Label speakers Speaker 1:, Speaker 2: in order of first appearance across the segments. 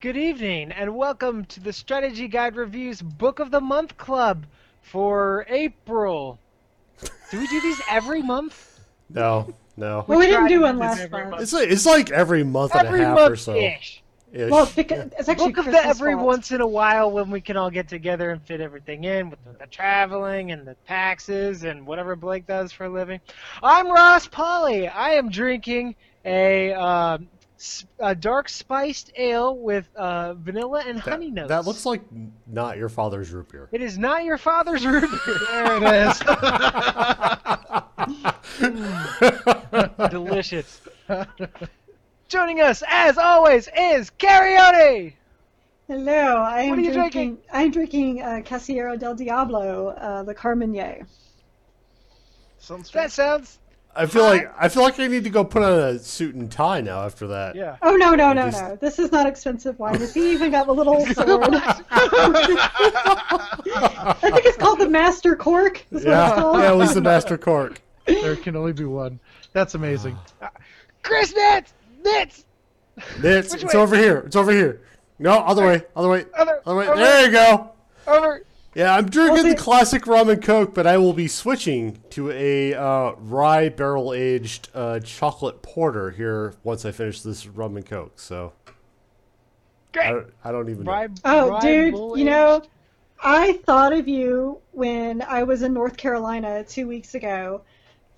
Speaker 1: Good evening, and welcome to the Strategy Guide Reviews Book of the Month Club for April. Do we do these every month?
Speaker 2: No, no.
Speaker 3: Well, we didn't
Speaker 1: try
Speaker 3: do
Speaker 1: to
Speaker 3: one
Speaker 1: this
Speaker 3: last
Speaker 1: every
Speaker 3: month.
Speaker 2: It's like, it's like every month
Speaker 1: Every
Speaker 2: and a half
Speaker 1: month
Speaker 2: or so.
Speaker 1: ish.
Speaker 2: ish.
Speaker 3: Well, because it's actually
Speaker 1: Book of the
Speaker 3: Chris's
Speaker 1: every
Speaker 3: fault.
Speaker 1: once in a while when we can all get together and fit everything in with the, the traveling and the taxes and whatever Blake does for a living. I'm Ross Polly. I am drinking a, um s- a dark spiced ale with uh, vanilla and
Speaker 2: that,
Speaker 1: honey notes.
Speaker 2: that looks like not your father's root beer.
Speaker 1: It is not your father's root beer. There it is. Delicious. Joining us, as always, is Cariotti.
Speaker 3: Hello, I am
Speaker 1: What are you
Speaker 3: drinking,
Speaker 1: drinking?
Speaker 3: I'm drinking uh, Casiero del Diablo, uh, the Carmenere.
Speaker 4: Sounds
Speaker 1: That sounds.
Speaker 2: I feel like I feel like I need to go put on a suit and tie now after that.
Speaker 4: yeah.
Speaker 3: Oh no no no
Speaker 2: Just-
Speaker 3: no! This is not expensive wine. Has he even got the little sword? I think it's called the Master Cork. Is what it's
Speaker 2: yeah,
Speaker 3: called.
Speaker 2: yeah, it was the master cork.
Speaker 4: there can only be one. That's amazing.
Speaker 1: Ah. Chris Nitz! Nitz!
Speaker 2: It's,
Speaker 1: Which
Speaker 2: it's
Speaker 1: way?
Speaker 2: over here. It's over here. No, other way, other way,
Speaker 1: Other-
Speaker 2: other way.
Speaker 1: other-
Speaker 2: There you go.
Speaker 1: Over.
Speaker 2: Yeah, I'm drinking
Speaker 3: Well,
Speaker 2: the
Speaker 3: see-
Speaker 2: classic rum and coke, but I will be switching to a uh, rye barrel aged uh, chocolate porter here once I finish this rum and coke. So I
Speaker 1: Great.
Speaker 2: don't, I don't even. know.
Speaker 1: Bribe,
Speaker 3: Oh,
Speaker 1: bribe
Speaker 3: dude,
Speaker 1: bull
Speaker 3: you know,
Speaker 1: aged.
Speaker 3: I thought of you when I was in North Carolina two weeks ago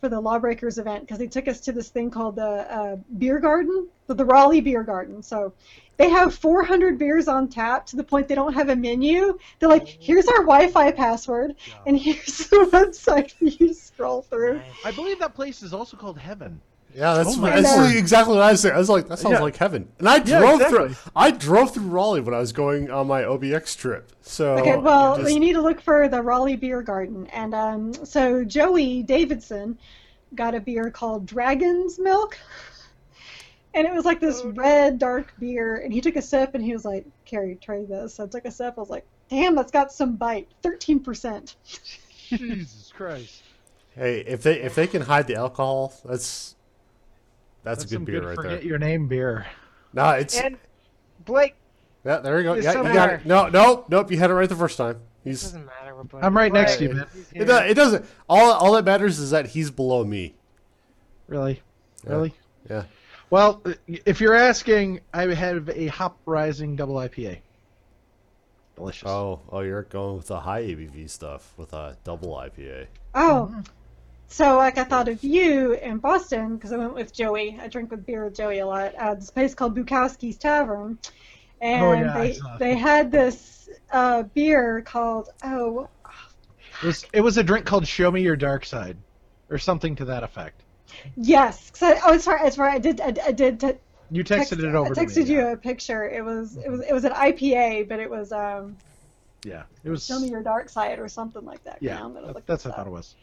Speaker 3: for the Lawbreakers event because they took us to this thing called the uh, Beer Garden, the, the Raleigh Beer Garden. So they have 400 beers on tap to the point they don't have a menu. They're like, here's our Wi Fi password, and here's the website for you to scroll through.
Speaker 4: I believe that place is also called Heaven.
Speaker 2: Yeah, that's,
Speaker 4: Oh my
Speaker 2: that's
Speaker 3: God.
Speaker 2: exactly what I was saying. I was like, that sounds
Speaker 4: Yeah.
Speaker 2: like heaven. And I
Speaker 4: Yeah,
Speaker 2: drove
Speaker 4: exactly.
Speaker 2: through. I drove through Raleigh when I was going on my OBX trip. So
Speaker 3: Okay, well,
Speaker 2: just-
Speaker 3: you need to look for the Raleigh Beer Garden. And um, so Joey Davidson got a beer called Dragon's Milk. And it was like
Speaker 2: Oh,
Speaker 3: this red, dark beer. And he took a sip and he was like, Carrie, try this. So I took a sip. I was like, damn, that's got some bite. 13%.
Speaker 4: Jesus Christ.
Speaker 2: hey, if they if they can hide the alcohol, that's that's,
Speaker 4: That's
Speaker 2: a
Speaker 4: some
Speaker 2: good beer
Speaker 4: good
Speaker 2: right
Speaker 4: forget
Speaker 2: there.
Speaker 4: your name beer.
Speaker 2: Nah, it's
Speaker 1: And Blake,
Speaker 2: yeah, there you go.
Speaker 1: it's
Speaker 2: Yeah, you got
Speaker 1: somewhere.
Speaker 2: it. No, no, nope. You had it right the first time. He's
Speaker 1: doesn't matter. We're Blake.
Speaker 4: I'm right next to
Speaker 1: Blake.
Speaker 4: you, man.
Speaker 1: He's
Speaker 2: it,
Speaker 1: here.
Speaker 2: do- it doesn't. All all that matters is that he's below me.
Speaker 4: Really?
Speaker 2: Yeah.
Speaker 4: Really?
Speaker 2: Yeah.
Speaker 4: Well, if you're asking, I have a hop rising double IPA. Delicious.
Speaker 2: Oh, oh, you're going with the high ABV stuff with a double IPA.
Speaker 3: Oh.
Speaker 4: Mm-hmm.
Speaker 3: So like I thought of you in Boston because I went with Joey. I drink with beer with Joey a lot. Uh, this place called Bukowski's Tavern, and
Speaker 4: Oh, yeah, I
Speaker 3: they
Speaker 4: saw.
Speaker 3: they had this uh, beer called oh
Speaker 4: It, was, it was a drink called Show Me Your Dark Side, or something to that effect.
Speaker 3: yes. 'Cause I, oh, it's right. It's right. I did. I, I did. T-
Speaker 4: You texted
Speaker 3: text-
Speaker 4: it over
Speaker 3: I
Speaker 4: to
Speaker 3: texted
Speaker 4: me.
Speaker 3: you
Speaker 4: yeah.
Speaker 3: a picture. It was. It was. It was an IPA, but it was um,
Speaker 4: Yeah. It was.
Speaker 3: show me your dark side or something like that.
Speaker 4: yeah.
Speaker 3: Now I'm gonna
Speaker 4: that-
Speaker 3: look
Speaker 4: that's
Speaker 3: this
Speaker 4: what I
Speaker 3: up.
Speaker 4: thought it was.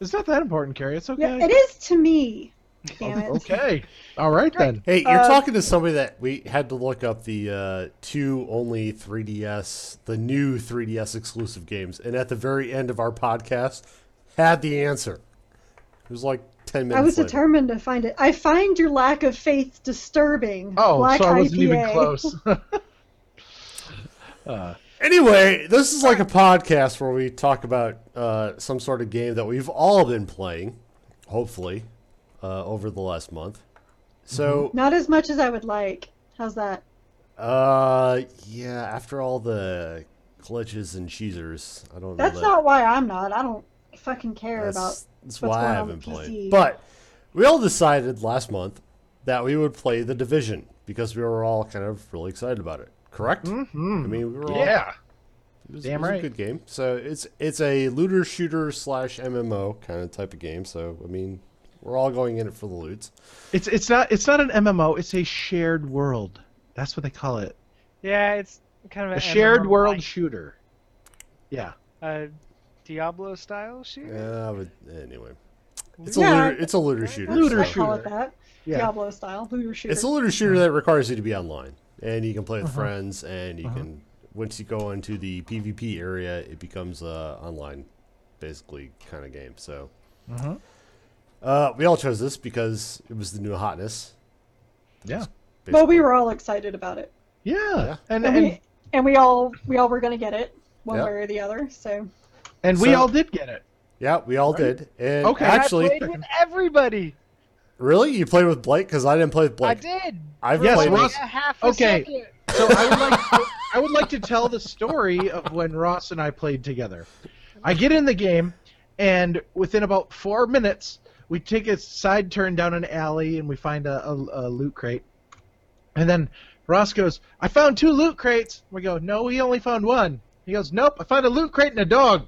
Speaker 4: It's not that important, Carrie. It's okay.
Speaker 3: Yeah, it is to me. Damn it.
Speaker 4: Oh, Okay. All right then.
Speaker 2: Hey, you're
Speaker 3: Uh,
Speaker 2: talking to somebody that we had to look up the uh, two only 3DS, the new 3DS exclusive games, and at the very end of our podcast, had the answer. It was like ten minutes.
Speaker 3: I was
Speaker 2: later.
Speaker 3: determined to find it. I find your lack of faith disturbing.
Speaker 4: Oh,
Speaker 3: Black
Speaker 4: so I wasn't
Speaker 3: IPA.
Speaker 4: even close.
Speaker 2: Anyway, this is like a podcast where we talk about uh, some sort of game that we've all been playing, hopefully, uh, over the last month. So,
Speaker 3: Not as much as I would like. How's that?
Speaker 2: uh, yeah, after all the glitches and cheesers, I don't know.
Speaker 3: That's
Speaker 2: that-
Speaker 3: not why I'm not. I don't fucking care about.
Speaker 2: That's, that's
Speaker 3: what's
Speaker 2: why I
Speaker 3: going on
Speaker 2: haven't
Speaker 3: with
Speaker 2: played.
Speaker 3: PC.
Speaker 2: But we all decided last month that we would play The Division because we were all kind of really excited about it. Correct? I mean, we were all.
Speaker 4: Mm-hmm. yeah.
Speaker 2: it was,
Speaker 4: damn
Speaker 2: it was
Speaker 4: right.
Speaker 2: a good game. So it's it's a looter shooter slash MMO kind of type of game. So I mean, we're all going in it for the loots.
Speaker 4: It's it's not it's not an MMO. It's a shared world. That's what they call it.
Speaker 1: Yeah, it's kind of
Speaker 4: A
Speaker 1: an
Speaker 4: shared
Speaker 1: MMO
Speaker 4: world
Speaker 1: like,
Speaker 4: shooter. Yeah.
Speaker 1: uh, Diablo style shoot.
Speaker 2: Yeah, Uh, but anyway, it's a
Speaker 3: Yeah,
Speaker 2: looter, it's a looter shooter.
Speaker 4: Looter
Speaker 3: I
Speaker 2: so-
Speaker 4: shooter.
Speaker 3: call it that.
Speaker 4: Yeah.
Speaker 3: Diablo style. Looter shooter.
Speaker 2: It's a looter shooter that requires you to be online, and you can play with
Speaker 4: Uh-huh.
Speaker 2: friends, and you can once you go into the PvP area, it becomes a online, basically kind of game. So,
Speaker 4: Uh-huh.
Speaker 2: uh, we all chose this because it was the new hotness.
Speaker 4: Yeah.
Speaker 3: well, we were all excited about it.
Speaker 4: Yeah.
Speaker 2: Yeah.
Speaker 4: And
Speaker 3: And
Speaker 4: and,
Speaker 3: we, and we all we all were gonna get it one
Speaker 2: Yeah.
Speaker 3: way or the other. So
Speaker 4: and we
Speaker 2: So-
Speaker 4: all did get it.
Speaker 2: Yeah, we all did. And
Speaker 4: Okay.
Speaker 1: And
Speaker 2: actually,
Speaker 1: I played with everybody.
Speaker 2: really, you played with Blake because I didn't play with
Speaker 1: I
Speaker 2: Blake.
Speaker 1: did.
Speaker 2: I've
Speaker 4: Yes,
Speaker 2: played.
Speaker 4: Ross-
Speaker 2: With,
Speaker 1: A half a
Speaker 4: Okay.
Speaker 1: second.
Speaker 4: So I would like I would like to tell the story of when Ross and I played together. I get in the game, and within about four minutes, we take a side turn down an alley and we find a, a, a loot crate. And then Ross goes, "I found two loot crates." We go, "No, we only found one." He goes, "Nope, I found a loot crate and a dog."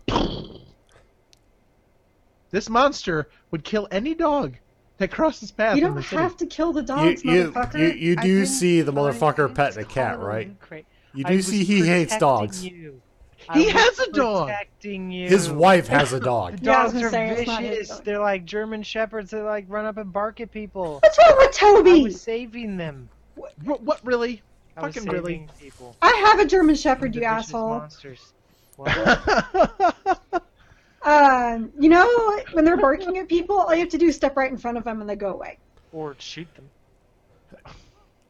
Speaker 4: This monster would kill any dog that crossed his path.
Speaker 3: you
Speaker 4: in
Speaker 3: don't
Speaker 4: the city.
Speaker 3: have to kill the
Speaker 2: you,
Speaker 3: dogs,
Speaker 2: you,
Speaker 3: motherfucker.
Speaker 2: you, you
Speaker 1: I
Speaker 2: do
Speaker 1: didn't
Speaker 2: see the
Speaker 1: find
Speaker 2: motherfucker
Speaker 1: it.
Speaker 2: petting a
Speaker 1: It's
Speaker 2: cat,
Speaker 1: called a
Speaker 2: right?
Speaker 1: crate.
Speaker 2: You
Speaker 1: I
Speaker 2: do
Speaker 1: was
Speaker 2: see he hates
Speaker 1: protecting
Speaker 2: dogs.
Speaker 1: you. I
Speaker 4: He
Speaker 1: was
Speaker 4: has a dog.
Speaker 1: Protecting you.
Speaker 2: His wife has a
Speaker 1: The
Speaker 2: dog.
Speaker 3: Yeah, I was
Speaker 1: dogs
Speaker 3: gonna
Speaker 1: are
Speaker 3: say, it's not his
Speaker 1: vicious.
Speaker 3: dog.
Speaker 1: They're like German shepherds that like run up and bark at people.
Speaker 3: What's wrong with
Speaker 1: I
Speaker 3: Toby?
Speaker 1: was saving them.
Speaker 4: What, what, what really?
Speaker 1: I was
Speaker 4: Fucking
Speaker 1: saving
Speaker 4: really.
Speaker 1: people.
Speaker 3: I have a German Shepherd,
Speaker 1: The
Speaker 3: you
Speaker 1: vicious
Speaker 3: asshole.
Speaker 1: Monsters. Well,
Speaker 3: Um, you know, when they're barking at people, all you have to do is step right in front of them and they go away.
Speaker 1: or shoot them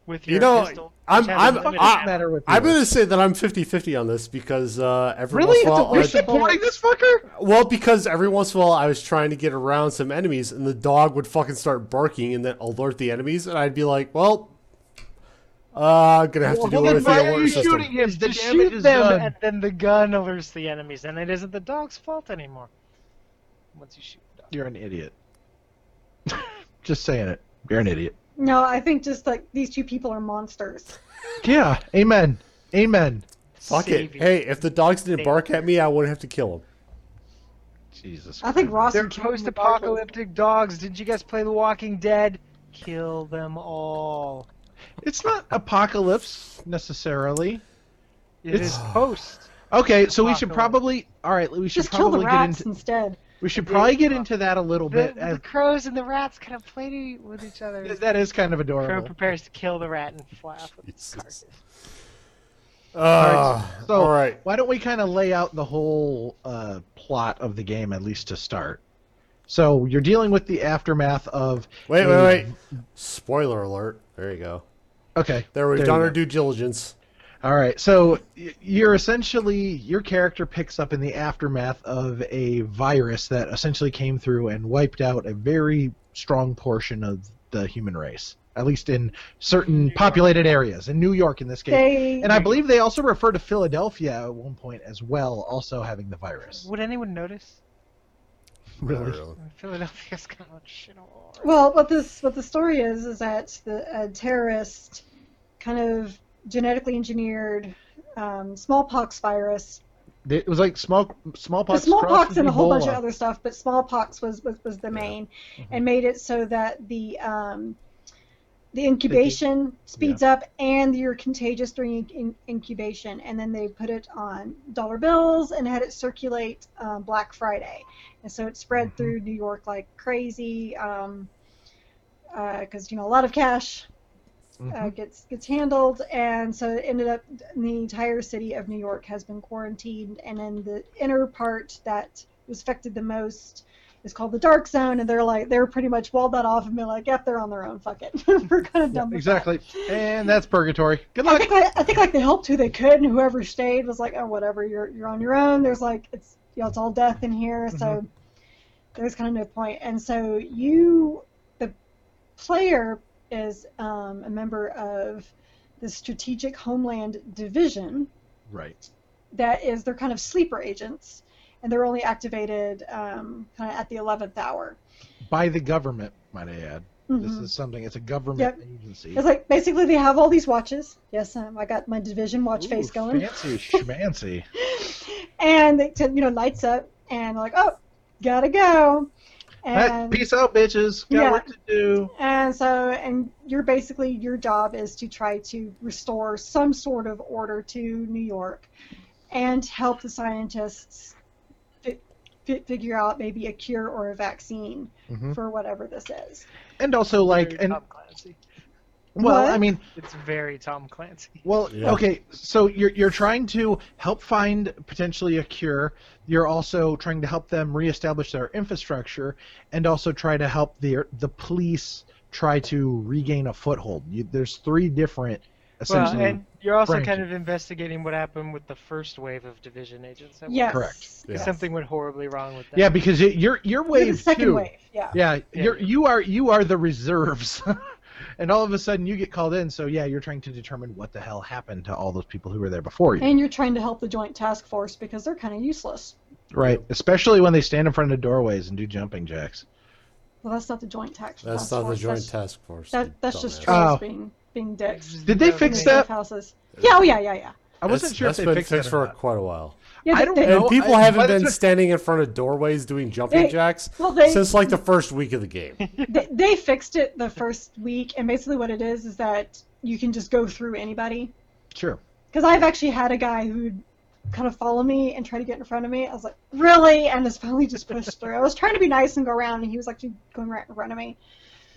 Speaker 1: with your
Speaker 2: You know,
Speaker 1: pistol.
Speaker 2: I'm
Speaker 1: which has
Speaker 2: I'm
Speaker 1: a limited
Speaker 2: I,
Speaker 1: ammo.
Speaker 4: matter with
Speaker 2: I'm
Speaker 4: you?
Speaker 2: gonna say that I'm 50-50 on this because uh, every
Speaker 4: Really? It's a
Speaker 2: once
Speaker 4: wish
Speaker 2: in a while,
Speaker 4: boy, this fucker?
Speaker 2: I- well, because every once in a while I was trying to get around some enemies and the dog would fucking start barking and then alert the enemies and I'd be like, well, uh, I'm gonna have to do it with the alert system.
Speaker 4: him?
Speaker 1: To shoot them, and then the gun alerts the enemies, and it isn't the dog's fault anymore. Once you shoot the dog.
Speaker 4: You're an idiot. Just saying it. You're an idiot.
Speaker 3: No, I think just like these two people are monsters.
Speaker 4: Yeah. Amen. Amen.
Speaker 2: Fuck it.
Speaker 1: Saving.
Speaker 2: Hey, if the dogs didn't
Speaker 1: Save
Speaker 2: bark at me, I wouldn't have to kill them.
Speaker 4: Jesus.
Speaker 3: I think Ross.
Speaker 1: They're
Speaker 3: and Kevin would bark at
Speaker 1: post-apocalyptic dogs. Did you guys play The Walking Dead? Kill them all.
Speaker 4: It's not apocalypse necessarily.
Speaker 1: It
Speaker 4: It's-
Speaker 1: is post.
Speaker 4: Okay, so we should
Speaker 1: Apocalypse.
Speaker 4: probably. All right, we
Speaker 3: them.
Speaker 4: should
Speaker 3: Just kill the
Speaker 4: probably get
Speaker 3: rats
Speaker 4: into.
Speaker 3: instead.
Speaker 4: We should probably get into that a little
Speaker 1: The,
Speaker 4: bit.
Speaker 1: the crows and the rats kind of play to- with each other.
Speaker 4: as- that is kind of
Speaker 1: Crow
Speaker 4: adorable.
Speaker 1: prepares to kill the rat and fly off with its
Speaker 2: Jesus.
Speaker 1: carcass.
Speaker 2: Uh, all right.
Speaker 4: So why don't we kind of lay out the whole uh, plot of the game at least to start? So you're dealing with the aftermath of
Speaker 2: Wait,
Speaker 4: a-
Speaker 2: wait, wait. Spoiler alert. There you go.
Speaker 4: Okay,
Speaker 2: There we've
Speaker 4: There
Speaker 2: done
Speaker 4: you
Speaker 2: our
Speaker 4: go.
Speaker 2: due diligence.
Speaker 4: all right. So y- you're essentially your character picks up in the aftermath of a virus that essentially came through and wiped out a very strong portion of the human race, at least in certain populated areas. In New York, in this case,
Speaker 3: They.
Speaker 4: and I believe they also refer to Philadelphia at one point as well, also having the virus.
Speaker 1: Would anyone notice?
Speaker 4: Really?
Speaker 1: Philadelphia's got a shit all over.
Speaker 3: Well, what this what the story is is that the uh, terrorist kind of genetically engineered um, smallpox virus
Speaker 4: It was like small smallpox.
Speaker 3: the smallpox
Speaker 4: crossed
Speaker 3: and a
Speaker 4: with
Speaker 3: whole bunch
Speaker 4: Ebola. Mm-hmm.
Speaker 3: of other stuff, but smallpox was was, was the main, and made it so that the um, the incubation speeds up, and you're contagious during in- in- incubation. And then they put it on dollar bills and had it circulate um, Black Friday, and so it spread
Speaker 4: Mhm.
Speaker 3: through New York like crazy, because you know a lot of cash
Speaker 4: Mm-hmm.
Speaker 3: uh, gets gets handled, and so it ended up the entire city of New York has been quarantined, and in the inner part that was affected the most is called the dark zone, and they're like they're pretty much walled that off and be like, yep, they're on their own, fuck it, we're kind of
Speaker 4: Yeah,
Speaker 3: done. with that.
Speaker 4: exactly. And that's purgatory. Good
Speaker 3: I
Speaker 4: luck.
Speaker 3: think like, I think like they helped who they could, and whoever stayed was like, oh whatever, you're you're on your own. There's like it's you know it's all death in here,
Speaker 4: Mm-hmm.
Speaker 3: so there's kind of no point. And so you, the player, is um, a member of the Strategic Homeland Division.
Speaker 4: Right.
Speaker 3: That is, they're kind of sleeper agents, and they're only activated um, kind of at the eleventh hour.
Speaker 4: By the government, might I add. This
Speaker 3: Mhm.
Speaker 4: is something. It's a government
Speaker 3: Yep.
Speaker 4: agency.
Speaker 3: It's like basically they have all these watches. Yes, um, I got my division watch face
Speaker 4: Ooh,
Speaker 3: going.
Speaker 4: Fancy, schmancy.
Speaker 3: and it t- you know lights up and like oh gotta go
Speaker 4: Alright,
Speaker 3: and,
Speaker 4: peace out, bitches. Got
Speaker 3: Yeah.
Speaker 4: work to do.
Speaker 3: and so and you're basically your job is to try to restore some sort of order to new york and help the scientists fi- fi- figure out maybe a cure or a vaccine
Speaker 4: Mhm.
Speaker 3: for whatever this is
Speaker 4: And also, like,
Speaker 1: Very
Speaker 4: and
Speaker 1: Tom Clancy.
Speaker 4: well,
Speaker 3: What?
Speaker 4: I mean,
Speaker 1: It's very Tom Clancy.
Speaker 4: well,
Speaker 2: Yeah.
Speaker 4: okay. So you're you're trying to help find potentially a cure. You're also trying to help them reestablish their infrastructure, and also try to help the the police try to regain a foothold. You, there's three different
Speaker 1: Well,
Speaker 4: essentially
Speaker 1: and You're also
Speaker 4: Branches.
Speaker 1: kind of investigating what happened with the first wave of division agents. that were-
Speaker 3: Yes.
Speaker 4: Correct.
Speaker 2: Yeah.
Speaker 1: Something went horribly wrong with that.
Speaker 4: Yeah, because it, you're you're
Speaker 3: You're the
Speaker 4: wave
Speaker 3: second
Speaker 4: two.
Speaker 3: wave. Yeah.
Speaker 4: Yeah,
Speaker 1: Yeah.
Speaker 4: you're you are you are the reserves, and all of a sudden you get called in. So yeah, you're trying to determine what the hell happened to all those people who were there before you,
Speaker 3: And you're trying to help the joint task force because they're kind of useless.
Speaker 4: right? Especially when they stand in front of doorways and do jumping jacks.
Speaker 3: Well, that's not the joint tax.
Speaker 2: That's
Speaker 3: task
Speaker 2: not the
Speaker 3: force.
Speaker 2: joint
Speaker 3: that's,
Speaker 2: task force. you
Speaker 3: That, that's just
Speaker 2: dumbass.
Speaker 4: true.
Speaker 3: trolls
Speaker 4: Oh.
Speaker 3: being being dicks.
Speaker 4: Did they
Speaker 1: Yeah,
Speaker 4: fix
Speaker 1: they-
Speaker 4: that?
Speaker 3: Houses. Yeah. Oh yeah. Yeah. Yeah.
Speaker 4: I wasn't
Speaker 2: That's-
Speaker 4: sure if
Speaker 2: that's
Speaker 4: they
Speaker 2: been
Speaker 4: fixed
Speaker 2: fixed
Speaker 4: that or
Speaker 2: for
Speaker 4: not.
Speaker 2: quite a while.
Speaker 3: yeah
Speaker 4: I don't
Speaker 3: they-
Speaker 4: know.
Speaker 2: And people
Speaker 4: I-
Speaker 2: haven't
Speaker 4: but
Speaker 2: been
Speaker 4: it's-
Speaker 2: standing in front of doorways doing jumping
Speaker 3: They-
Speaker 2: jacks
Speaker 3: well, they-
Speaker 2: since like the first week of the game.
Speaker 3: they, they fixed it the first week, and basically what it is is that you can just go through anybody.
Speaker 4: Sure.
Speaker 3: Because I've actually had a guy who kind of follow me and try to get in front of me. I was like, really? And has finally just pushed through. I was trying to be nice and go around, and he was actually going right in front of me.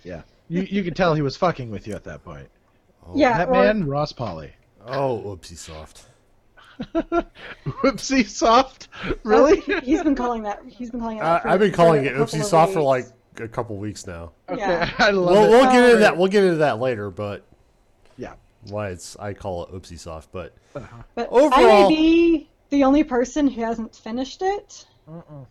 Speaker 4: You you could tell he was fucking with you at that point.
Speaker 2: Oh,
Speaker 3: yeah.
Speaker 4: That
Speaker 3: or-
Speaker 4: man, Ross Polly.
Speaker 2: Oh, oopsie soft.
Speaker 4: Whoopsie soft.
Speaker 3: Oh,
Speaker 4: Really?
Speaker 3: He- He's been calling that. He's been calling it.
Speaker 2: I,
Speaker 3: That for-
Speaker 2: I've been calling
Speaker 3: for
Speaker 2: it
Speaker 3: a couple
Speaker 2: oopsie
Speaker 3: of
Speaker 2: soft for like
Speaker 3: weeks.
Speaker 2: a couple weeks now.
Speaker 4: Okay,
Speaker 3: Yeah.
Speaker 4: I love
Speaker 2: We'll,
Speaker 4: it.
Speaker 2: we'll get into
Speaker 4: Alright.
Speaker 2: that. We'll get into that later, but
Speaker 4: Yeah.
Speaker 2: why it's I call it oopsie soft, but
Speaker 3: But I
Speaker 2: Overall-
Speaker 3: may be the only person who hasn't finished it
Speaker 4: Uh-uh.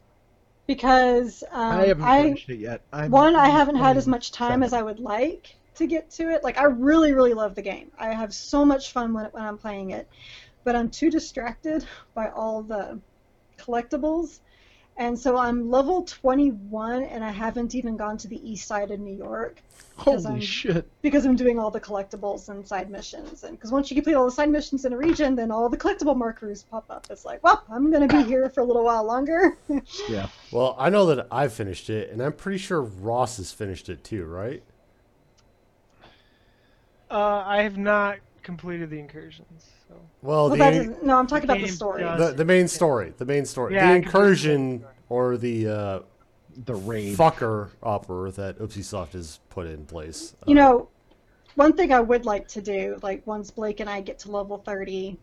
Speaker 3: because um,
Speaker 4: I haven't
Speaker 3: I
Speaker 4: finished it yet. I'm,
Speaker 3: one I haven't had as
Speaker 4: I'm-
Speaker 3: much time as
Speaker 4: seven.
Speaker 3: I would like to get to it. Like I really, really love the game. I have so much fun when, when I'm playing it, but I'm too distracted by all the collectibles, and so I'm level 21 and I haven't even gone to the east side of New York
Speaker 4: Holy
Speaker 3: I'm-
Speaker 4: shit!
Speaker 3: because I'm doing all the collectibles and side missions. And because once you complete all the side missions in a region, then all the collectible markers pop up. It's like, well, I'm gonna be here for a little while longer.
Speaker 4: Yeah.
Speaker 2: well, I know that I finished it, and I'm pretty sure Ross has finished it too, right?
Speaker 1: Uh, I have not completed the incursions. So.
Speaker 2: Well,
Speaker 3: well,
Speaker 2: the,
Speaker 3: that isn't, no, I'm talking about the
Speaker 1: game
Speaker 3: story.
Speaker 1: does-
Speaker 2: the the main story, the main story,
Speaker 1: Yeah,
Speaker 2: the
Speaker 1: I can do the main
Speaker 2: incursion
Speaker 1: story.
Speaker 2: or the uh,
Speaker 4: The raid.
Speaker 2: fucker opera that oopsie soft has put in place.
Speaker 3: You
Speaker 2: Uh,
Speaker 3: know, one thing I would like to do, like once Blake and I get to level 30,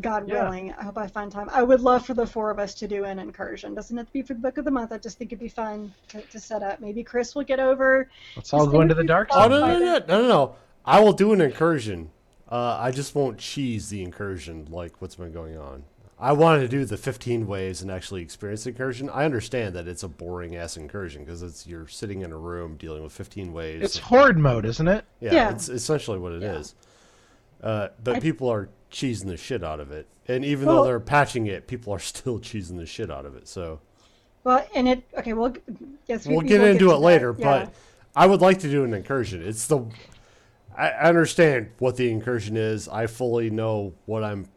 Speaker 3: God
Speaker 4: Yeah.
Speaker 3: willing, I hope I find time. I would love for the four of us to do an incursion. Doesn't have to be for the book of the month. I just think it'd be fun to, to set up. Maybe Chris will get over.
Speaker 4: Let's all
Speaker 3: Just
Speaker 4: go into the
Speaker 3: interview
Speaker 4: dark
Speaker 2: Oh
Speaker 4: side.
Speaker 2: no no no no no! no. I will do an incursion. Uh, I just won't cheese the incursion like what's been going on. I wanted to do the 15 waves and actually experience the incursion. I understand that it's a boring ass incursion because it's you're sitting in a room dealing with 15 waves.
Speaker 4: It's horde mode, isn't it?
Speaker 2: yeah,
Speaker 3: Yeah.
Speaker 2: it's essentially what it is.
Speaker 3: Yeah.
Speaker 2: Uh, but
Speaker 3: I-
Speaker 2: people are cheesing the shit out of it, and even though
Speaker 3: Well-
Speaker 2: they're patching it, people are still cheesing the shit out of it. So
Speaker 3: Well, and it, okay, well, g- yes, we,
Speaker 2: we'll
Speaker 3: we
Speaker 2: get
Speaker 3: will
Speaker 2: into
Speaker 3: to
Speaker 2: it
Speaker 3: that.
Speaker 2: later,
Speaker 3: Yeah.
Speaker 2: but I would like to do an incursion. It's the I I understand what the incursion is. I fully know what I'm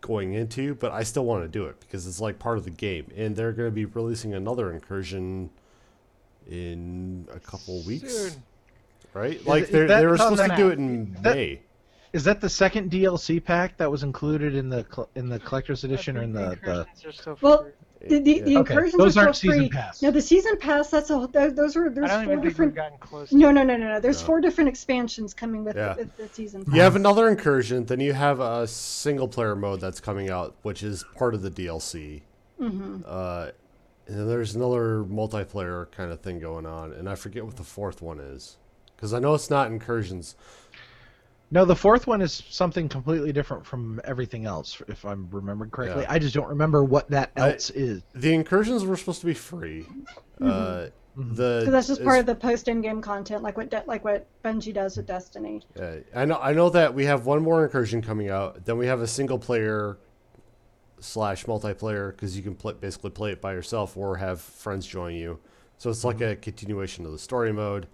Speaker 2: going into, but I still want to do it because it's like part of the game. And they're going to be releasing another incursion in a couple weeks,
Speaker 1: Soon.
Speaker 2: right? Like
Speaker 4: is
Speaker 2: they
Speaker 4: that
Speaker 2: they were
Speaker 4: on
Speaker 2: supposed
Speaker 4: the
Speaker 2: to do
Speaker 4: map?
Speaker 2: it in
Speaker 4: That-
Speaker 2: May.
Speaker 4: Is that the second DLC pack that was included in the cl- in the collector's
Speaker 1: I
Speaker 4: edition or in
Speaker 1: think
Speaker 4: the, the
Speaker 1: incursions are still
Speaker 3: Well,
Speaker 1: free.
Speaker 3: The, the, the
Speaker 2: Yeah.
Speaker 4: Okay,
Speaker 3: incursions
Speaker 4: those
Speaker 3: are
Speaker 4: aren't
Speaker 3: still
Speaker 4: season
Speaker 3: free.
Speaker 4: pass.
Speaker 3: No, the season pass. That's a th- those are
Speaker 1: I
Speaker 3: there's
Speaker 1: don't
Speaker 3: four
Speaker 1: even think
Speaker 3: different.
Speaker 1: we've gotten close.
Speaker 3: No, no, no, no, no. There's
Speaker 2: No.
Speaker 3: four different expansions coming with,
Speaker 2: Yeah.
Speaker 3: the, with the season pass.
Speaker 2: You have another incursion, then you have a single player mode that's coming out, which is part of the DLC.
Speaker 3: Mhm.
Speaker 2: Uh, and then there's another multiplayer kind of thing going on, and I forget what the fourth one is. Because I know it's not incursions.
Speaker 4: No, the fourth one is something completely different from everything else, if I'm remembering correctly.
Speaker 2: Yeah.
Speaker 4: I just don't remember what that
Speaker 2: I-
Speaker 4: else is.
Speaker 2: The incursions were supposed to be free. Uh, the
Speaker 3: Mm-hmm. So that's just part of the post-end game content, like what De- like what Bungie does with Destiny.
Speaker 2: Uh, I know. I know that we have one more incursion coming out. Then we have a single player slash multiplayer because you can play, basically play it by yourself or have friends join you. So it's like a
Speaker 4: Mm-hmm.
Speaker 2: continuation of the story mode.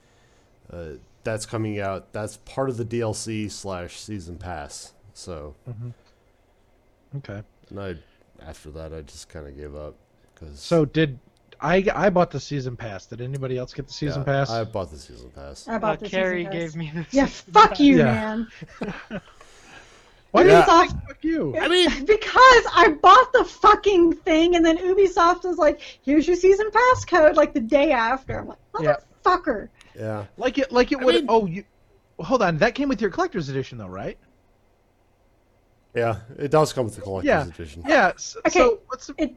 Speaker 2: Uh, that's coming out. That's part of the DLC slash season pass. So
Speaker 4: Okay.
Speaker 2: and I, after that, I just kind of gave up because
Speaker 4: So did I? I bought the season pass. Did anybody else get the season pass?
Speaker 2: I bought the season pass.
Speaker 3: I
Speaker 1: Uh,
Speaker 3: bought the
Speaker 1: Carrie
Speaker 3: season pass.
Speaker 1: gave me this.
Speaker 3: Yeah, fuck you,
Speaker 4: Yeah.
Speaker 3: man.
Speaker 4: Why did
Speaker 2: Yeah.
Speaker 4: I fuck you?
Speaker 2: I mean,
Speaker 3: because I bought the fucking thing, and then Ubisoft was like, "Here's your season pass code." Like the day after, I'm like,
Speaker 4: Yeah.
Speaker 3: "Motherfucker!"
Speaker 2: yeah.
Speaker 4: Like it? Like it
Speaker 2: I
Speaker 4: would?
Speaker 2: mean-
Speaker 4: oh, you. well, Hold on. That came with your collector's edition, though, right?
Speaker 2: Yeah, it does come with the collector's
Speaker 4: Yeah.
Speaker 2: edition.
Speaker 4: Yeah. So,
Speaker 3: Okay.
Speaker 4: so what's the,
Speaker 3: It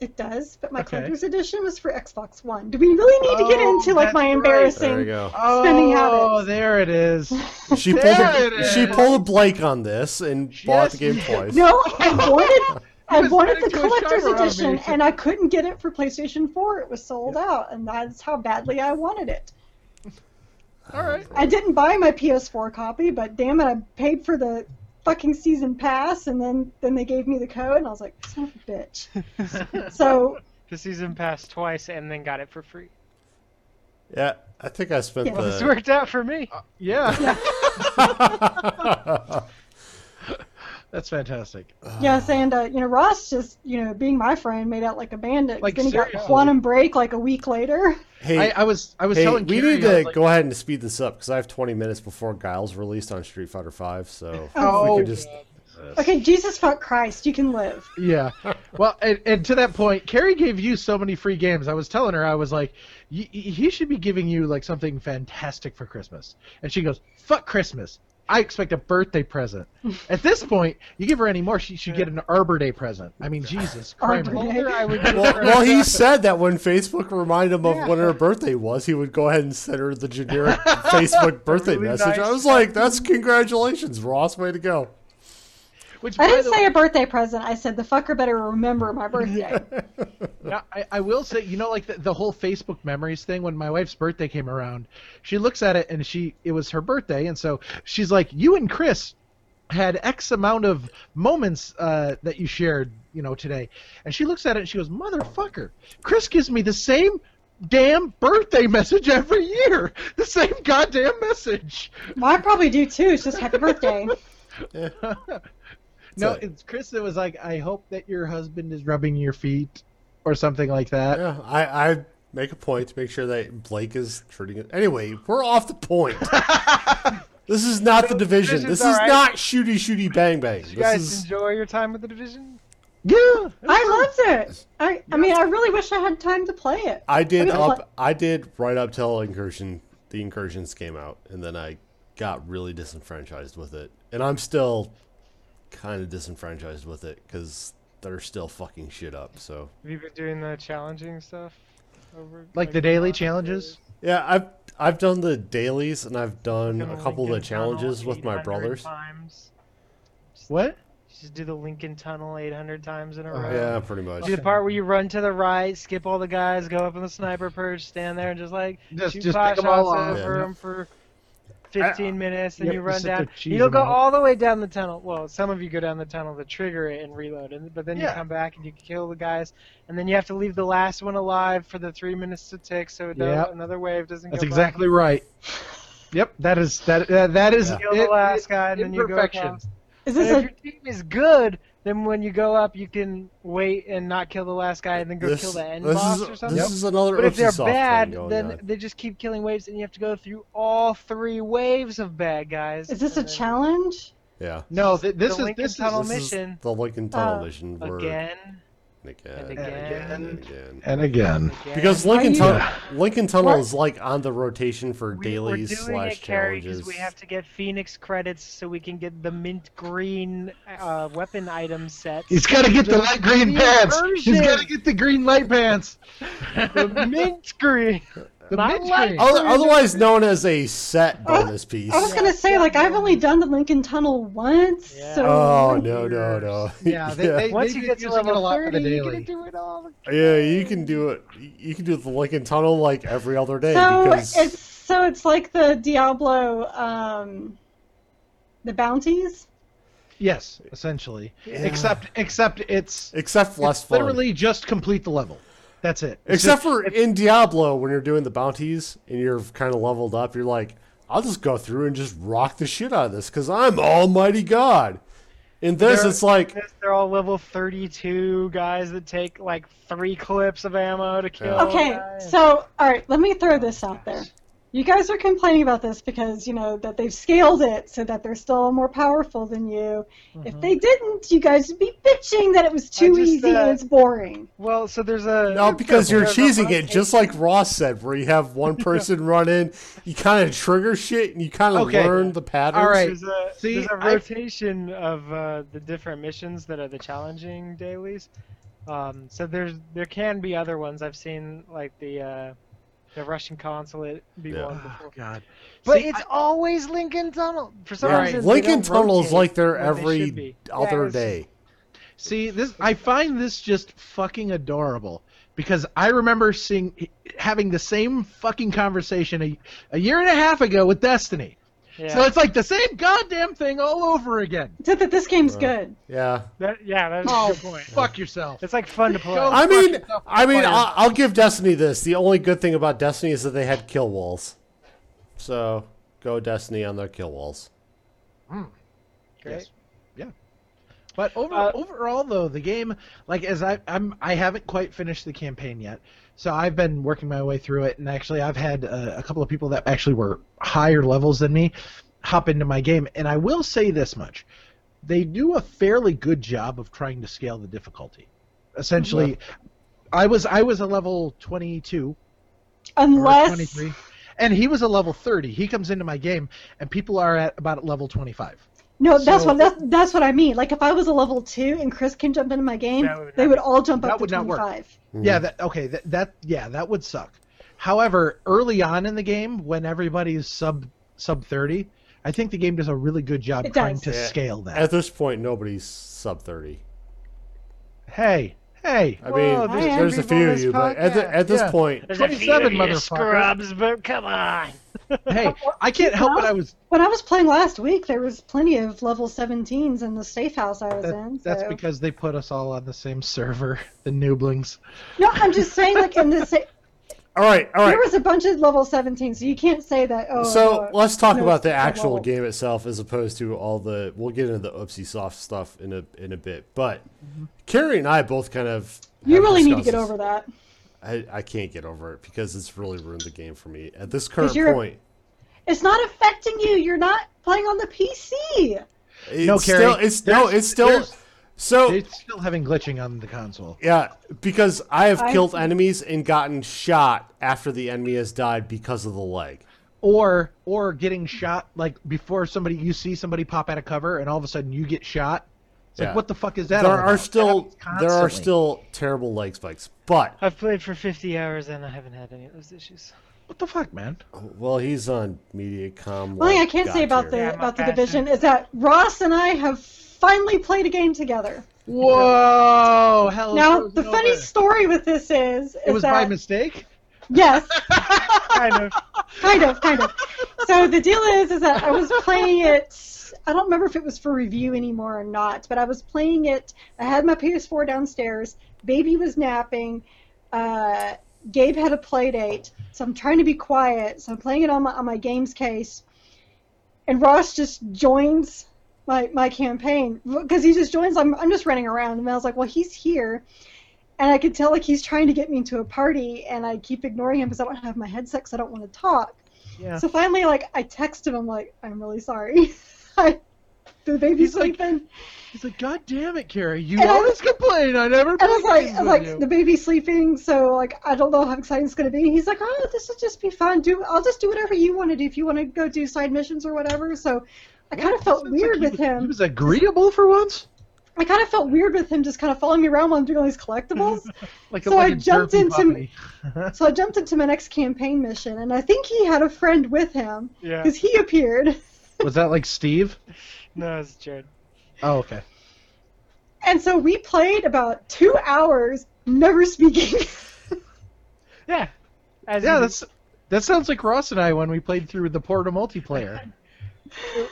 Speaker 3: It does, but my
Speaker 4: Okay.
Speaker 3: collector's edition was for Xbox One. Do we really need to get
Speaker 4: Oh,
Speaker 3: into like my
Speaker 4: that's right.
Speaker 2: There we
Speaker 3: embarrassing?
Speaker 2: go.
Speaker 3: Spending
Speaker 4: Oh,
Speaker 3: habits.
Speaker 4: there it is.
Speaker 2: She pulled
Speaker 4: There
Speaker 2: a,
Speaker 4: it
Speaker 2: she
Speaker 4: is.
Speaker 2: pulled a Blake on this and bought the game
Speaker 4: Yes.
Speaker 2: twice.
Speaker 3: No, I wanted
Speaker 4: I
Speaker 3: I
Speaker 4: was
Speaker 3: wanted the
Speaker 4: ready to shout
Speaker 3: collector's
Speaker 4: around me.
Speaker 3: edition, and I couldn't get it for PlayStation 4. It was sold out, and that's how badly I wanted it.
Speaker 4: All right.
Speaker 3: I didn't buy my PS4 copy, but damn it, I paid for the fucking season pass, and then then they gave me the code, and I was like, son of a bitch. So
Speaker 1: The season passed twice and then got it for free.
Speaker 2: Uh, Yeah, I think I spent
Speaker 3: Yeah.
Speaker 1: This
Speaker 2: the.
Speaker 1: worked out for me.
Speaker 2: uh,
Speaker 4: Yeah, that's fantastic.
Speaker 3: Yes, and uh, you know Ross just you know being my friend made out like a bandit.
Speaker 4: Like,
Speaker 3: then he got
Speaker 4: seriously.
Speaker 3: Quantum Break like a week later.
Speaker 2: hey,
Speaker 4: I, I was I was
Speaker 2: hey,
Speaker 4: telling
Speaker 2: we
Speaker 4: Carrie,
Speaker 2: need
Speaker 4: I
Speaker 2: to
Speaker 4: was like,
Speaker 2: go ahead and speed this up because I have 20 minutes before Giles released on Street Fighter Five. So if
Speaker 4: Oh,
Speaker 2: we could just
Speaker 3: Okay, Jesus fuck Christ, you can live.
Speaker 4: Yeah. Well, and, and to that point, Carrie gave you so many free games. I was telling her, I was like, y- y- he should be giving you like something fantastic for Christmas. And she goes, fuck Christmas. I expect a birthday present. At this point, you give her any more, she should get an Arbor Day present. I mean, Jesus Christ.
Speaker 3: Arbor Day.
Speaker 1: I would
Speaker 2: well, well, he said that when Facebook reminded him of when her birthday was, he would go ahead and send her the generic Facebook birthday
Speaker 1: Really
Speaker 2: message. I
Speaker 1: nice.
Speaker 2: was like, "That's congratulations, Ross! Way to go!"
Speaker 4: Which, by
Speaker 3: I didn't
Speaker 4: the
Speaker 3: say
Speaker 4: way,
Speaker 3: a birthday present. I said the fucker better remember my birthday.
Speaker 4: now, I, I will say, you know, like the, the whole Facebook memories thing. When my wife's birthday came around, she looks at it and she it was her birthday, and so she's like, "You and Chris had X amount of moments uh, that you shared, you know, today." And she looks at it and she goes, "Motherfucker, Chris gives me the same." Damn birthday message every year. The same goddamn message.
Speaker 3: well, I probably do too. It's just happy birthday.
Speaker 4: No,
Speaker 2: So-
Speaker 4: it's Chris that was like, I hope that your husband is rubbing your feet or something like that.
Speaker 2: Yeah, I, I make a point to make sure that Blake is treating it. Anyway, we're off the point. this is not the division. This
Speaker 1: Division's
Speaker 2: is
Speaker 1: all right.
Speaker 2: not shooty shooty bang bang.
Speaker 1: you
Speaker 2: This
Speaker 1: guys
Speaker 2: is
Speaker 1: enjoy your time with the division?
Speaker 4: Yeah.
Speaker 3: I loved it. I I mean I really wish I had time to play it.
Speaker 2: I did
Speaker 3: I mean,
Speaker 2: up. I did right up till incursion. The incursions came out, and then I got really disenfranchised with it, and I'm still kind of disenfranchised with it because they're still fucking shit up. So
Speaker 1: Have you been doing the challenging stuff? Over,
Speaker 4: Like the daily
Speaker 1: uh,
Speaker 4: challenges?
Speaker 2: yeah, I've I've done the dailies, and I've done
Speaker 1: Gonna
Speaker 2: Mm, a couple of the
Speaker 1: Lincoln Tunnel
Speaker 2: challenges with my
Speaker 1: 800
Speaker 2: brothers.
Speaker 1: Times.
Speaker 4: What?
Speaker 1: Just do the Lincoln Tunnel 800 times in a
Speaker 4: Oh,
Speaker 1: row.
Speaker 2: Yeah, pretty much.
Speaker 1: Do the part where you run to the right, skip all the guys, go up in the sniper perch, stand there, and just like
Speaker 4: Just-
Speaker 1: shoot
Speaker 4: just
Speaker 1: five
Speaker 4: pick 'em all
Speaker 1: shots
Speaker 4: off.
Speaker 1: over
Speaker 2: Yeah.
Speaker 1: them for 15 minutes, and
Speaker 4: Yep,
Speaker 1: you
Speaker 4: just
Speaker 1: run
Speaker 4: sit there,
Speaker 1: down.
Speaker 4: cheese
Speaker 1: You don't
Speaker 4: 'em
Speaker 1: go
Speaker 4: out.
Speaker 1: all the way down the tunnel. Well, some of you go down the tunnel to trigger it and reload, and, but then you
Speaker 4: Yeah.
Speaker 1: come back and you kill the guys, and then you have to leave the last one alive for the three minutes to tick, so it does,
Speaker 4: Yep.
Speaker 1: another wave doesn't.
Speaker 4: That's
Speaker 1: go by.
Speaker 4: exactly right. Yep, that is that uh, that is
Speaker 1: Kill the
Speaker 4: it-
Speaker 1: last guy, and then you go
Speaker 4: imperfection.
Speaker 1: across. And
Speaker 3: Is this
Speaker 1: if your
Speaker 3: a
Speaker 1: team is good, then when you go up, you can wait and not kill the last guy, and then go
Speaker 2: This,
Speaker 1: kill the end
Speaker 2: this
Speaker 1: boss
Speaker 2: is,
Speaker 1: or something.
Speaker 2: this is another
Speaker 1: But if
Speaker 2: oopsie
Speaker 1: they're
Speaker 2: soft thing
Speaker 1: bad,
Speaker 2: going
Speaker 1: then
Speaker 2: on.
Speaker 1: they just keep killing waves, and you have to go through all three waves of bad guys.
Speaker 3: is this a
Speaker 1: and then
Speaker 3: challenge?
Speaker 2: yeah.
Speaker 4: No, th- this
Speaker 1: The
Speaker 4: is
Speaker 1: Lincoln
Speaker 4: this is
Speaker 1: Tunnel
Speaker 2: This is
Speaker 1: mission.
Speaker 2: the Lincoln Tunnel
Speaker 3: Uh,
Speaker 2: mission. Where,
Speaker 1: Again.
Speaker 2: again,
Speaker 1: and
Speaker 2: again,
Speaker 1: again.
Speaker 2: and again.
Speaker 4: and again.
Speaker 1: again.
Speaker 2: Hmm. Because Lincoln
Speaker 3: you-
Speaker 2: Tunnel, Lincoln Tunnel
Speaker 3: What?
Speaker 2: is like on the rotation for
Speaker 1: we, we're
Speaker 2: dailies
Speaker 1: doing
Speaker 2: slash
Speaker 1: it, Carrie, 'cause
Speaker 2: challenges.
Speaker 1: we have to get Phoenix credits so we can get the mint green uh, weapon item sets.
Speaker 4: He's got to get the light green
Speaker 1: The
Speaker 4: pants. He's
Speaker 1: immersion.
Speaker 4: got to get the green light pants.
Speaker 1: the mint green.
Speaker 4: The
Speaker 1: My
Speaker 4: mint
Speaker 1: light-
Speaker 4: green.
Speaker 1: Oh,
Speaker 2: Oth- Otherwise known as a set bonus piece.
Speaker 3: I was gonna say like I've only done the Lincoln Tunnel once,
Speaker 1: Yeah.
Speaker 3: so
Speaker 2: Oh no no no!
Speaker 4: Yeah, they-
Speaker 2: yeah.
Speaker 4: they-
Speaker 1: Once
Speaker 4: They've
Speaker 1: you
Speaker 4: been
Speaker 1: get to
Speaker 4: using it a
Speaker 1: level
Speaker 4: lot for the
Speaker 1: 30, you're gonna
Speaker 4: daily.
Speaker 1: do it all.
Speaker 2: Yeah, you can do it. You can do the Lincoln Tunnel like every other day
Speaker 3: so
Speaker 2: because
Speaker 3: it's so it's like the Diablo um the bounties.
Speaker 4: Yes, essentially.
Speaker 2: Yeah.
Speaker 4: Except except it's
Speaker 2: except less fun.
Speaker 4: literally just complete the level. That's it. It's
Speaker 2: Except for in Diablo, when you're doing the bounties and you're kind of leveled up, you're like, I'll just go through and just rock the shit out of this because I'm Almighty God. In this,
Speaker 1: There-
Speaker 2: it's like,
Speaker 1: Yes, They're all level 32 guys that take like three clips of ammo to kill.
Speaker 2: Yeah.
Speaker 3: Okay,
Speaker 1: guys.
Speaker 3: so all right, let me throw this out there. You guys are complaining about this because you know that they've scaled it so that they're still more powerful than you. If they didn't, you guys would be bitching that it was too
Speaker 1: Mm-hmm. just,
Speaker 3: easy
Speaker 1: uh,
Speaker 3: and it's boring.
Speaker 1: Well, so there's a.
Speaker 2: no, because you're
Speaker 1: there's a
Speaker 2: cheesing
Speaker 1: rotation.
Speaker 2: it, just like Ross said, where you have one person run in, you kind of trigger shit, and you kind of
Speaker 4: Okay.
Speaker 2: learn the patterns.
Speaker 4: All right.
Speaker 1: There's a,
Speaker 4: See,
Speaker 1: there's a
Speaker 4: I-
Speaker 1: rotation of uh, the different missions that are the challenging dailies. Um, so there's there can be other ones. I've seen like the uh, the Russian consulate be
Speaker 2: Yeah.
Speaker 1: one
Speaker 4: Oh,
Speaker 1: before.
Speaker 4: God.
Speaker 1: But
Speaker 4: See,
Speaker 1: it's always Lincoln Tunnel. For some
Speaker 4: Yeah.
Speaker 1: reason, they
Speaker 2: Lincoln
Speaker 1: don't
Speaker 2: Tunnel's
Speaker 1: rotate
Speaker 2: like they're
Speaker 1: when they
Speaker 2: every
Speaker 1: should be.
Speaker 2: other
Speaker 1: Yeah, it's-
Speaker 2: day.
Speaker 4: See this, I find this just fucking adorable because I remember seeing having the same fucking conversation a, a year and a half ago with Destiny.
Speaker 1: Yeah.
Speaker 4: So it's like the same goddamn thing all over again.
Speaker 3: Except that this game's
Speaker 2: Wow.
Speaker 3: good.
Speaker 2: Yeah.
Speaker 1: That, yeah, that's
Speaker 4: Oh,
Speaker 1: a good point.
Speaker 4: Fuck yourself.
Speaker 1: It's like fun to play.
Speaker 4: Go-
Speaker 2: I mean,
Speaker 4: yourself,
Speaker 2: I mean,
Speaker 4: player.
Speaker 2: I'll, I'll give Destiny this. The only good thing about Destiny is that they had kill walls. So go Destiny on their kill walls.
Speaker 1: Great.
Speaker 4: Yes. Yeah. But over,
Speaker 1: Uh,
Speaker 4: overall, though, the game, like as I, I'm, I haven't quite finished the campaign yet, so I've been working my way through it, and actually, I've had uh, a couple of people that actually were higher levels than me hop into my game, and I will say this much: they do a fairly good job of trying to scale the difficulty. Essentially, I was I was a level 22 or
Speaker 3: Unless
Speaker 4: 23, and he was a level 30. He comes into my game, and people are at about level 25.
Speaker 3: no, that's
Speaker 4: So-
Speaker 3: what that's, that's what I mean. Like if I was a level two and Chris can jump into my game,
Speaker 1: That would
Speaker 3: they
Speaker 1: not-
Speaker 3: would all jump
Speaker 4: that
Speaker 3: up to
Speaker 4: would not work.
Speaker 3: twenty-five.
Speaker 2: Mm-hmm.
Speaker 4: Yeah, that okay, that, that yeah, that would suck. However, early on in the game, when everybody's sub sub thirty, I think the game does a really good job
Speaker 3: It
Speaker 4: trying
Speaker 3: does.
Speaker 4: to
Speaker 2: Yeah.
Speaker 4: scale that.
Speaker 2: At this point, nobody's sub thirty.
Speaker 4: Hey, hey,
Speaker 2: I
Speaker 1: Whoa,
Speaker 2: mean,
Speaker 1: there's
Speaker 2: there's, there's a
Speaker 1: people
Speaker 2: few
Speaker 1: on
Speaker 2: of
Speaker 1: this
Speaker 2: you, but at, the,
Speaker 1: podcast.
Speaker 2: at this
Speaker 4: Yeah.
Speaker 2: point,
Speaker 1: There's a
Speaker 4: 27,
Speaker 1: few of you
Speaker 4: motherfucker.
Speaker 1: scrubs, but come on.
Speaker 4: hey! I can't help it. I was.
Speaker 3: When I was playing last week, there was plenty of level 17s in the safe house I was
Speaker 4: That,
Speaker 3: in.
Speaker 4: that's
Speaker 3: so-
Speaker 4: because they put us all on the same server, the nooblings.
Speaker 3: No, I'm just saying, like in the sa-
Speaker 2: all right, all
Speaker 3: there
Speaker 2: right.
Speaker 3: was a bunch of level 17s, so you can't say that. Oh,
Speaker 2: So
Speaker 3: no,
Speaker 2: let's talk
Speaker 3: no,
Speaker 2: about the
Speaker 3: it's not
Speaker 2: actual
Speaker 3: level.
Speaker 2: game itself, as opposed to all the. We'll get into the oopsie soft stuff in a in a bit, but Carrie and I both kind of.
Speaker 3: You
Speaker 2: have
Speaker 3: really need to
Speaker 2: discussed
Speaker 3: get over that.
Speaker 2: this. I, I can't get over it because it's really ruined the game for me at this current
Speaker 3: 'Cause you're-
Speaker 2: point.
Speaker 3: It's not affecting you. You're not playing on the PC.
Speaker 2: It's
Speaker 4: No, Carrie,
Speaker 2: Still, it's no,
Speaker 4: there's-
Speaker 2: it's still.
Speaker 4: there's-
Speaker 2: So
Speaker 4: They're still having glitching on the console.
Speaker 2: yeah, because I have
Speaker 3: I-
Speaker 2: killed enemies and gotten shot after the enemy has died because of the leg.
Speaker 4: or or getting shot like before somebody you see somebody pop out of cover and all of a sudden you get shot. It's
Speaker 2: Yeah.
Speaker 4: like what the fuck is that?
Speaker 2: there
Speaker 4: all
Speaker 2: are
Speaker 4: about?
Speaker 2: still
Speaker 4: That happens
Speaker 2: there are
Speaker 4: constantly.
Speaker 2: still terrible leg spikes, but
Speaker 1: I've played for 50 hours and I haven't had any of those issues.
Speaker 4: what the fuck, man.
Speaker 2: well, he's on MediaCom.
Speaker 3: One thing I
Speaker 2: like,
Speaker 3: can say
Speaker 2: God
Speaker 3: about
Speaker 2: tier.
Speaker 3: the
Speaker 1: Yeah, my
Speaker 3: about the
Speaker 1: passion.
Speaker 3: division is that Ross and I have finally played a game together.
Speaker 4: Whoa! Hell
Speaker 3: now, the funny story with this is, is
Speaker 4: It was
Speaker 3: that,
Speaker 4: by mistake.
Speaker 3: Yes,
Speaker 1: kind of.
Speaker 3: kind of, kind of. So the deal is, is that I was playing it. I don't remember if it was for review anymore or not, but I was playing it. I had my PS4 downstairs. Baby was napping. Uh, Gabe had a play date, so I'm trying to be quiet. So I'm playing it on my on my games case, and Ross just joins my my campaign because he just joins. I'm I'm just running around, and I was like, well, he's here. And I could tell like he's trying to get me into a party, and I keep ignoring him because I don't have my headset, so I don't want to talk.
Speaker 4: Yeah.
Speaker 3: So finally, like I text him, I'm like, I'm really sorry. I, the baby's
Speaker 4: He's like-
Speaker 3: sleeping, and
Speaker 4: He's like, God damn it, Carrie! You
Speaker 3: And I
Speaker 4: always complain. I never.
Speaker 3: I
Speaker 4: play
Speaker 3: was like,
Speaker 4: games
Speaker 3: I was
Speaker 4: with
Speaker 3: like
Speaker 4: you."
Speaker 3: the baby's sleeping, so like I don't know how exciting it's gonna be. He's like, oh, this will just be fun. Do I'll just do whatever you want to do. If you want to go do side missions or whatever. So I kind of felt
Speaker 4: It's like
Speaker 3: weird
Speaker 4: he
Speaker 3: with
Speaker 4: was- He
Speaker 3: him.
Speaker 4: was agreeable for once.
Speaker 3: I kind of felt weird with him just kind of following me around while I'm doing all these collectibles.
Speaker 4: Like
Speaker 3: So
Speaker 4: a, like
Speaker 3: I
Speaker 4: a
Speaker 3: jumped
Speaker 4: derpy
Speaker 3: into-
Speaker 4: puppy.
Speaker 3: so I jumped into my next campaign mission, and I think he had a friend with him
Speaker 1: Yeah.
Speaker 3: because he appeared.
Speaker 4: was that like Steve?
Speaker 1: No, it's Jared.
Speaker 4: Oh, okay.
Speaker 3: And so we played about two hours, never speaking.
Speaker 1: Yeah. As
Speaker 4: Yeah,
Speaker 1: you-
Speaker 4: that's that sounds like Ross and I when we played through the Portal multiplayer.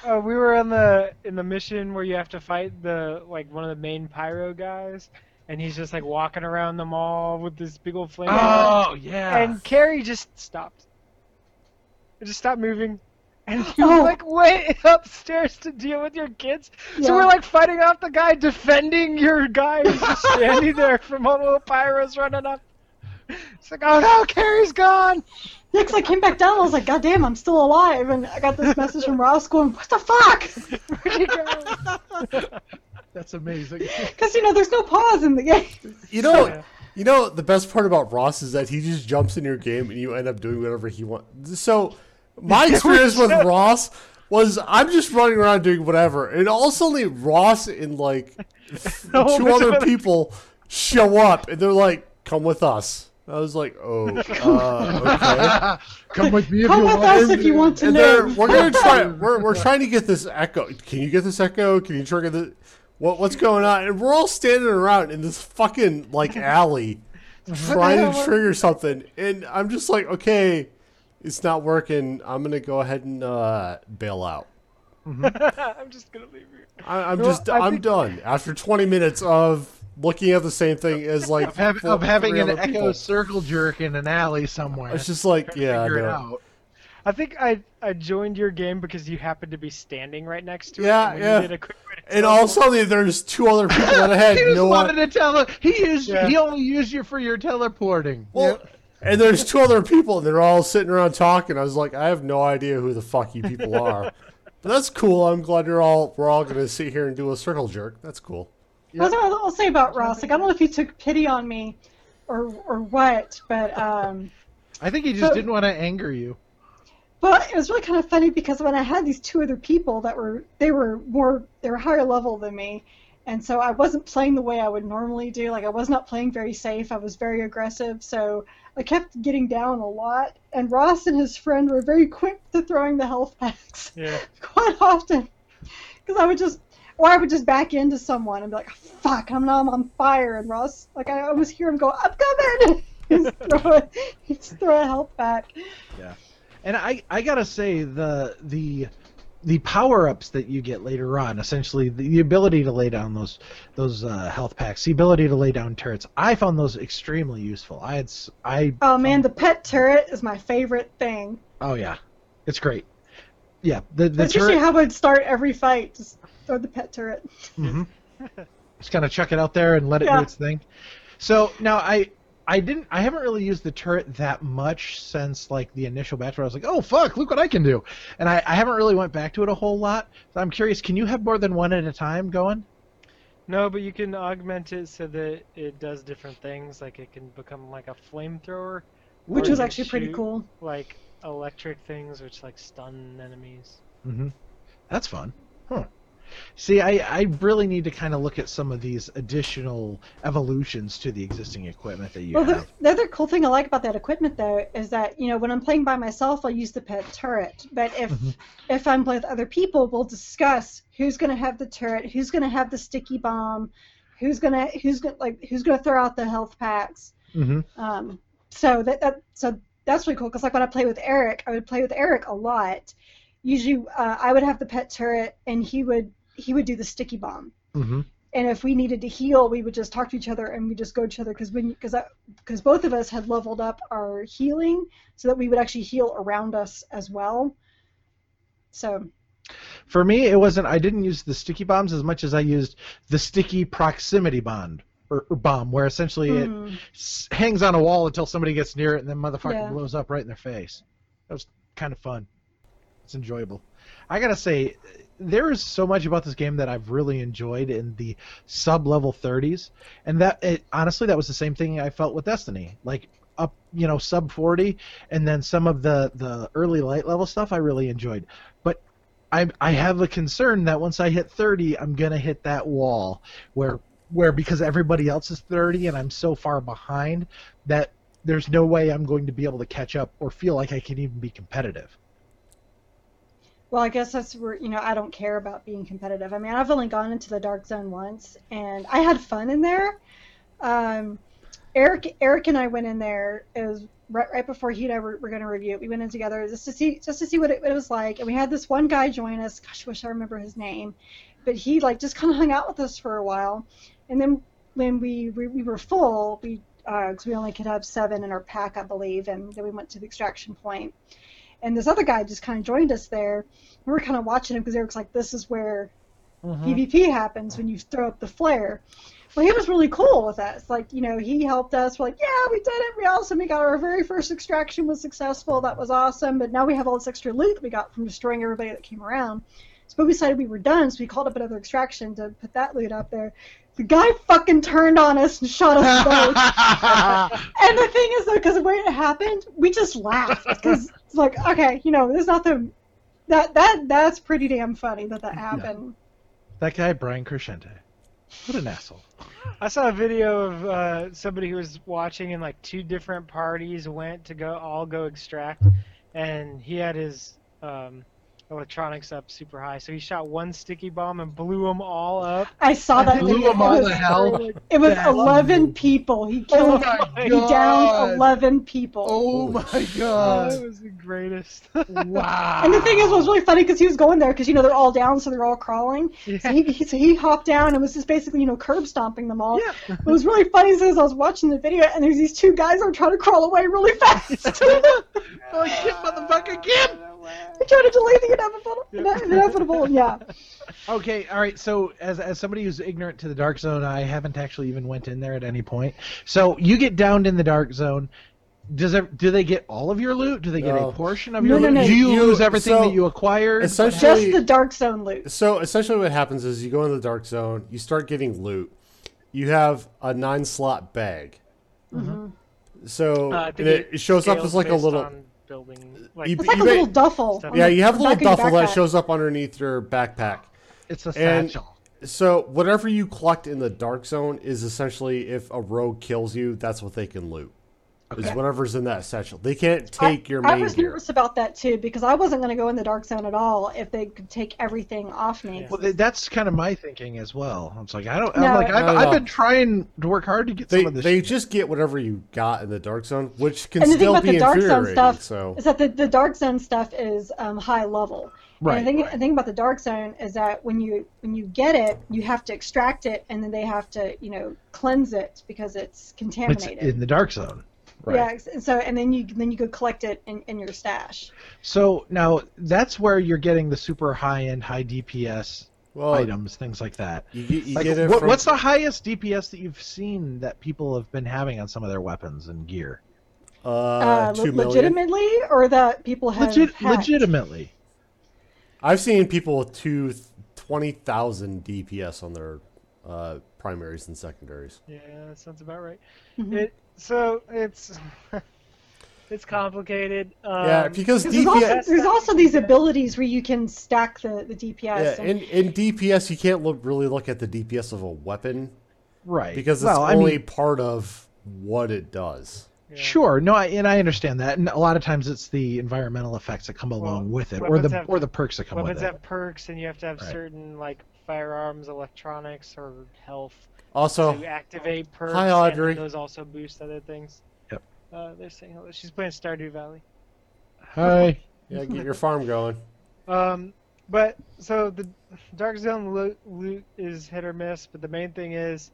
Speaker 1: uh, we were on the in the mission where you have to fight the like one of the main pyro guys, and he's just like walking around the mall with this big old flame.
Speaker 4: Oh, yeah.
Speaker 1: and Carrie just stopped. It just stopped moving. And you
Speaker 3: Oh.
Speaker 1: like went upstairs to deal with your kids. So we're
Speaker 3: Yeah.
Speaker 1: like fighting off the guy defending your guy who's just standing there from all the pyros running up. It's like, oh no, Carrie's gone.
Speaker 3: Next, I came back down. I was like, "God damn, I'm still alive!" And I got this message from Ross going, "What the fuck?"
Speaker 1: Where'd she go?
Speaker 4: That's amazing.
Speaker 3: Because you know, there's no pause in the game.
Speaker 2: You know,
Speaker 1: Yeah.
Speaker 2: you know the best part about Ross is that he just jumps in your game and you end up doing whatever he wants. So my experience with Ross was I'm just running around doing whatever, and all suddenly Ross and like
Speaker 1: whole bunch
Speaker 2: two
Speaker 1: of
Speaker 2: other
Speaker 1: other-
Speaker 2: people show up, and they're like, "Come with us." I was like, "Oh, uh, okay."
Speaker 4: Come with me if
Speaker 3: Come
Speaker 4: you
Speaker 3: with
Speaker 4: want.
Speaker 3: us if you want to
Speaker 2: And they're
Speaker 3: know.
Speaker 2: we're gonna try we're we're trying to get this echo. Can you get this echo? Can you trigger the what what's going on? And we're all standing around in this fucking like alley trying to trigger something. And I'm just like, okay, it's not working. I'm gonna go ahead and uh, bail out.
Speaker 1: I'm just gonna leave you.
Speaker 2: I, I'm
Speaker 1: No,
Speaker 2: just
Speaker 1: I
Speaker 2: I'm
Speaker 1: think-
Speaker 2: done after 20 minutes of looking at the same thing as like
Speaker 4: Of, hav-
Speaker 2: four-
Speaker 4: of having
Speaker 2: three
Speaker 4: an
Speaker 2: other
Speaker 4: echo
Speaker 2: people.
Speaker 4: circle jerk in an alley somewhere.
Speaker 2: It's just like
Speaker 4: Trying to
Speaker 2: yeah,
Speaker 4: figure it
Speaker 2: no.
Speaker 4: out.
Speaker 1: I think I I joined your game because you happened to be standing right next to
Speaker 2: Yeah,
Speaker 1: it. and we
Speaker 2: yeah.
Speaker 1: needed a quick way to
Speaker 2: and
Speaker 1: tell
Speaker 2: all of a
Speaker 1: them.
Speaker 2: sudden there's two other people that I had
Speaker 4: he was
Speaker 2: no
Speaker 4: wanting to tell he used
Speaker 1: Yeah.
Speaker 4: he only used you for your teleporting.
Speaker 2: Well, and there's two other people, and they're all sitting around talking. I was like, I have no idea who the fuck you people are. but that's cool. I'm glad you're all. We're all gonna sit here and do a circle jerk. That's cool.
Speaker 3: That's what I'll say about Ross. Like I don't know if you took pity on me, or or what, but um,
Speaker 4: I think he just
Speaker 3: So-
Speaker 4: didn't want to anger you.
Speaker 3: Well, it was really kind of funny because when I had these two other people that were they were more they were higher level than me, and so I wasn't playing the way I would normally do. Like I was not playing very safe. I was very aggressive, so I kept getting down a lot. And Ross and his friend were very quick to throwing the health packs
Speaker 1: Yeah.
Speaker 3: quite often, because I would just or I would just back into someone and be like, "Fuck, I'm now I'm on fire," and Ross like I almost hear him go, "I'm coming." He's throwing, he's throwing health back.
Speaker 4: And I, I gotta say the the the power ups that you get later on, essentially the, the ability to lay down those those uh, health packs, the ability to lay down turrets. I found those extremely useful. I had s- I
Speaker 3: Oh man, the pet turret is my favorite thing.
Speaker 4: oh yeah, it's great. Yeah, the the
Speaker 3: That's usually
Speaker 4: turret.
Speaker 3: how I'd start every fight. Just throw the pet turret.
Speaker 4: Mhm. just kind of chuck it out there and let it
Speaker 3: Mm-hmm. Yeah.
Speaker 4: do its thing. So now I. I didn't. I haven't really used the turret that much since like the initial batch where I was like, "Oh fuck, look what I can do," and I, I haven't really went back to it a whole lot. So I'm curious. Can you have more than one at a time going?
Speaker 1: No, but you can augment it so that it does different things. Like it can become like a flamethrower,
Speaker 3: Which
Speaker 1: Or
Speaker 3: was
Speaker 1: you
Speaker 3: actually pretty
Speaker 1: shoot.
Speaker 3: cool.
Speaker 1: like electric things which like stun enemies.
Speaker 4: Mm-hmm. That's fun. Huh. See, I, I really need to kind of look at some of these additional evolutions to the existing equipment that you
Speaker 3: Well, the,
Speaker 4: have.
Speaker 3: the other cool thing I like about that equipment though is that you know when I'm playing by myself, I'll use the pet turret. But if
Speaker 4: Mhm.
Speaker 3: if I'm with other people, we'll discuss who's going to have the turret, who's going to have the sticky bomb, who's gonna who's gonna like who's gonna throw out the health packs.
Speaker 4: Mm-hmm.
Speaker 3: Um, so that, that so that's really cool because like when I play with Eric, I would play with Eric a lot. Usually, uh, I would have the pet turret, and he would he would do the sticky bomb.
Speaker 4: Mm-hmm.
Speaker 3: And if we needed to heal, we would just talk to each other and we just go to each other because when because because both of us had leveled up our healing so that we would actually heal around us as well. So
Speaker 4: For me, it wasn't. I didn't use the sticky bombs as much as I used the sticky proximity bond or, or bomb, where essentially it
Speaker 3: mm,
Speaker 4: s- hangs on a wall until somebody gets near it, and then motherfucker
Speaker 3: Yeah.
Speaker 4: blows up right in their face. That was kind of fun. It's enjoyable. I gotta say, there is so much about this game that I've really enjoyed in the sub level 30s, and that it, honestly, that was the same thing I felt with Destiny. Like up, you know, sub 40, and then some of the the early light level stuff I really enjoyed, but. I, I have a concern that once I hit 30, I'm gonna hit that wall where where because everybody else is 30 and I'm so far behind that there's no way I'm going to be able to catch up or feel like I can even be competitive.
Speaker 3: well, I guess that's where you know I don't care about being competitive. I mean, I've only gone into the dark zone once, and I had fun in there. um, Eric Eric and I went in there. It was right, right before he and I were, were going to review it. We went in together just to see just to see what it, what it was like. And we had this one guy join us. Gosh, I wish I remember his name, but he like just kind of hung out with us for a while. And then when we we, we were full, we because we only could have seven in our pack, I believe, and then we went to the extraction point. And this other guy just kind of joined us there. We were kind of watching him because Eric's like, "This is where
Speaker 4: Mm-hmm. Uh-huh.
Speaker 3: PvP happens when you throw up the flare. Well, he was really cool with us. Like, you know, he helped us. We're like, yeah, we did it. We awesome. We got our very first extraction was successful. That was awesome. But now we have all this extra loot that we got from destroying everybody that came around. So we decided we were done. So we called up another extraction to put that loot up there. The guy fucking turned on us and shot us both. And the thing is, though, because the way it happened, we just laughed because it's like, okay, you know, there's nothing. That that that's pretty damn funny that that happened.
Speaker 4: that guy Brian Crescente, what an asshole!
Speaker 1: I saw a video of uh, somebody who was watching, and like two different parties went to go all go extract, and he had his um, electronics up super high, so he shot one sticky bomb and blew them all up.
Speaker 3: I saw that
Speaker 4: Blew
Speaker 3: video.
Speaker 4: them
Speaker 3: It
Speaker 4: all
Speaker 3: was-
Speaker 4: to hell.
Speaker 3: It was
Speaker 4: That-
Speaker 3: 11 people. He killed,
Speaker 4: my
Speaker 3: he
Speaker 4: God.
Speaker 3: downed 11 people.
Speaker 2: Holy
Speaker 4: Oh my
Speaker 2: shit.
Speaker 1: That
Speaker 4: god!
Speaker 1: was the greatest.
Speaker 4: Wow.
Speaker 3: And the thing is, what was really funny because he was going there because you know they're all down, so they're all crawling. So
Speaker 1: Yeah.
Speaker 3: he, he, so he hopped down and was just basically you know curb stomping them all.
Speaker 4: Yeah.
Speaker 3: It was really funny because I was watching the video and there's these two guys that are trying to crawl away really fast.
Speaker 4: like, "Get motherfucker, get him!"
Speaker 3: They're trying to delay the inevitable. the inevitable. Yeah.
Speaker 4: Okay, all right. So, as as somebody who's ignorant to the dark zone, I haven't actually even went in there at any point. So, you get downed in the dark zone. Does it, do they get all of your loot? Do they get
Speaker 2: No.
Speaker 4: a portion of
Speaker 3: No,
Speaker 4: your
Speaker 3: no,
Speaker 4: loot?
Speaker 3: no.
Speaker 4: Do you,
Speaker 2: You-
Speaker 4: lose everything
Speaker 2: so-
Speaker 4: that you acquired?
Speaker 2: Essentially,
Speaker 3: Just the dark zone loot.
Speaker 2: So essentially, what happens is you go into the dark zone, you start getting loot. You have a nine slot bag.
Speaker 3: Mm-hmm.
Speaker 2: So
Speaker 1: Uh, I
Speaker 2: and
Speaker 1: think
Speaker 2: it, it shows up
Speaker 1: scales
Speaker 2: as like a
Speaker 1: based
Speaker 2: little.
Speaker 1: on building. Like,
Speaker 2: You-
Speaker 3: It's like a
Speaker 2: you
Speaker 3: little
Speaker 2: may-
Speaker 3: duffel.
Speaker 1: Stuff.
Speaker 3: on
Speaker 2: Yeah,
Speaker 3: the
Speaker 2: you have a little
Speaker 3: back of your
Speaker 2: duffel that
Speaker 3: backpack.
Speaker 2: shows up underneath your backpack.
Speaker 4: it's a
Speaker 2: and-
Speaker 4: satchel.
Speaker 2: So whatever you collect in the dark zone is essentially if a rogue kills you, that's what they can loot. Is
Speaker 4: Okay.
Speaker 2: whatever's in that satchel. They can't take your
Speaker 3: I
Speaker 2: main
Speaker 3: was
Speaker 2: gear.
Speaker 3: nervous about that too because I wasn't going to go in the dark zone at all if they could take everything off me.
Speaker 4: Well, th- that's kind of my thinking as well. I'm like, I don't.
Speaker 3: No,
Speaker 4: I'm like,
Speaker 3: it-
Speaker 4: I've,
Speaker 2: No, no.
Speaker 4: I've been trying to work hard to get
Speaker 2: They,
Speaker 4: some of this.
Speaker 2: they
Speaker 4: shit.
Speaker 2: just get whatever you got in the dark zone, which can
Speaker 3: and the thing
Speaker 2: still
Speaker 3: about
Speaker 2: be
Speaker 3: the dark zone
Speaker 2: infuriating.
Speaker 3: stuff
Speaker 2: so
Speaker 3: is that the, the dark zone stuff is um, high level.
Speaker 4: Right,
Speaker 3: And the thing,
Speaker 4: right.
Speaker 3: the thing about the dark zone is that when you when you get it, you have to extract it, and then they have to you know cleanse it because it's
Speaker 4: it's
Speaker 3: contaminated.
Speaker 4: in the dark zone. Right.
Speaker 3: Yeah. ex- So and then you then you go collect it in, in your stash.
Speaker 4: So now that's where you're getting the super high end, high DPS
Speaker 2: well,
Speaker 4: items, things like that.
Speaker 2: you get, you
Speaker 4: Like,
Speaker 2: get it
Speaker 4: what,
Speaker 2: from-
Speaker 4: what's the highest DPS that you've seen that people have been having on some of their weapons and gear?
Speaker 2: Uh,
Speaker 3: Uh,
Speaker 2: two
Speaker 3: le-
Speaker 2: million.
Speaker 3: legitimately, or that people have
Speaker 4: Legit,
Speaker 3: hacked?
Speaker 4: legitimately.
Speaker 2: I've seen people with two twenty thousand DPS on their uh, primaries and secondaries.
Speaker 1: Yeah, that sounds about right.
Speaker 3: Mhm.
Speaker 1: It so it's it's complicated. Um,
Speaker 2: yeah, because
Speaker 3: 'Cause There's also,
Speaker 2: DPS.
Speaker 3: there's also these abilities where you can stack the, the DPS.
Speaker 2: Yeah,
Speaker 3: and-
Speaker 2: in, in DPS you can't look really look at the DPS of a weapon
Speaker 4: Right.
Speaker 2: because it's
Speaker 4: well, I
Speaker 2: only
Speaker 4: mean,
Speaker 2: part of what it does.
Speaker 1: yeah.
Speaker 4: sure. No, I, and I understand that. And a lot of times it's the environmental effects that come along with it, or the
Speaker 1: weapons have-
Speaker 4: or the perks that come with
Speaker 1: Weapons
Speaker 4: it.
Speaker 1: have perks, and you have to have
Speaker 4: Right.
Speaker 1: certain like firearms, electronics, or health
Speaker 2: Also,
Speaker 1: to activate perks.
Speaker 2: hi,
Speaker 1: and
Speaker 2: Audrey.
Speaker 1: those also boost other things.
Speaker 4: Yep.
Speaker 1: Uh, they're saying hello. she's playing Stardew Valley.
Speaker 4: Hi.
Speaker 2: yeah, get your farm going.
Speaker 1: Um, but so the Dark Zone loot, loot is hit or miss, but the main thing is,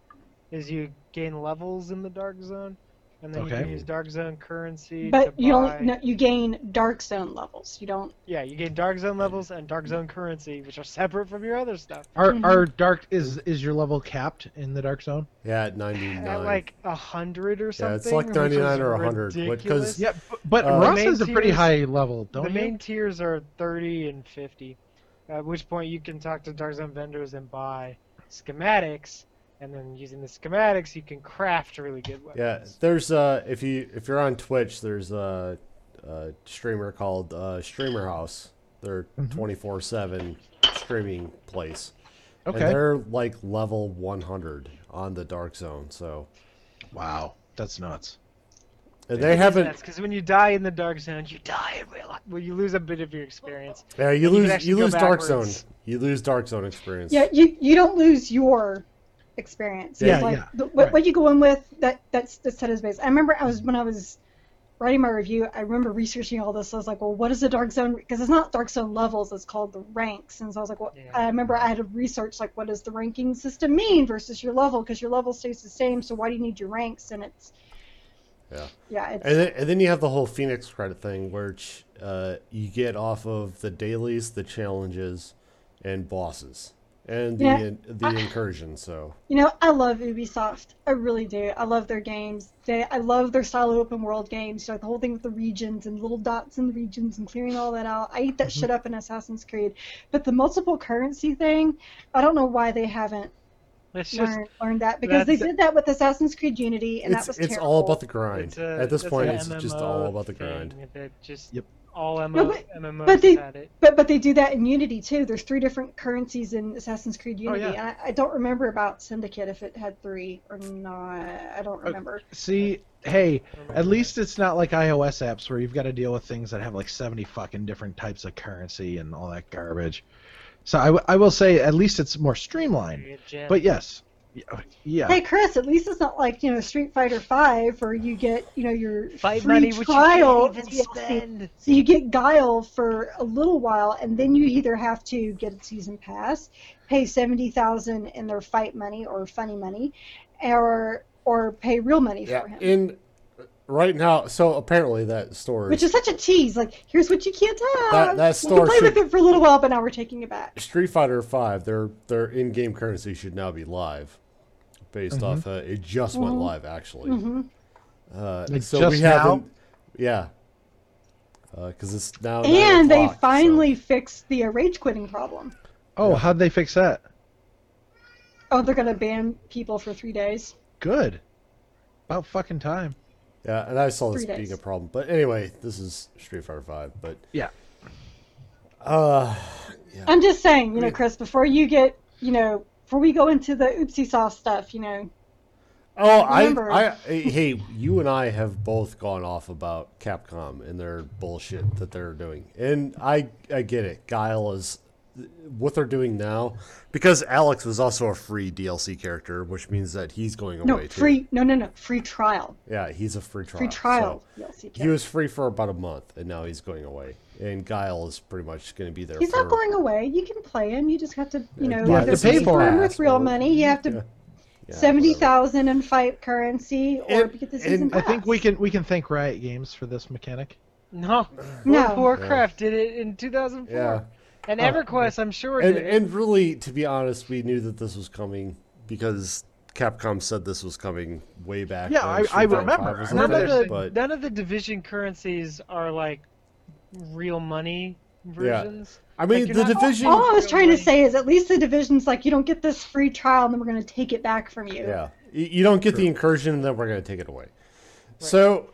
Speaker 1: is you gain levels in the Dark Zone, and then you
Speaker 4: Okay.
Speaker 1: can use Dark Zone currency.
Speaker 3: But
Speaker 1: to
Speaker 3: you
Speaker 1: buy...
Speaker 3: don't. No, you gain dark zone levels. You don't.
Speaker 1: Yeah, you gain Dark Zone levels and Dark Zone currency, which are separate from your other stuff.
Speaker 4: Are
Speaker 3: Mhm.
Speaker 4: are
Speaker 1: Mm-hmm.
Speaker 4: dark is is your level capped in the dark zone?
Speaker 2: Yeah, at ninety
Speaker 1: At
Speaker 2: nine.
Speaker 1: like a hundred or something.
Speaker 2: Yeah, it's like
Speaker 1: which is
Speaker 2: 99 or 100, what- 'cause-
Speaker 1: ridiculous.
Speaker 4: Yeah, b- but
Speaker 2: Uh,
Speaker 4: Ross
Speaker 1: The main
Speaker 4: is a pretty
Speaker 1: tiers-
Speaker 4: high level,
Speaker 1: the
Speaker 4: don't you?
Speaker 1: main tiers are thirty and fifty, at which point you can talk to Dark Zone vendors and buy schematics, and then using the schematics you can craft really good weapons.
Speaker 2: Yeah, there's uh if you if you're on Twitch, there's a, a streamer called uh, Streamer House. They're
Speaker 4: Mhm.
Speaker 2: twenty four seven streaming place. And
Speaker 4: Okay.
Speaker 2: they're like level 100 on the dark zone. So
Speaker 4: Wow, that's nuts.
Speaker 2: and they haven't.
Speaker 1: because when you die in the Dark Zone, you die in real life. Well, you lose a bit of your experience.
Speaker 2: Yeah, you
Speaker 1: And you can
Speaker 2: lose
Speaker 1: actually
Speaker 2: you
Speaker 1: go
Speaker 2: lose dark zone.
Speaker 1: backwards.
Speaker 2: You lose dark zone experience.
Speaker 3: Yeah, you you don't lose your experience.
Speaker 4: Yeah,
Speaker 3: It's like
Speaker 4: yeah,
Speaker 3: The, what,
Speaker 4: right.
Speaker 3: what you go in with that that's the set is based. I remember I was when I was writing my review. I remember researching all this. I was like, well, what is the dark zone? Because it's not dark zone levels. It's called the ranks. And so I was like, well,
Speaker 1: Yeah.
Speaker 3: I remember I had to research like what does the ranking system mean versus your level because your level stays the same. So why do you need your ranks? And it's
Speaker 2: Yeah.
Speaker 3: yeah, it's
Speaker 2: And then, and then you have the whole Phoenix credit thing, which uh, you get off of the dailies, the challenges, and bosses, and the
Speaker 3: Yeah. Ah.
Speaker 2: the
Speaker 3: I-
Speaker 2: incursion. So
Speaker 3: You know, I love Ubisoft. I really do. I love their games. They, I love their style of open world games. You know, like the whole thing with the regions and little dots in the regions and clearing all that out. I eat that shit up in Assassin's Creed. But the multiple currency thing, I don't know why they haven't
Speaker 1: It's just
Speaker 3: learned, learned that because they
Speaker 1: that's-
Speaker 3: did that with Assassin's Creed Unity, and
Speaker 2: it's
Speaker 3: that was
Speaker 2: it's
Speaker 3: terrible.
Speaker 2: all about the grind.
Speaker 1: it's a-
Speaker 2: At this
Speaker 1: that's
Speaker 2: point,
Speaker 1: an
Speaker 2: it's just all
Speaker 1: MMO
Speaker 2: about the grind.
Speaker 1: thing That just
Speaker 4: Yep.
Speaker 1: all MMOs,
Speaker 3: No, but-
Speaker 1: MMOs
Speaker 3: but they-
Speaker 1: had it.
Speaker 3: But but they do that in Unity too. There's three different currencies in Assassin's Creed
Speaker 4: Oh,
Speaker 3: Unity.
Speaker 4: yeah.
Speaker 3: and I, I don't remember about Syndicate if it had three or not. I don't remember.
Speaker 4: See, hey, at least it's not like iOS apps where you've got to deal with things that have like 70 fucking different types of currency and all that garbage. So I, w- I will say at least it's more streamlined. But yes. Y- Yeah.
Speaker 3: Hey Chris, at least it's not like you know Street Fighter Five where you get you know your
Speaker 1: Fight
Speaker 3: free
Speaker 1: money, which you
Speaker 3: trial
Speaker 1: can't even
Speaker 3: DLC.
Speaker 1: spend.
Speaker 3: So you get Guile for a little while, and then you either have to get a season pass, pay seventy thousand in their fight money or funny money, or or pay real money
Speaker 2: Yeah.
Speaker 3: for him.
Speaker 2: In right now, so apparently that store
Speaker 3: which is such a tease. Like, here's what you can't have.
Speaker 2: That- that
Speaker 3: we
Speaker 2: store
Speaker 3: can play with
Speaker 2: should-
Speaker 3: it for a little while, but now we're taking it back.
Speaker 2: Street Fighter Five, their their in game currency should now be live, based off. Uh, it just went live actually. Uh,
Speaker 4: Like,
Speaker 2: so
Speaker 4: just
Speaker 2: we
Speaker 4: now?
Speaker 2: haven't. Yeah. Because it's now. nine
Speaker 3: and they
Speaker 2: o'clock, so-
Speaker 3: finally fixed the uh, rage quitting problem.
Speaker 4: Oh, how'd they fix that?
Speaker 3: Oh, they're gonna ban people for three days.
Speaker 4: Good. About fucking time.
Speaker 2: Yeah, and I saw this
Speaker 3: Three
Speaker 2: being a
Speaker 3: days.
Speaker 2: problem. But anyway, this is Street Fighter Five. But
Speaker 4: Yeah.
Speaker 2: uh,
Speaker 3: I'm just saying, you know, Chris, before you get, you know, before we go into the oopsie sauce stuff, you know,
Speaker 2: oh, I,
Speaker 3: Remember-
Speaker 2: I, hey, you and I have both gone off about Capcom and their bullshit that they're doing, and I, I get it. Guile is what they're doing now because Alex was also a free DLC character, which means that he's going away.
Speaker 3: no
Speaker 2: too.
Speaker 3: free, no, no, no, free trial,
Speaker 2: Yeah, he's a free trial.
Speaker 3: free
Speaker 2: so-
Speaker 3: trial. DLC
Speaker 2: He
Speaker 3: character.
Speaker 2: was free for about a month, and now he's going away. And Guile is pretty much going to be there.
Speaker 3: He's
Speaker 2: for,
Speaker 3: not going away. You can play him. You just have to, you know,
Speaker 2: You
Speaker 4: have
Speaker 3: either
Speaker 4: to
Speaker 3: pay
Speaker 4: pay for
Speaker 3: for him
Speaker 2: it.
Speaker 3: with real money. You have to
Speaker 2: yeah,
Speaker 3: seventy
Speaker 2: whatever.
Speaker 3: thousand in fight currency, or
Speaker 2: And-
Speaker 3: get the
Speaker 2: and
Speaker 3: season
Speaker 4: I
Speaker 3: pass.
Speaker 4: think we can we can thank Riot Games for this mechanic.
Speaker 1: No, World
Speaker 3: No.
Speaker 1: of Warcraft did it in 2004,
Speaker 2: Yeah.
Speaker 1: and
Speaker 4: Oh.
Speaker 1: EverQuest, I'm sure,
Speaker 2: and
Speaker 1: did.
Speaker 2: and really, to be honest, we knew that this was coming because Capcom said this was coming way back.
Speaker 4: Yeah,
Speaker 2: when
Speaker 4: I- I
Speaker 2: Street Fighter
Speaker 4: remember.
Speaker 2: V was
Speaker 4: I
Speaker 1: none
Speaker 4: remember
Speaker 2: a
Speaker 1: of the
Speaker 2: thing, but
Speaker 1: none of the division currencies are like real money versions.
Speaker 2: I mean,
Speaker 1: like, you're
Speaker 2: the
Speaker 1: not-
Speaker 2: division.
Speaker 3: All I was
Speaker 1: Real
Speaker 3: trying to
Speaker 1: money.
Speaker 3: say is, at least the division's like, you don't get this free trial, and then we're going to take it back from you.
Speaker 2: Yeah, you you don't get the incursion, and then we're going to take it away. So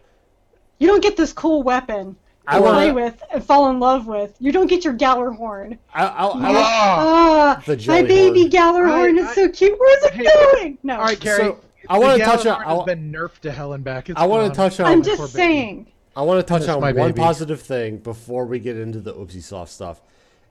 Speaker 3: You don't get this cool weapon
Speaker 2: I
Speaker 3: to play
Speaker 2: want.
Speaker 3: with and fall in love with. You don't get your Gallerhorn.
Speaker 2: I, I, I,
Speaker 3: You're like, ah,
Speaker 2: The
Speaker 3: my
Speaker 2: jelly
Speaker 3: baby Gallerhorn
Speaker 4: I-
Speaker 3: is so cute. Where's it
Speaker 4: Hey,
Speaker 3: going? No,
Speaker 4: All right, Gary.
Speaker 2: So, I wanna touch on- I wa-
Speaker 4: I've been nerfed to hell and back. It's
Speaker 2: I want to
Speaker 4: gone.
Speaker 2: touch on.
Speaker 3: I'm
Speaker 4: poor
Speaker 3: just
Speaker 4: baby.
Speaker 3: saying.
Speaker 2: I want to touch
Speaker 4: That's
Speaker 2: on
Speaker 4: my
Speaker 2: one
Speaker 4: baby.
Speaker 2: positive thing before we get into the oopsie soft stuff,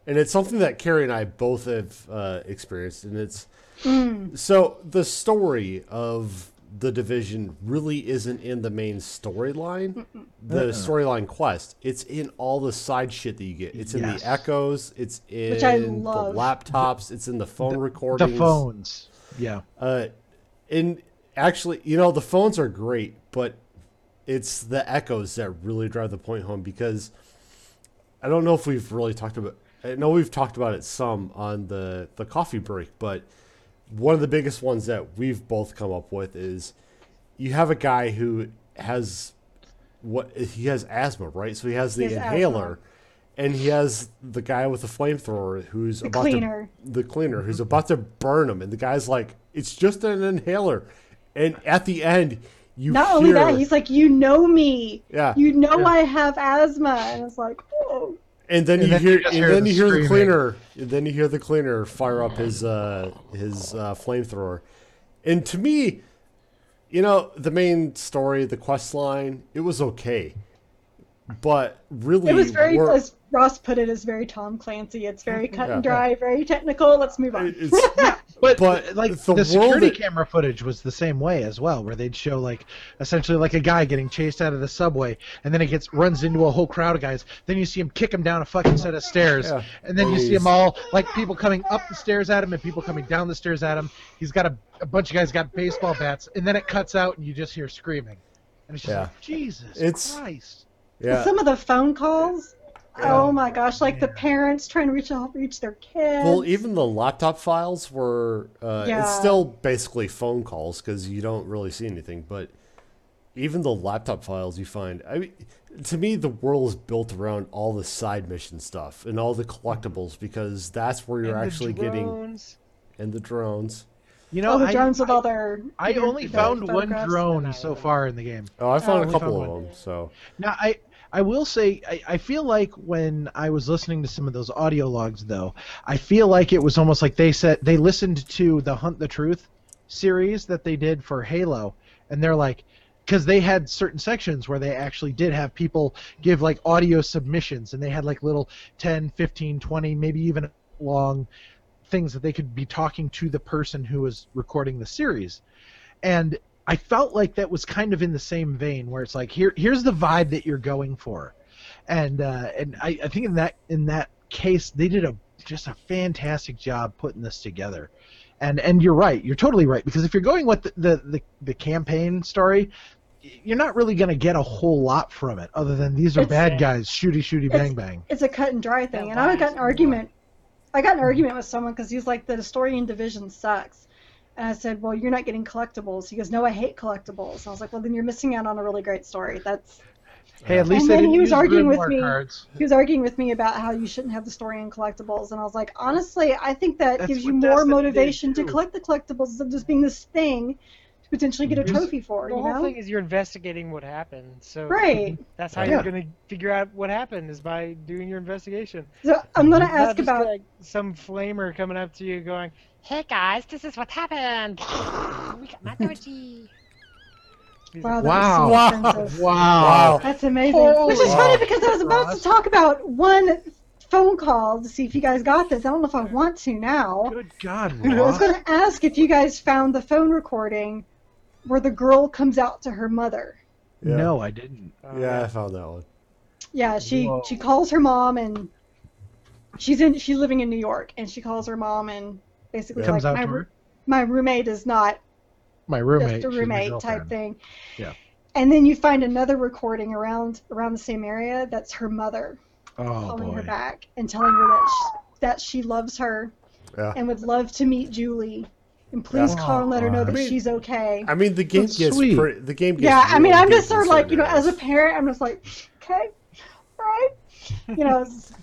Speaker 2: and it's something that Carrie and I both have uh, experienced, and it's
Speaker 3: Mm.
Speaker 2: so the story of the division really isn't in the main storyline, the storyline quest. It's in all the side shit that you get. It's in
Speaker 4: Yes.
Speaker 2: the echoes. It's in
Speaker 3: I
Speaker 2: the
Speaker 3: love.
Speaker 2: laptops. It's in the phone
Speaker 4: the
Speaker 2: recordings.
Speaker 4: phones. Yeah.
Speaker 2: Uh, and actually, you know, the phones are great, but it's the echoes that really drive the point home because I don't know if we've really talked about. I know we've talked about it some on the the coffee break, but one of the biggest ones that we've both come up with is you have a guy who has what he has asthma, right? So he has the
Speaker 3: He has
Speaker 2: inhaler, and he has the guy with the flamethrower who's about
Speaker 3: cleaner.
Speaker 2: to the cleaner
Speaker 4: Mm-hmm.
Speaker 2: who's about to burn him, and the guy's like, "It's just an inhaler," and at the end, you
Speaker 3: Not only that,
Speaker 2: hear-
Speaker 3: he's like, you know me.
Speaker 2: Yeah.
Speaker 3: You know I have asthma. And it's like, oh.
Speaker 2: and then
Speaker 4: And
Speaker 2: you
Speaker 4: then you
Speaker 2: hear,
Speaker 4: just
Speaker 2: and
Speaker 4: hear
Speaker 2: then
Speaker 4: the
Speaker 2: you hear the
Speaker 4: screaming.
Speaker 2: cleaner, and then you hear the cleaner fire up his uh, his uh, flamethrower, and to me, you know, the main story, the quest line, it was okay, but really,
Speaker 3: It was very,
Speaker 2: we're-
Speaker 3: as Ross put it, is very Tom Clancy. It's very cut and
Speaker 2: Yeah.
Speaker 3: dry, very technical. Let's move on.
Speaker 2: it's-
Speaker 4: But,
Speaker 2: But
Speaker 4: like
Speaker 2: the
Speaker 4: the,
Speaker 2: world
Speaker 4: security
Speaker 2: that-
Speaker 4: camera footage was the same way as well, where they'd show like essentially like a guy getting chased out of the subway, and then he gets runs into a whole crowd of guys. Then you see him kick him down a fucking set of stairs,
Speaker 2: Yeah.
Speaker 4: and then you see
Speaker 2: Jeez.
Speaker 4: him all like people coming up the stairs at him and people coming down the stairs at him. He's got a, a bunch of guys got baseball bats, and then it cuts out and you just hear screaming, and it's just
Speaker 2: Yeah.
Speaker 4: like Jesus
Speaker 2: It's-
Speaker 4: Christ.
Speaker 2: yeah.
Speaker 3: Some of the phone calls.
Speaker 2: Yeah.
Speaker 3: Oh my gosh! Like the parents trying to reach out, reach their kids.
Speaker 2: Well, even the laptop files were. Uh,
Speaker 3: Yeah.
Speaker 2: It's still basically phone calls because you don't really see anything, but even the laptop files you find. I mean, to me, the world is built around all the side mission stuff and all the collectibles because that's where you're
Speaker 1: And the
Speaker 2: actually getting.
Speaker 1: drones.
Speaker 2: And the drones.
Speaker 4: You know,
Speaker 3: all Oh, the
Speaker 4: I-
Speaker 3: drones with
Speaker 4: I,
Speaker 3: all their.
Speaker 4: I
Speaker 3: their-
Speaker 4: only
Speaker 3: their
Speaker 4: found one
Speaker 3: photographs.
Speaker 4: drone so far in the game.
Speaker 2: Oh, I found
Speaker 3: Oh,
Speaker 2: a
Speaker 3: we
Speaker 2: couple
Speaker 4: found
Speaker 2: of them. So
Speaker 4: Now I I will say, I, I feel like when I was listening to some of those audio logs, though, I feel like it was almost like they said they listened to the Hunt the Truth series that they did for Halo, and they're like, because they had certain sections where they actually did have people give like audio submissions, and they had like little 10, 15, 20, maybe even long things that they could be talking to the person who was recording the series. And I felt like that was kind of in the same vein where it's like here here's the vibe that you're going for. And uh, and I, I think in that in that case they did a just a fantastic job putting this together. And and you're right, you're totally right because if you're going with the the, the, the campaign story you're not really going to get a whole lot from it other than these are
Speaker 3: It's-
Speaker 4: bad guys shooty shooty bang bang
Speaker 3: It's a cut and dry thing.
Speaker 5: Yeah,
Speaker 3: And I
Speaker 5: why?
Speaker 3: got an argument. I got an argument with someone because he's like, the historian division sucks. And I said, well, you're not getting collectibles. He goes, no, I hate collectibles. And I was like, well, then you're missing out on a really great story. That's
Speaker 4: hey at least
Speaker 3: And
Speaker 4: they
Speaker 3: then
Speaker 4: didn't
Speaker 3: he was
Speaker 4: use
Speaker 3: arguing with
Speaker 4: grimoire
Speaker 3: me.
Speaker 4: cards.
Speaker 3: he was arguing with me about how you shouldn't have the story in collectibles, and I was like, honestly, I think that
Speaker 4: That's
Speaker 3: gives you
Speaker 4: what
Speaker 3: more
Speaker 4: Destiny did,
Speaker 3: motivation to
Speaker 4: too.
Speaker 3: collect the collectibles instead of just being this thing to potentially get a
Speaker 4: There's-
Speaker 3: trophy for.
Speaker 1: The
Speaker 3: You
Speaker 1: whole
Speaker 3: know,
Speaker 1: thing is you're investigating what happened. So
Speaker 3: right?
Speaker 1: that's how
Speaker 4: Yeah.
Speaker 1: you're going to figure out what happened is by doing your investigation.
Speaker 3: So I'm gonna
Speaker 1: Not
Speaker 3: ask
Speaker 1: just
Speaker 3: about
Speaker 1: like some flamer coming up to you going, "Hey guys, this is what happened. we got my Gucci." He's
Speaker 3: wow,
Speaker 1: like,
Speaker 3: that
Speaker 4: Wow.
Speaker 3: was so offensive.
Speaker 4: Wow.
Speaker 3: That's amazing.
Speaker 4: Holy
Speaker 3: Which is funny
Speaker 4: wow.
Speaker 3: because I was about to
Speaker 4: Ross.
Speaker 3: talk about one phone call to see if you guys got this. I don't know if I want to now.
Speaker 4: Good God,
Speaker 3: I was
Speaker 4: Ross.
Speaker 3: gonna ask if you guys found the phone recording where the girl comes out to her mother.
Speaker 2: Yeah.
Speaker 4: No, I didn't.
Speaker 1: "Oh,
Speaker 2: Yeah, I found that one.
Speaker 3: Yeah, she
Speaker 4: Whoa.
Speaker 3: she calls her mom and she's in she's living in New York and she calls her mom and basically
Speaker 2: Yeah.
Speaker 3: like
Speaker 4: Comes out
Speaker 3: my,
Speaker 4: to her.
Speaker 3: my roommate is not
Speaker 4: My roommate.
Speaker 3: just a
Speaker 4: she's my
Speaker 3: roommate type
Speaker 4: girlfriend.
Speaker 3: thing.
Speaker 4: Yeah.
Speaker 3: And then you find another recording around around the same area that's her mother
Speaker 4: Oh
Speaker 3: calling
Speaker 4: boy.
Speaker 3: her back and telling her that she, that she loves her
Speaker 2: Yeah.
Speaker 3: and would love to meet Julie and please
Speaker 4: Yeah.
Speaker 3: call and let her know that
Speaker 2: Oh, I mean-
Speaker 3: she's okay.
Speaker 2: I mean, the game
Speaker 4: That's
Speaker 2: gets
Speaker 4: sweet.
Speaker 2: pretty. The game gets.
Speaker 3: yeah, I mean,
Speaker 2: really
Speaker 3: I'm
Speaker 2: deep
Speaker 3: just sort of
Speaker 2: in
Speaker 3: like, you know,
Speaker 2: certain
Speaker 3: as a
Speaker 2: areas.
Speaker 3: parent, I'm just like, okay, all right, you know. it's-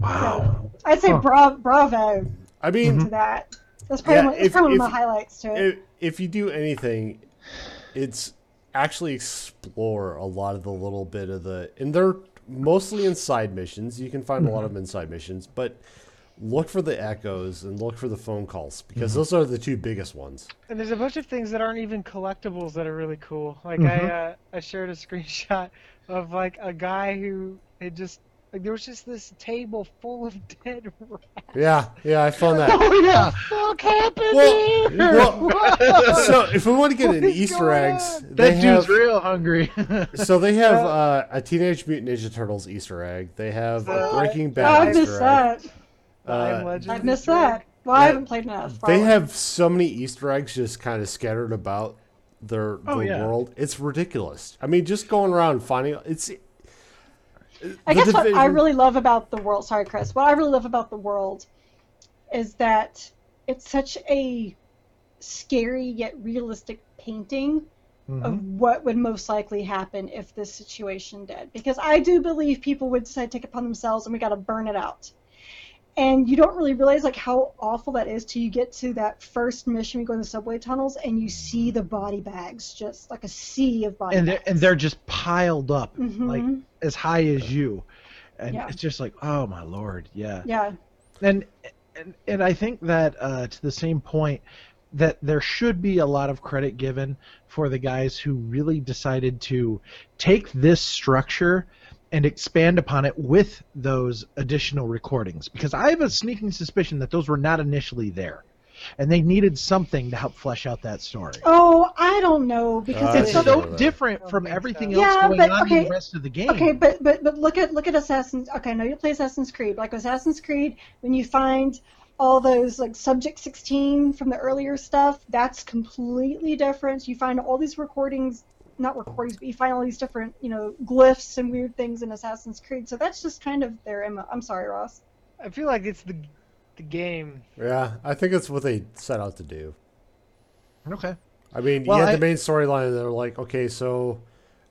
Speaker 4: Wow.
Speaker 3: I'd say
Speaker 4: Huh.
Speaker 3: bra- bravo
Speaker 2: I
Speaker 4: Mm-hmm.
Speaker 2: mean,
Speaker 3: to that. That's probably,
Speaker 2: Mm-hmm. Yeah,
Speaker 3: one, that's
Speaker 2: if-
Speaker 3: probably
Speaker 2: if-
Speaker 3: one of my highlights to it.
Speaker 2: if, if you do anything, it's actually explore a lot of the little bit of the, and they're mostly in side missions. You can find
Speaker 4: Mm-hmm.
Speaker 2: a lot of them in side missions, but look for the echoes and look for the phone calls because
Speaker 4: Mm-hmm.
Speaker 2: those are the two biggest ones.
Speaker 1: And there's a bunch of things that aren't even collectibles that are really cool. Like I,
Speaker 4: Mhm.
Speaker 2: Mm-hmm.
Speaker 1: uh, I shared a screenshot of like a guy who had just like there was just this table full of dead rats.
Speaker 2: Yeah, yeah, I found that.
Speaker 4: Oh yeah.
Speaker 1: What happened
Speaker 2: Well,
Speaker 1: here?
Speaker 2: well, so if we want to get
Speaker 1: What
Speaker 2: into
Speaker 1: is
Speaker 2: Easter
Speaker 1: going
Speaker 2: eggs,
Speaker 1: on?
Speaker 2: they
Speaker 4: That
Speaker 2: have,
Speaker 4: dude's real hungry.
Speaker 2: So they have uh, a Teenage Mutant Ninja Turtles Easter egg. They have a
Speaker 1: Uh,
Speaker 2: Breaking
Speaker 3: Oh, I
Speaker 2: Bad
Speaker 3: missed
Speaker 2: Easter egg.
Speaker 3: that.
Speaker 1: I am
Speaker 2: Uh,
Speaker 1: Legend
Speaker 3: I
Speaker 1: is
Speaker 3: missed
Speaker 1: true.
Speaker 3: that. Well, I
Speaker 2: Yeah.
Speaker 3: haven't played enough.
Speaker 2: They
Speaker 3: probably.
Speaker 2: have so many Easter eggs just kind of scattered about their
Speaker 4: Oh,
Speaker 2: the
Speaker 4: yeah.
Speaker 2: world. It's ridiculous. I mean, just going around finding it's. the
Speaker 3: I guess what I
Speaker 2: division-
Speaker 3: really love about the world, sorry, Chris, what I really love about the world is that it's such a scary yet realistic painting
Speaker 4: Mhm.
Speaker 3: of what would most likely happen if this situation did. Because I do believe people would decide to take it upon themselves and we got to burn it out. And you don't really realize like how awful that is till you get to that first mission. You go in the subway tunnels and you see the body bags, just like a sea of body
Speaker 4: And they're,
Speaker 3: bags.
Speaker 4: and they're just piled up like
Speaker 3: Mhm.
Speaker 4: as high as you, and
Speaker 3: Yeah.
Speaker 4: it's just like oh my lord, yeah.
Speaker 3: yeah,
Speaker 4: And and and I think that uh, to the same point that there should be a lot of credit given for the guys who really decided to take this structure and expand upon it with those additional recordings because I have a sneaking suspicion that those were not initially there. And they needed something to help flesh out that story.
Speaker 3: Oh, I don't know because
Speaker 2: Uh,
Speaker 3: it's
Speaker 4: it's
Speaker 2: I
Speaker 3: so
Speaker 2: think-
Speaker 4: so different from everything else
Speaker 3: Yeah,
Speaker 4: going
Speaker 3: but-
Speaker 4: on in
Speaker 3: okay.
Speaker 4: the rest of the game.
Speaker 3: Okay, but but but look at look at Assassin's. Okay, no, you play Assassin's Creed. Like Assassin's Creed, when you find all those like Subject 16 from the earlier stuff, that's completely different. You find all these recordings, not recordings, but you find all these different you know glyphs and weird things in Assassin's Creed. So that's just kind of their MO. I'm sorry, Ross.
Speaker 1: I feel like it's the the game.
Speaker 2: Yeah, I think that's what they set out to do.
Speaker 4: Okay.
Speaker 2: I mean,
Speaker 4: Well,
Speaker 2: you had
Speaker 4: I-
Speaker 2: the main storyline. and They're like, okay, so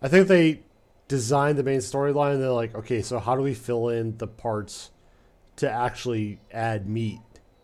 Speaker 2: I think they designed the main storyline. and They're like, okay, so how do we fill in the parts to actually add meat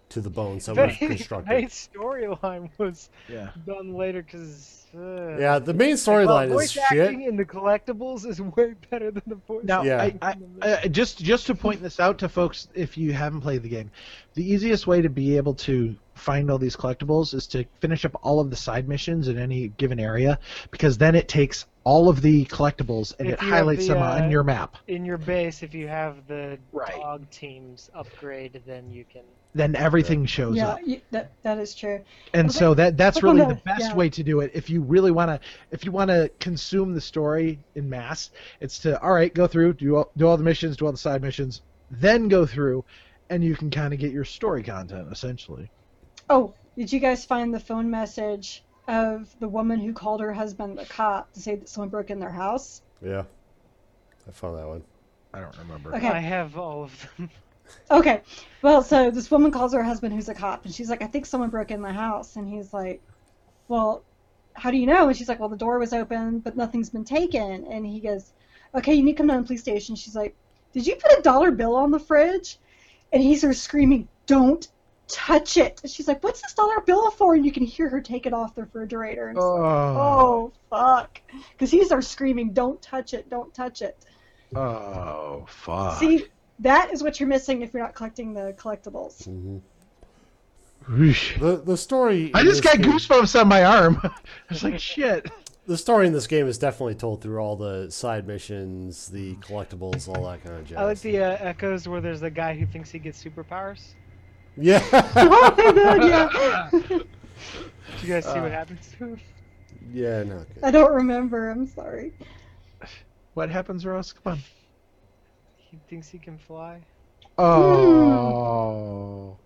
Speaker 2: to the bone so
Speaker 1: But
Speaker 2: much
Speaker 1: the
Speaker 2: constructed.
Speaker 1: main storyline was
Speaker 4: Yeah.
Speaker 1: done later because. Uh,
Speaker 2: Yeah, the main
Speaker 1: well,
Speaker 2: storyline is
Speaker 1: voice acting
Speaker 2: shit.
Speaker 1: in the collectibles is way better than the voice.
Speaker 4: Now,
Speaker 2: Yeah.
Speaker 4: I, I, I, Uh, just just to point this out to folks, if you haven't played the game, the easiest way to be able to find all these collectibles is to finish up all of the side missions in any given area, because then it takes all of the collectibles and
Speaker 1: If
Speaker 4: it
Speaker 1: you have
Speaker 4: highlights
Speaker 1: the,
Speaker 4: them
Speaker 1: uh,
Speaker 4: on your map.
Speaker 1: in your base, if you have the
Speaker 4: Right.
Speaker 1: dog teams upgrade, then you can.
Speaker 4: Then everything shows
Speaker 3: yeah,
Speaker 4: up,
Speaker 3: you, that that is true.
Speaker 4: and so that that's
Speaker 3: I
Speaker 4: really
Speaker 3: wonder-
Speaker 4: the best
Speaker 3: yeah.
Speaker 4: way to do it. If you really want to, if you want to consume the story in mass, it's to all right, go through, do all, do all the missions, do all the side missions, then go through, and you can kind of get your story content essentially.
Speaker 3: Oh, did you guys find the phone message of the woman who called her husband the cop to say that someone broke in their house?
Speaker 2: Yeah, I found that one.
Speaker 4: I don't remember.
Speaker 3: Okay.
Speaker 1: I have all of them.
Speaker 3: Okay. Well, so this woman calls her husband, who's a cop, and she's like, I think someone broke in the house. And he's like, Well, how do you know? And she's like, Well, the door was open, but nothing's been taken. And he goes, Okay, you need to come down to the police station. She's like, Did you put a dollar bill on the fridge? And he's her screaming, Don't touch it. And she's like, What's this dollar bill for? And you can hear her take it off the refrigerator. And it's like,
Speaker 4: Oh,
Speaker 3: Oh, fuck. Because he's her screaming, Don't touch it, don't touch it.
Speaker 4: oh, fuck.
Speaker 3: See, that is what you're missing if you're not collecting the collectibles.
Speaker 4: Whoosh.
Speaker 2: The the story.
Speaker 4: I
Speaker 2: in
Speaker 4: just
Speaker 2: this
Speaker 4: got
Speaker 2: game-
Speaker 4: goosebumps on my arm. I was like, shit.
Speaker 2: The story in this game is definitely told through all the side missions, the collectibles, all that kind of jazz.
Speaker 1: I like the uh, echoes where there's the guy who thinks he gets superpowers.
Speaker 2: Yeah.
Speaker 3: oh my god, yeah.
Speaker 1: Did you guys see
Speaker 4: Uh.
Speaker 1: what happens to him?
Speaker 2: yeah. No. good.
Speaker 3: I don't remember. I'm sorry.
Speaker 4: What happens, Ross? Come on.
Speaker 1: He thinks he can fly.
Speaker 4: Oh.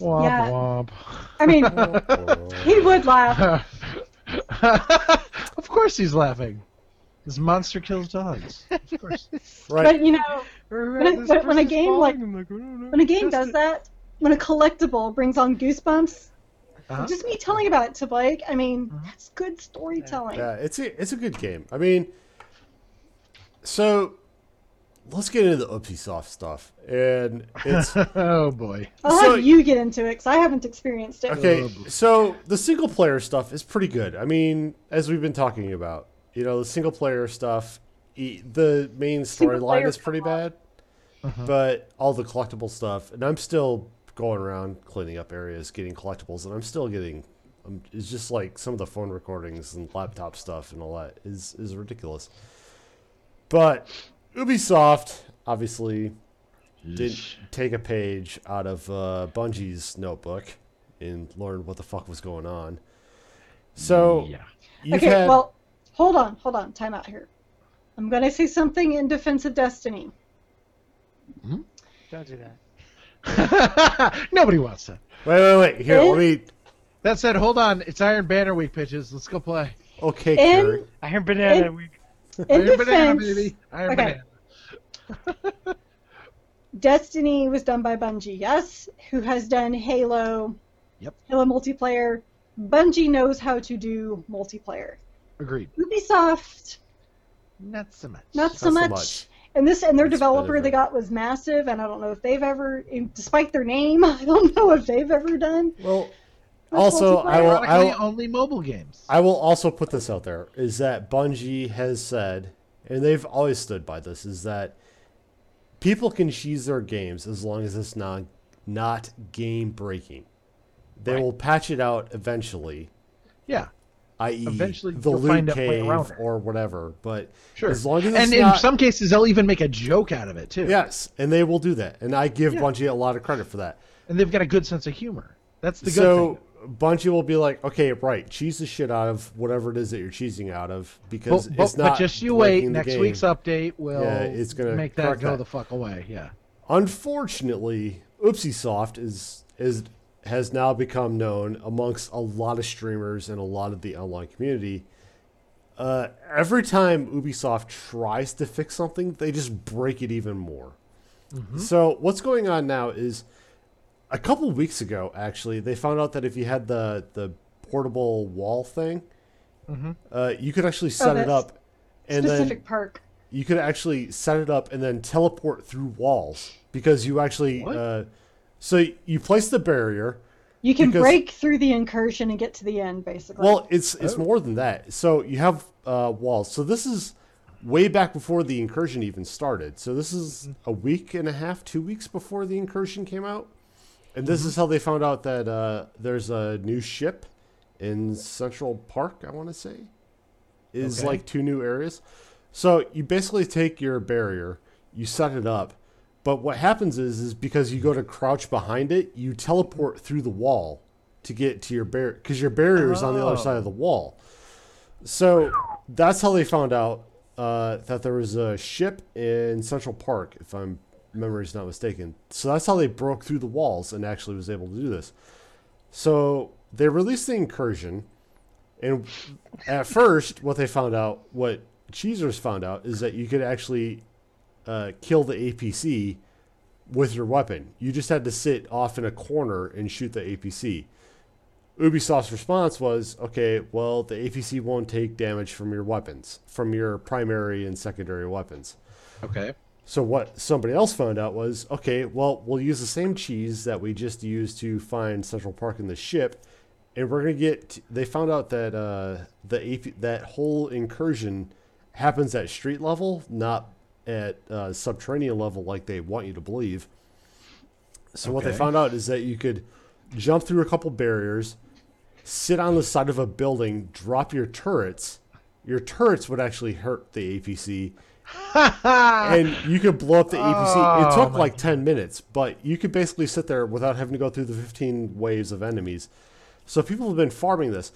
Speaker 4: Womp
Speaker 3: Yeah. I mean,
Speaker 4: womp.
Speaker 3: he would laugh.
Speaker 4: of course he's laughing. This monster kills dogs. Of course.
Speaker 2: right.
Speaker 3: But you know,
Speaker 1: When,
Speaker 3: when- when a game like-
Speaker 1: "Oh,
Speaker 3: when a game does that, when a collectible brings on goosebumps,
Speaker 4: Uh-huh.
Speaker 3: just me telling about it to Blake, I mean, that's good storytelling.
Speaker 2: Yeah, it's a, it's a good game. I mean, so let's get into the Oopsie Soft stuff, and it's
Speaker 4: oh boy.
Speaker 3: I'll
Speaker 2: So-
Speaker 3: have you get into it because I haven't experienced it.
Speaker 2: okay. So the single player stuff is pretty good. I mean, as we've been talking about, you know, the single player stuff, e- the main
Speaker 3: Single
Speaker 2: storyline
Speaker 3: player
Speaker 2: is pretty bad,
Speaker 3: co-op.
Speaker 2: but all the collectible stuff, and I'm still going around cleaning up areas, getting collectibles, and I'm still getting. um, It's just like some of the phone recordings and laptop stuff and all that is is ridiculous. But Ubisoft obviously did take a page out of uh, Bungie's notebook and learn what the fuck was going on. So
Speaker 4: Yeah.
Speaker 2: you've
Speaker 3: Okay,
Speaker 2: had
Speaker 3: well, hold on, hold on, time out here. I'm going to say something in defense of Destiny.
Speaker 1: Don't do that.
Speaker 4: Nobody wants that.
Speaker 2: wait, wait, wait. Here, let me.
Speaker 4: That said, hold on. It's Iron Banner Week, pitches. Let's go play.
Speaker 2: Okay,
Speaker 3: In-
Speaker 2: Carrie.
Speaker 1: Iron Banana
Speaker 3: It-
Speaker 1: Week.
Speaker 3: In
Speaker 4: Iron Banana,
Speaker 3: defense,
Speaker 4: baby. Iron
Speaker 3: okay.
Speaker 4: Banana.
Speaker 3: Destiny was done by Bungie, yes, who has done Halo,
Speaker 4: Yep.
Speaker 3: Halo multiplayer. Bungie knows how to do multiplayer.
Speaker 4: Agreed.
Speaker 3: Ubisoft,
Speaker 4: Not so much.
Speaker 3: not
Speaker 2: Not so
Speaker 3: so much.
Speaker 2: much.
Speaker 3: And this and their
Speaker 2: It's
Speaker 3: developer
Speaker 2: better.
Speaker 3: they got was massive, and I don't know if they've ever, despite their name, I don't know if they've ever done.
Speaker 2: Well,
Speaker 3: With
Speaker 2: also, I will, I
Speaker 4: Ironically,
Speaker 2: will,
Speaker 4: only mobile games.
Speaker 2: I will also put this out there: is that Bungie has said, and they've always stood by this, is that people can cheese their games as long as it's not not game breaking. They
Speaker 4: Right.
Speaker 2: will patch it out eventually,
Speaker 4: yeah,
Speaker 2: i.e.,
Speaker 4: Eventually,
Speaker 2: E, the
Speaker 4: you'll
Speaker 2: loot
Speaker 4: find a way
Speaker 2: cave
Speaker 4: around it.
Speaker 2: or whatever. But
Speaker 4: sure.
Speaker 2: as long as it's
Speaker 4: and
Speaker 2: not,
Speaker 4: in some cases, they'll even make a joke out of it too.
Speaker 2: yes, and they will do that, and I give
Speaker 4: Yeah.
Speaker 2: Bungie a lot of credit for that.
Speaker 4: and they've got a good sense of humor. That's the good
Speaker 2: so
Speaker 4: thing.
Speaker 2: Bungie will be like, okay, right, cheese the shit out of whatever it is that you're cheesing out of because
Speaker 4: But, but-
Speaker 2: it's
Speaker 4: but
Speaker 2: not.
Speaker 4: just you
Speaker 2: breaking
Speaker 4: wait.
Speaker 2: the
Speaker 4: Next
Speaker 2: game.
Speaker 4: week's update will
Speaker 2: Yeah, it's gonna
Speaker 4: make that
Speaker 2: correct
Speaker 4: go
Speaker 2: that.
Speaker 4: the fuck away. Yeah.
Speaker 2: Unfortunately, Oopsie Soft is is has now become known amongst a lot of streamers and a lot of the online community. Uh, every time Ubisoft tries to fix something, they just break it even more. So what's going on now is a couple weeks ago, actually, they found out that if you had the the portable wall thing, uh, you could actually set it
Speaker 3: Oh, that's
Speaker 2: up, and then
Speaker 3: Specific perk.
Speaker 2: you could actually set it up and then teleport through walls because you actually
Speaker 4: What?
Speaker 2: uh, So you place the barrier.
Speaker 3: You can
Speaker 2: Because-
Speaker 3: break through the incursion and get to the end, basically.
Speaker 2: Well, it's
Speaker 4: Oh.
Speaker 2: it's more than that. So you have uh, walls. So this is way back before the incursion even started. So this is
Speaker 4: Mm-hmm.
Speaker 2: a week and a half, two weeks before the incursion came out, and
Speaker 4: Mm-hmm.
Speaker 2: this is how they found out that uh, there's a new ship in Central Park. I want to say is
Speaker 4: Okay.
Speaker 2: like two new areas. So you basically take your barrier, you set it up, but what happens is is because you go to crouch behind it, you teleport through the wall to get to your barrier because your barrier is on the other
Speaker 4: Oh.
Speaker 2: side of the wall. So that's how they found out uh, that there was a ship in Central Park, if I'm memory's not mistaken. So that's how they broke through the walls and actually was able to do this. So they released the incursion, and at first, what they found out, what Cheezers found out, is that you could actually uh, kill the APC with your weapon. You just had to sit off in a corner and shoot the APC. Ubisoft's response was, okay, well, the APC won't take damage from your weapons, from your primary and secondary weapons.
Speaker 4: Okay.
Speaker 2: So what somebody else found out was, okay, well, we'll use the same cheese that we just used to find Central Park in the ship, and we're gonna get. They found out that uh, the AP, that whole incursion happens at street level, not at uh, subterranean level like they want you to believe. So what they
Speaker 4: Okay.
Speaker 2: found out is that you could jump through a couple barriers, sit on the side of a building, drop your turrets. Your turrets would actually hurt the APC, and you could blow up the APC. It
Speaker 4: Oh,
Speaker 2: took
Speaker 4: my
Speaker 2: like 10 minutes, but you could basically sit there without having to go through the 15 waves of enemies. So people have been farming this.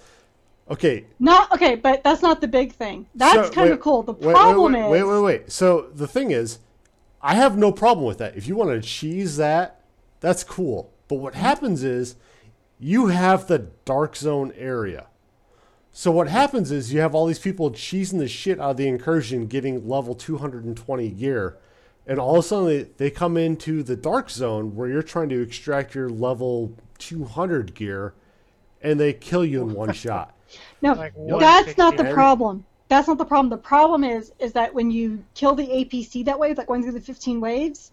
Speaker 2: Okay.
Speaker 3: Not okay, but that's not the big thing. That's
Speaker 2: so-
Speaker 3: kind of
Speaker 2: wait-
Speaker 3: cool. The
Speaker 2: wait, wait,
Speaker 3: problem
Speaker 2: wait,
Speaker 3: is
Speaker 2: Wait, wait, wait. So the thing is, I have no problem with that. If you want to cheese that, that's cool. But what happens is you have the dark zone area. So what happens is you have all these people cheesing the shit out of the incursion, getting level 220 gear, and all of a sudden they, they come into the dark zone where you're trying to extract your level 200 gear, and they kill you in one shot.
Speaker 3: no,
Speaker 1: Like
Speaker 3: that's not the
Speaker 1: 150.
Speaker 3: problem. That's not the problem. The problem is is that when you kill the APC that way, like going through the 15 waves,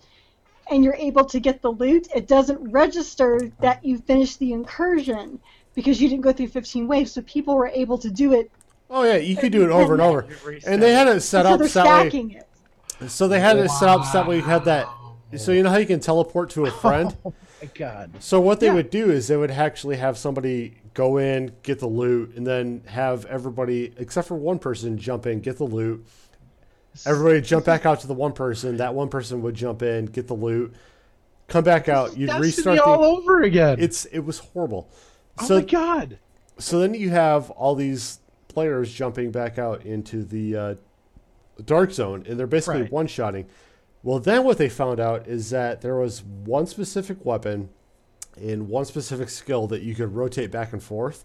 Speaker 3: and you're able to get the loot, it doesn't register that you finished the incursion because you didn't go through 15 waves. So people were able to do it,
Speaker 2: Oh yeah, you could do it over and over. And they had it set
Speaker 3: so
Speaker 2: up
Speaker 3: they're
Speaker 2: that way.
Speaker 3: stacking it.
Speaker 2: So they had it set up so that way you had that. So you know how you can teleport to a friend.
Speaker 4: My God.
Speaker 2: So what they
Speaker 3: Yeah.
Speaker 2: would do is they would actually have somebody go in, get the loot, and then have everybody except for one person jump in, get the loot. Everybody jump back out to the one person. That one person would jump in, get the loot, come back out. You'd
Speaker 4: Destiny
Speaker 2: restart the.
Speaker 4: all over again.
Speaker 2: It's it was horrible.
Speaker 4: oh
Speaker 2: So
Speaker 4: my God.
Speaker 2: so then you have all these players jumping back out into the uh, dark zone, and they're basically
Speaker 4: Right.
Speaker 2: one shotting. Well, then what they found out is that there was one specific weapon and one specific skill that you could rotate back and forth,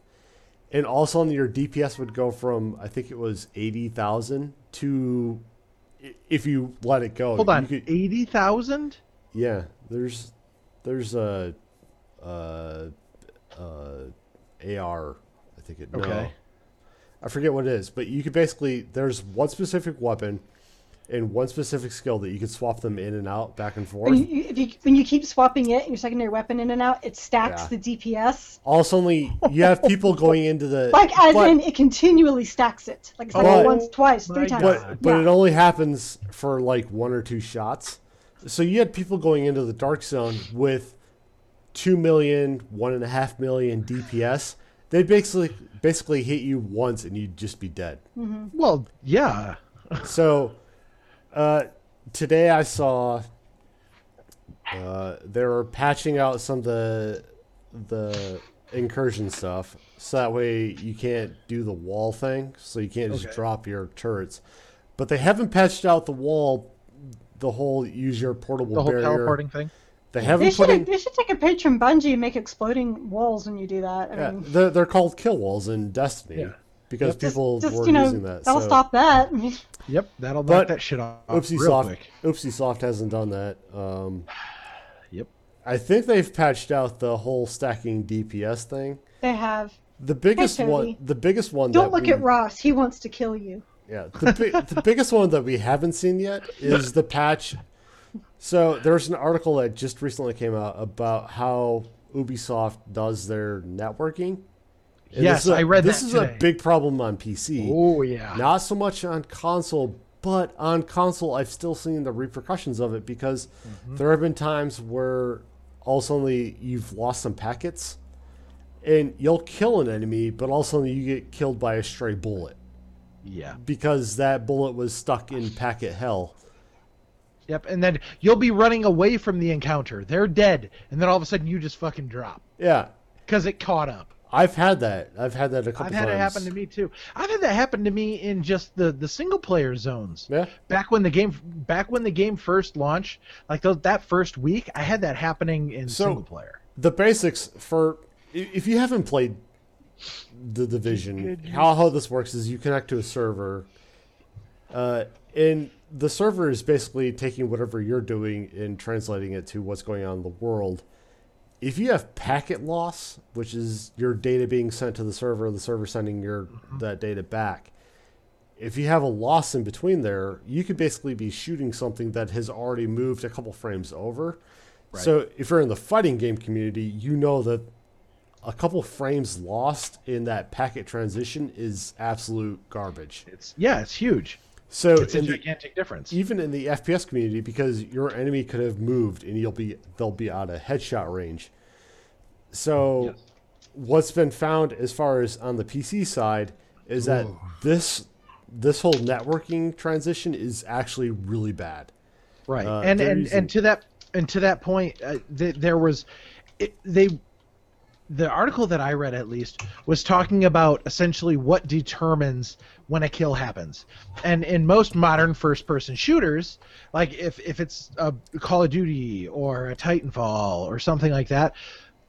Speaker 2: and all of a sudden your DPS would go from I think it was eighty thousand to i- if you let it go.
Speaker 4: Hold
Speaker 2: Oh, you
Speaker 4: on.
Speaker 2: could-
Speaker 4: Eighty thousand.
Speaker 2: yeah, there's there's a uh uh AR, I think it no.
Speaker 4: Okay.
Speaker 2: I forget what it is, but you could basically there's one specific weapon and one specific skill that you could swap them in and out, back and
Speaker 3: When
Speaker 2: forth.
Speaker 3: you, you- if you, when you keep swapping it and your secondary weapon in and out, it stacks
Speaker 2: Yeah.
Speaker 3: the DPS.
Speaker 2: All suddenly you have people going into the
Speaker 3: Like as
Speaker 2: but,
Speaker 3: in, it continually stacks it. Like it's like
Speaker 2: Oh,
Speaker 3: once, twice,
Speaker 4: my
Speaker 3: three times.
Speaker 2: but but
Speaker 3: Yeah.
Speaker 2: it only happens for like one or two shots. So you had people going into the dark zone with two million, one and a half million DPS. They basically basically hit you once and you'd just be dead.
Speaker 4: Well, yeah.
Speaker 2: So uh, today I saw uh, they were patching out some of the the incursion stuff, so that way you can't do the wall thing, so you can't just
Speaker 4: Okay.
Speaker 2: drop your turrets. But they haven't patched out the wall, the whole use your portable
Speaker 4: The whole
Speaker 2: barrier.
Speaker 4: teleporting thing.
Speaker 2: They
Speaker 3: They
Speaker 2: haven't
Speaker 3: should,
Speaker 2: put in.
Speaker 3: they should take a page from Bungie and make exploding walls when you do that. I
Speaker 2: Yeah,
Speaker 3: mean,
Speaker 2: they're, they're called kill walls in Destiny
Speaker 4: Yeah.
Speaker 2: because
Speaker 4: Yep.
Speaker 3: just,
Speaker 2: people
Speaker 3: just
Speaker 2: were
Speaker 3: you know,
Speaker 2: using that.
Speaker 3: that'll
Speaker 2: so.
Speaker 3: stop that. I mean,
Speaker 4: Yep. That'll
Speaker 2: But
Speaker 4: knock that shit off.
Speaker 2: Oopsie
Speaker 4: Uh, real
Speaker 2: Soft,
Speaker 4: quick.
Speaker 2: Oopsie Soft hasn't done that. Um,
Speaker 4: Yep.
Speaker 2: I think they've patched out the whole stacking DPS thing.
Speaker 3: they have.
Speaker 2: The biggest
Speaker 3: Tony.
Speaker 2: one, the biggest one.
Speaker 3: Don't
Speaker 2: that
Speaker 3: look
Speaker 2: we,
Speaker 3: at Ross. He wants to kill you.
Speaker 2: Yeah, the, bi- the biggest one that we haven't seen yet is the patch So there's an article that just recently came out about how Ubisoft does their networking. And
Speaker 4: Yes,
Speaker 2: this is a-
Speaker 4: I read
Speaker 2: this
Speaker 4: that
Speaker 2: is
Speaker 4: today.
Speaker 2: a big problem on PC.
Speaker 4: Oh yeah.
Speaker 2: Not so much on console, but on console, I've still seen the repercussions of it because
Speaker 4: Mm-hmm.
Speaker 2: there have been times where all suddenly you've lost some packets, and you'll kill an enemy, but all suddenly you get killed by a stray bullet
Speaker 4: Yeah.
Speaker 2: because that bullet was stuck in packet hell.
Speaker 4: Yep. And then you'll be running away from the encounter. They're dead, and then all of a sudden you just fucking drop
Speaker 2: Yeah,
Speaker 4: because it caught up.
Speaker 2: I've had that. I've had that a couple
Speaker 4: I've had
Speaker 2: times.
Speaker 4: it happen to me too. I've had that happen to me in just the the single player zones.
Speaker 2: Yeah.
Speaker 4: Back when the game back when the game first launched, like those, that first week, I had that happening in
Speaker 2: So-
Speaker 4: single player.
Speaker 2: the basics for i- if you haven't played the division how, how this works is you connect to a server uh, and the server is basically taking whatever you're doing and translating it to what's going on in the world if you have packet loss which is your data being sent to the server and the server sending your that data back if you have a loss in between there you could basically be shooting something that has already moved a couple frames over so if you're in the fighting game community, you know that a couple frames lost in that packet transition is absolute garbage.
Speaker 4: It's yeah, it's huge.
Speaker 2: So
Speaker 4: It's a
Speaker 2: in the-
Speaker 4: gigantic difference.
Speaker 2: even in the FPS community, because your enemy could have moved and you'll be they'll be out of headshot range. So
Speaker 4: Yes.
Speaker 2: what's been found as far as on the PC side is that this this whole networking transition is actually really bad.
Speaker 4: right
Speaker 2: Uh,
Speaker 4: and
Speaker 2: they're
Speaker 4: and,
Speaker 2: using-
Speaker 4: and to that and to that point uh, th- there was it, they the article that i read at least was talking about essentially what determines when a kill happens and in most modern first person shooters like if if it's a call of duty or a titanfall or something like that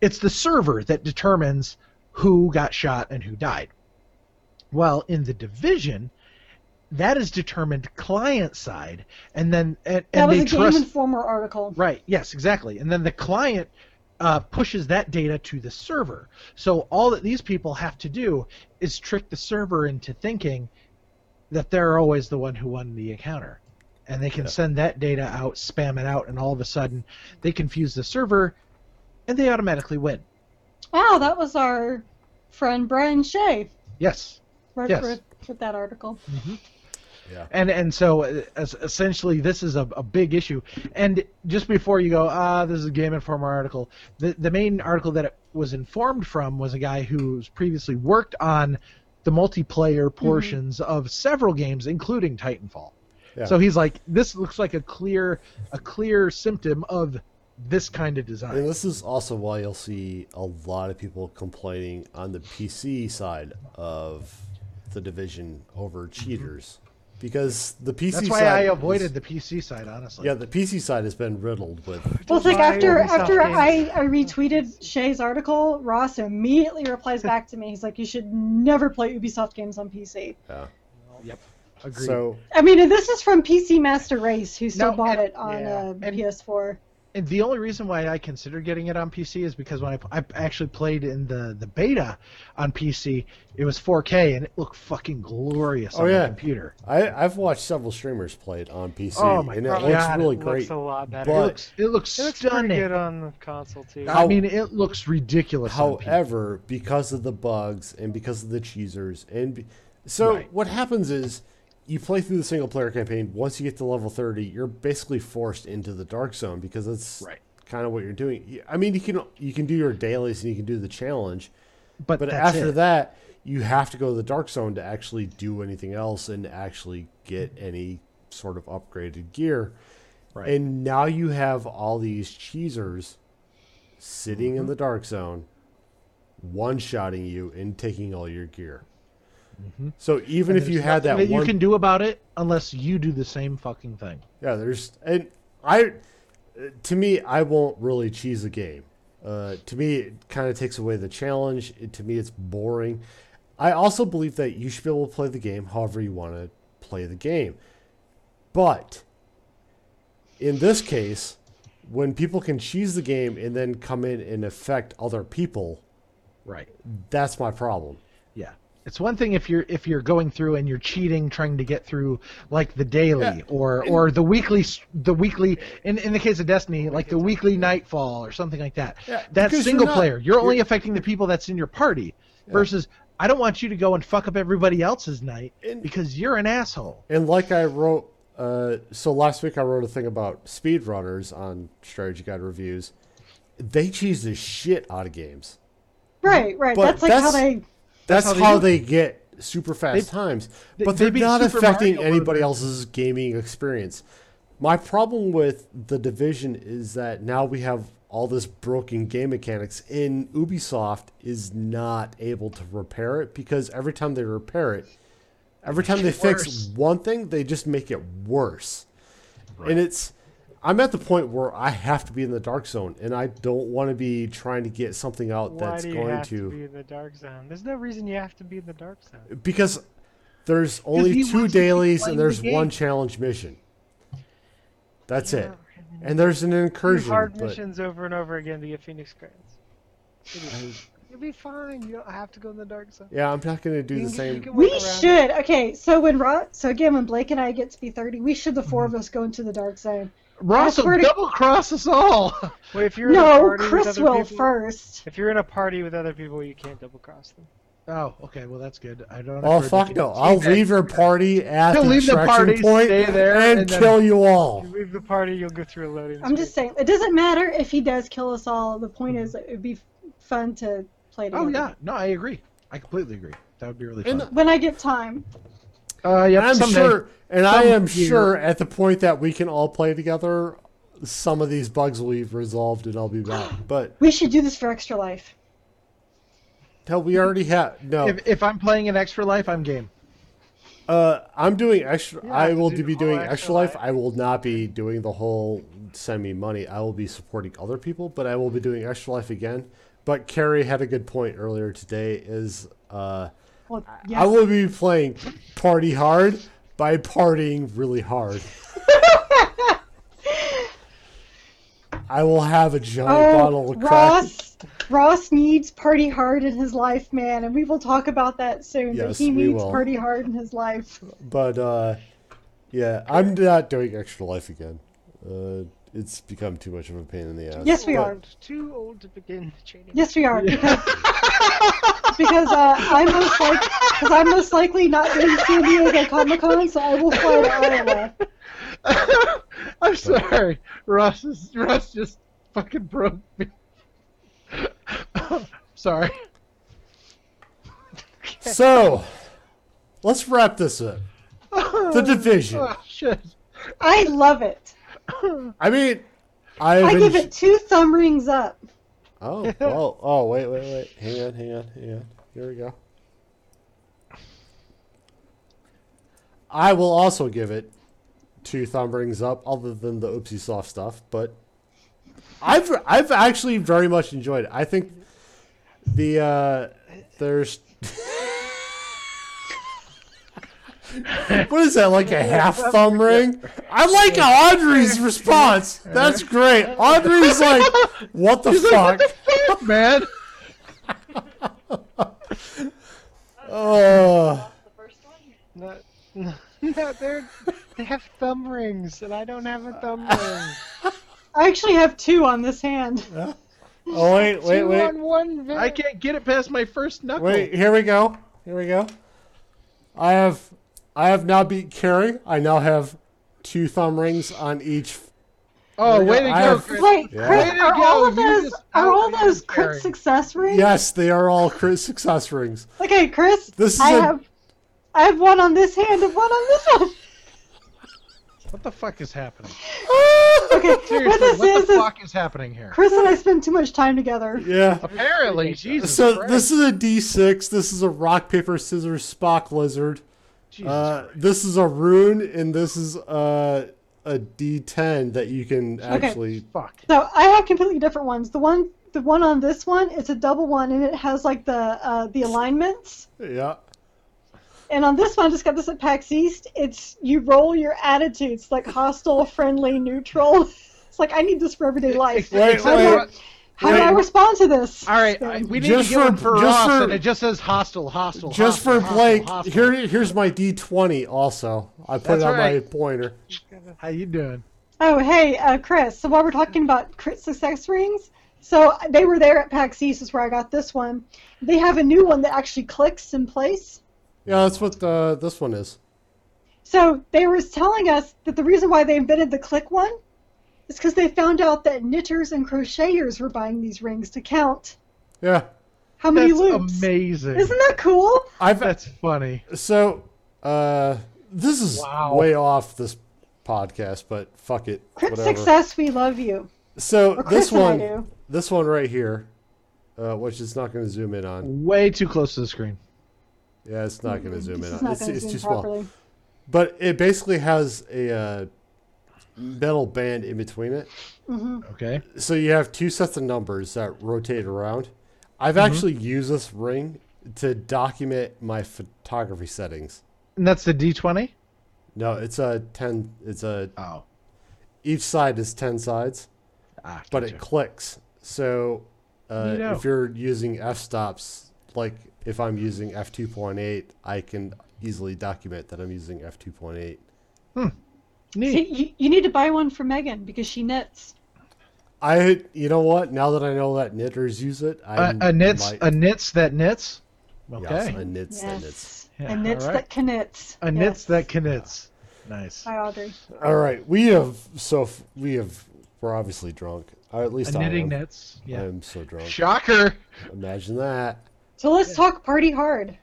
Speaker 4: it's the server that determines who got shot and who died well in the division that is determined client side and then and,
Speaker 3: That
Speaker 4: and
Speaker 3: was
Speaker 4: they
Speaker 3: a
Speaker 4: trust
Speaker 3: Game Informer article.
Speaker 4: Right. Yes. Exactly. And then the client uh, pushes that data to the server. So all that these people have to do is trick the server into thinking that they're always the one who won the encounter, and they can send that data out, spam it out, and all of a sudden they confuse the server, and they automatically win.
Speaker 3: Wow, that was our friend Brian Shea.
Speaker 4: Yes.
Speaker 3: Right
Speaker 4: Yes.
Speaker 3: with, with that article.
Speaker 4: and and so uh, es- essentially this is a, a big issue and just before you go ah this is a game informer article the, the main article that it was informed from was a guy who's previously worked on the multiplayer
Speaker 2: Mm-hmm.
Speaker 4: portions of several games including titanfall
Speaker 2: Yeah.
Speaker 4: so he's like this looks like a clear a clear symptom of this kind of design
Speaker 2: And this is also why you'll see a lot of people complaining on the PC side of the division over cheaters, because the PC
Speaker 4: Mm-hmm. that's why
Speaker 2: side
Speaker 4: i
Speaker 2: is-
Speaker 4: avoided the pc side honestly
Speaker 2: yeah, the PC side has been riddled with
Speaker 3: Well, it's like
Speaker 4: Why
Speaker 3: after
Speaker 4: Ubisoft
Speaker 3: after
Speaker 4: games?
Speaker 3: I, I retweeted Shay's article, Ross immediately replies back to me. He's like, "You should never play Ubisoft games on PC."
Speaker 2: yeah.
Speaker 4: yep agreed
Speaker 2: So
Speaker 3: I mean, and this is from PC Master Race, who still
Speaker 4: No,
Speaker 3: bought
Speaker 4: and-
Speaker 3: it on
Speaker 4: yeah,
Speaker 3: uh,
Speaker 4: and-
Speaker 3: PS4.
Speaker 4: And the only reason why I consider getting it on PC is because when I, I actually played in the, the beta on PC, it was 4K and it looked fucking glorious
Speaker 2: Oh,
Speaker 4: on
Speaker 2: yeah.
Speaker 4: the computer.
Speaker 2: I, I've watched several streamers play it on PC,
Speaker 4: Oh my
Speaker 2: and it
Speaker 4: God,
Speaker 2: looks
Speaker 4: it
Speaker 2: really
Speaker 1: looks
Speaker 2: great.
Speaker 1: a lot better.
Speaker 2: but-
Speaker 1: it
Speaker 4: It
Speaker 1: looks,
Speaker 4: looks, it looks
Speaker 1: it looks pretty
Speaker 4: stunning.
Speaker 1: good on the console too.
Speaker 4: I mean, it looks ridiculous. on PC.
Speaker 2: However, because of the bugs and because of the cheesers, and be, so
Speaker 4: Right.
Speaker 2: what happens is you play through the single player campaign. Once you get to level thirty, you're basically forced into the dark zone because that's
Speaker 4: Right.
Speaker 2: kind of what you're doing. You- I mean, you can you can do your dailies and you can do the challenge,
Speaker 4: but,
Speaker 2: but
Speaker 4: that's
Speaker 2: after
Speaker 4: it.
Speaker 2: that, you have to go to the dark zone to actually do anything else and actually get any sort of upgraded gear.
Speaker 4: Right.
Speaker 2: And now you have all these cheesers sitting
Speaker 4: Mm-hmm.
Speaker 2: in the dark zone, one shotting you and taking all your gear. So even if you had that
Speaker 4: Mm-hmm. Nothing
Speaker 2: one
Speaker 4: you can do about it unless you do the same fucking thing.
Speaker 2: yeah, there's and I to me I won't really cheese a game. Uh, to me, it kind of takes away the challenge. It, to me, it's boring. I also believe that you should be able to play the game however you want to play the game. But in this case, when people can cheese the game and then come in and affect other people,
Speaker 4: Right.
Speaker 2: that's my problem.
Speaker 4: Yeah. It's one thing if you're if you're going through and you're cheating, trying to get through like the daily
Speaker 2: Yeah.
Speaker 4: or or the weekly s- the weekly in in the case of Destiny like the weekly nightfall or something like that.
Speaker 2: Yeah, because
Speaker 4: That's
Speaker 2: you're
Speaker 4: single
Speaker 2: not-
Speaker 4: player. You're only
Speaker 2: you're-
Speaker 4: affecting the people that's in your party. Versus, I don't want you to go and fuck up everybody else's night
Speaker 2: And-
Speaker 4: because you're an asshole.
Speaker 2: And like I wrote, uh, so last week I wrote a thing about speedrunners on Strategy Guide reviews. They cheese the shit out of games.
Speaker 3: Right, right.
Speaker 2: But
Speaker 3: That's like how
Speaker 2: that's-
Speaker 3: they.
Speaker 2: That's,
Speaker 4: how they
Speaker 2: how
Speaker 4: do
Speaker 2: they, get super fast times,
Speaker 4: they-
Speaker 2: but
Speaker 4: they
Speaker 2: they're
Speaker 4: beat
Speaker 2: not
Speaker 4: Super
Speaker 2: affecting
Speaker 4: Mario
Speaker 2: anybody else's gaming experience. My problem with the division is that now we have all this broken game mechanics, and Ubisoft is not able to repair it because every time they repair it, every time they
Speaker 4: it
Speaker 2: fix
Speaker 4: worse.
Speaker 2: one thing, they just make it worse. And it's I'm at the point where I have to be in the dark zone and I don't want to be trying to get something out
Speaker 1: Why
Speaker 2: that's
Speaker 1: do you
Speaker 2: going
Speaker 1: have to...
Speaker 2: to
Speaker 1: be in the dark zone? There's no reason you have to be in the dark zone.
Speaker 2: because there's only
Speaker 4: he
Speaker 2: two
Speaker 4: wants to keep
Speaker 2: dailies
Speaker 4: playing
Speaker 2: and
Speaker 4: the
Speaker 2: there's
Speaker 4: game. Oh,
Speaker 2: one challenge mission. That's
Speaker 1: Yeah,
Speaker 2: it. And there's an
Speaker 1: Do
Speaker 2: incursion,
Speaker 1: hard
Speaker 2: but
Speaker 1: missions over and over again to get Phoenix Grants. You'll be fine. You don't have to go in the dark zone.
Speaker 2: yeah, I'm not going to do
Speaker 1: You
Speaker 2: the
Speaker 1: can- you
Speaker 2: same.
Speaker 1: can
Speaker 3: We
Speaker 1: work around it.
Speaker 3: should. Okay, so when Ro- so again, when Blake and I get to be 30, we should, the four
Speaker 2: Mm-hmm.
Speaker 3: of us, go into the dark zone.
Speaker 4: Ross will
Speaker 3: swear to-
Speaker 4: double cross us all.
Speaker 1: Well, if you're in a
Speaker 3: No,
Speaker 1: party with
Speaker 3: Chris
Speaker 1: other
Speaker 3: will
Speaker 1: people-
Speaker 3: first.
Speaker 1: If you're in a party with other people, you can't double cross them.
Speaker 4: oh, okay. Well, that's good. I don't.
Speaker 2: Oh
Speaker 4: I've heard
Speaker 2: fuck
Speaker 4: that
Speaker 2: no!
Speaker 4: you-
Speaker 2: I'll leave your party at
Speaker 4: He'll
Speaker 2: the
Speaker 4: leave the
Speaker 2: extraction
Speaker 4: party,
Speaker 2: point
Speaker 4: stay there,
Speaker 2: and,
Speaker 4: and then-
Speaker 2: kill you all.
Speaker 1: You leave the party, you'll go through a loading.
Speaker 3: I'm just saying, it doesn't matter if he does kill us all. The
Speaker 2: Mm-hmm.
Speaker 3: point is, it would be fun to play
Speaker 4: Oh
Speaker 3: together.
Speaker 4: yeah. No, I agree. I completely agree. That would be really
Speaker 2: And-
Speaker 4: fun.
Speaker 3: When I get time.
Speaker 4: uh, yeah,
Speaker 2: And I'm
Speaker 4: someday.
Speaker 2: sure, and I am
Speaker 4: Some year.
Speaker 2: sure at the point that we can all play together, some of these bugs will be resolved, and I'll be back. But
Speaker 3: We should do this for Extra Life.
Speaker 2: hell, we already have no.
Speaker 4: If, if I'm playing an extra life, I'm game.
Speaker 2: Uh, I'm doing extra.
Speaker 1: You
Speaker 2: I
Speaker 1: have to
Speaker 2: will
Speaker 1: do
Speaker 2: be
Speaker 1: the
Speaker 2: doing
Speaker 1: whole
Speaker 2: extra
Speaker 1: Extra
Speaker 2: life.
Speaker 1: Life.
Speaker 2: I will not be doing the whole send me money. I will be supporting other people, but I will be doing extra life again. But Carrie had a good point earlier today. Is uh,
Speaker 3: Well,
Speaker 2: I
Speaker 3: yes.
Speaker 2: will be playing party hard by partying really hard. I will have a giant bottle
Speaker 3: Oh,
Speaker 2: of crack.
Speaker 3: Ross, Ross needs party hard in his life, man, and we will talk about that soon.
Speaker 2: Yes,
Speaker 3: but he
Speaker 2: we
Speaker 3: needs
Speaker 2: will.
Speaker 3: party hard in his life.
Speaker 2: But uh, yeah, I'm not doing extra life again. Uh, it's become too much of a pain in the ass.
Speaker 3: Yes, we
Speaker 2: But-
Speaker 3: are.
Speaker 1: Too old to begin training.
Speaker 3: Yes, we are because because uh, I'm most like because I'm most likely not going to San Diego Comic Con, so I will fly to Iowa.
Speaker 4: I'm sorry, Ross. Is, Ross just fucking broke me. sorry.
Speaker 2: So, let's wrap this up. The division.
Speaker 4: Oh, shit.
Speaker 3: I love it.
Speaker 2: I mean, I've
Speaker 3: I give
Speaker 2: enj-
Speaker 3: it two thumb rings up.
Speaker 2: Oh, well, oh, wait, wait, wait. Hang on, hang on, hang on. Here we go. I will also give it two thumb rings up, other than the oopsie soft stuff. But I've I've actually very much enjoyed it. I think the uh, there's what is that like a half thumb ring? I like Audrey's response. That's great. Audrey's like, what the fuck?
Speaker 4: Fuck, man.
Speaker 2: Oh,
Speaker 1: Not, no, they're they have thumb rings, and I don't have a thumb ring.
Speaker 3: I actually have two on this hand.
Speaker 2: oh wait, wait,
Speaker 1: Two
Speaker 2: wait,
Speaker 1: on one. Very...
Speaker 4: I can't get it past my first knuckle.
Speaker 2: wait. Here we go. Here we go. I have, I have now beat Carrie. I now have two thumb rings on each.
Speaker 4: Oh, way to
Speaker 2: I
Speaker 4: go,
Speaker 2: have-
Speaker 4: Chris.
Speaker 3: Wait,
Speaker 2: Yeah.
Speaker 3: Chris,
Speaker 4: Way to
Speaker 3: are
Speaker 4: go,
Speaker 3: all of
Speaker 4: you
Speaker 3: those
Speaker 4: just
Speaker 3: are all
Speaker 4: outran
Speaker 3: those
Speaker 4: Carrie.
Speaker 3: crit success rings?
Speaker 2: Yes, they are all crit success rings.
Speaker 3: Okay, Chris.
Speaker 2: This is
Speaker 3: I
Speaker 2: a-
Speaker 3: have I have one on this hand and one on this one.
Speaker 4: What the fuck is happening?
Speaker 3: Okay,
Speaker 4: Seriously,
Speaker 3: what this
Speaker 4: what
Speaker 3: is
Speaker 4: the
Speaker 3: is
Speaker 4: fuck is happening here?
Speaker 3: Chris and I spend too much time together.
Speaker 2: Yeah.
Speaker 4: Apparently, Jesus.
Speaker 2: So
Speaker 4: Christ.
Speaker 2: this is a D6. This is a rock paper scissors Spock lizard.
Speaker 4: Jesus
Speaker 2: Uh,
Speaker 4: Christ.
Speaker 2: this is a rune, and this is a a D10 that you can actually.
Speaker 4: Fuck.
Speaker 3: So I have completely different ones. The one the one on this one, it's a double one and it has like the uh, the alignments.
Speaker 2: Yeah.
Speaker 3: And on this one, I just got this at PAX East. It's you roll your attitudes like hostile, friendly, neutral. It's like I need this for everyday life.
Speaker 4: Except-
Speaker 2: Wait,
Speaker 4: except
Speaker 2: wait.
Speaker 4: Ro-
Speaker 3: How do I respond to this?
Speaker 4: All right,
Speaker 3: So-
Speaker 4: I- we need
Speaker 2: Just
Speaker 4: to get
Speaker 2: for-
Speaker 4: one for
Speaker 2: just
Speaker 4: Ross,
Speaker 2: for-
Speaker 4: and it just says hostile, hostile.
Speaker 2: Just for
Speaker 4: hostile, hostile,
Speaker 2: Blake,
Speaker 4: hostile.
Speaker 2: here here's my D20 also. I put
Speaker 4: That's
Speaker 2: it on my
Speaker 4: right.
Speaker 2: pointer.
Speaker 4: How you doing?
Speaker 3: Oh, hey, uh, Chris. So while we're talking about crit success rings, so they were there at PAX East, is where I got this one. They have a new one that actually clicks in place.
Speaker 2: Yeah, that's what uh, this one is.
Speaker 3: So they were telling us that the reason why they invented the click one is because they found out that knitters and crocheters were buying these rings to count
Speaker 2: Yeah.
Speaker 3: how many
Speaker 4: That's
Speaker 3: loops.
Speaker 4: amazing.
Speaker 3: Isn't that cool?
Speaker 2: I've
Speaker 4: That's funny.
Speaker 2: so uh this is
Speaker 4: Wow.
Speaker 2: way off this podcast, but fuck it.
Speaker 3: Crit
Speaker 2: whatever.
Speaker 3: success, we love you.
Speaker 2: So
Speaker 3: Chris
Speaker 2: this
Speaker 3: and I
Speaker 2: one
Speaker 3: do.
Speaker 2: this one right here, uh, which it's not gonna zoom in on.
Speaker 4: Way too close to the screen.
Speaker 2: Yeah, it's not gonna zoom
Speaker 3: Mm, This
Speaker 2: in
Speaker 3: is
Speaker 2: on.
Speaker 3: not
Speaker 2: It's,
Speaker 3: going to
Speaker 2: it's
Speaker 3: zoom
Speaker 2: too small.
Speaker 3: properly.
Speaker 2: But it basically has a uh, metal band in between it.
Speaker 4: Okay.
Speaker 2: so you have two sets of numbers that rotate around. I've actually used this ring to document my photography settings.
Speaker 4: And that's the D20?
Speaker 2: No, it's a ten. It's a
Speaker 4: Oh.
Speaker 2: each side is ten sides,
Speaker 4: Ah,
Speaker 2: but
Speaker 4: gotcha.
Speaker 2: it clicks. So uh,
Speaker 4: Neato.
Speaker 2: if you're using f stops, like if I'm using f two point eight, I can easily document that I'm using f two point eight.
Speaker 4: Neat.
Speaker 3: See, you, you need to buy one for Megan because she knits.
Speaker 2: I, you know what? Now that I know that knitters use it, I
Speaker 4: A, a knits,
Speaker 2: might-
Speaker 4: a knits that knits.
Speaker 2: yes,
Speaker 4: Okay.
Speaker 2: a knits, a
Speaker 3: Yes.
Speaker 2: knits.
Speaker 4: Yeah,
Speaker 3: and knits
Speaker 4: all right.
Speaker 3: that knits.
Speaker 4: a knits
Speaker 3: yes.
Speaker 4: that knits. Nice.
Speaker 3: Hi, Audrey.
Speaker 2: All right, we have so f- we have we're obviously drunk. Or at least
Speaker 4: A
Speaker 2: I
Speaker 4: knitting
Speaker 2: am.
Speaker 4: knits. Yeah.
Speaker 2: I'm so drunk.
Speaker 4: Shocker.
Speaker 2: Imagine that.
Speaker 3: So let's talk party hard.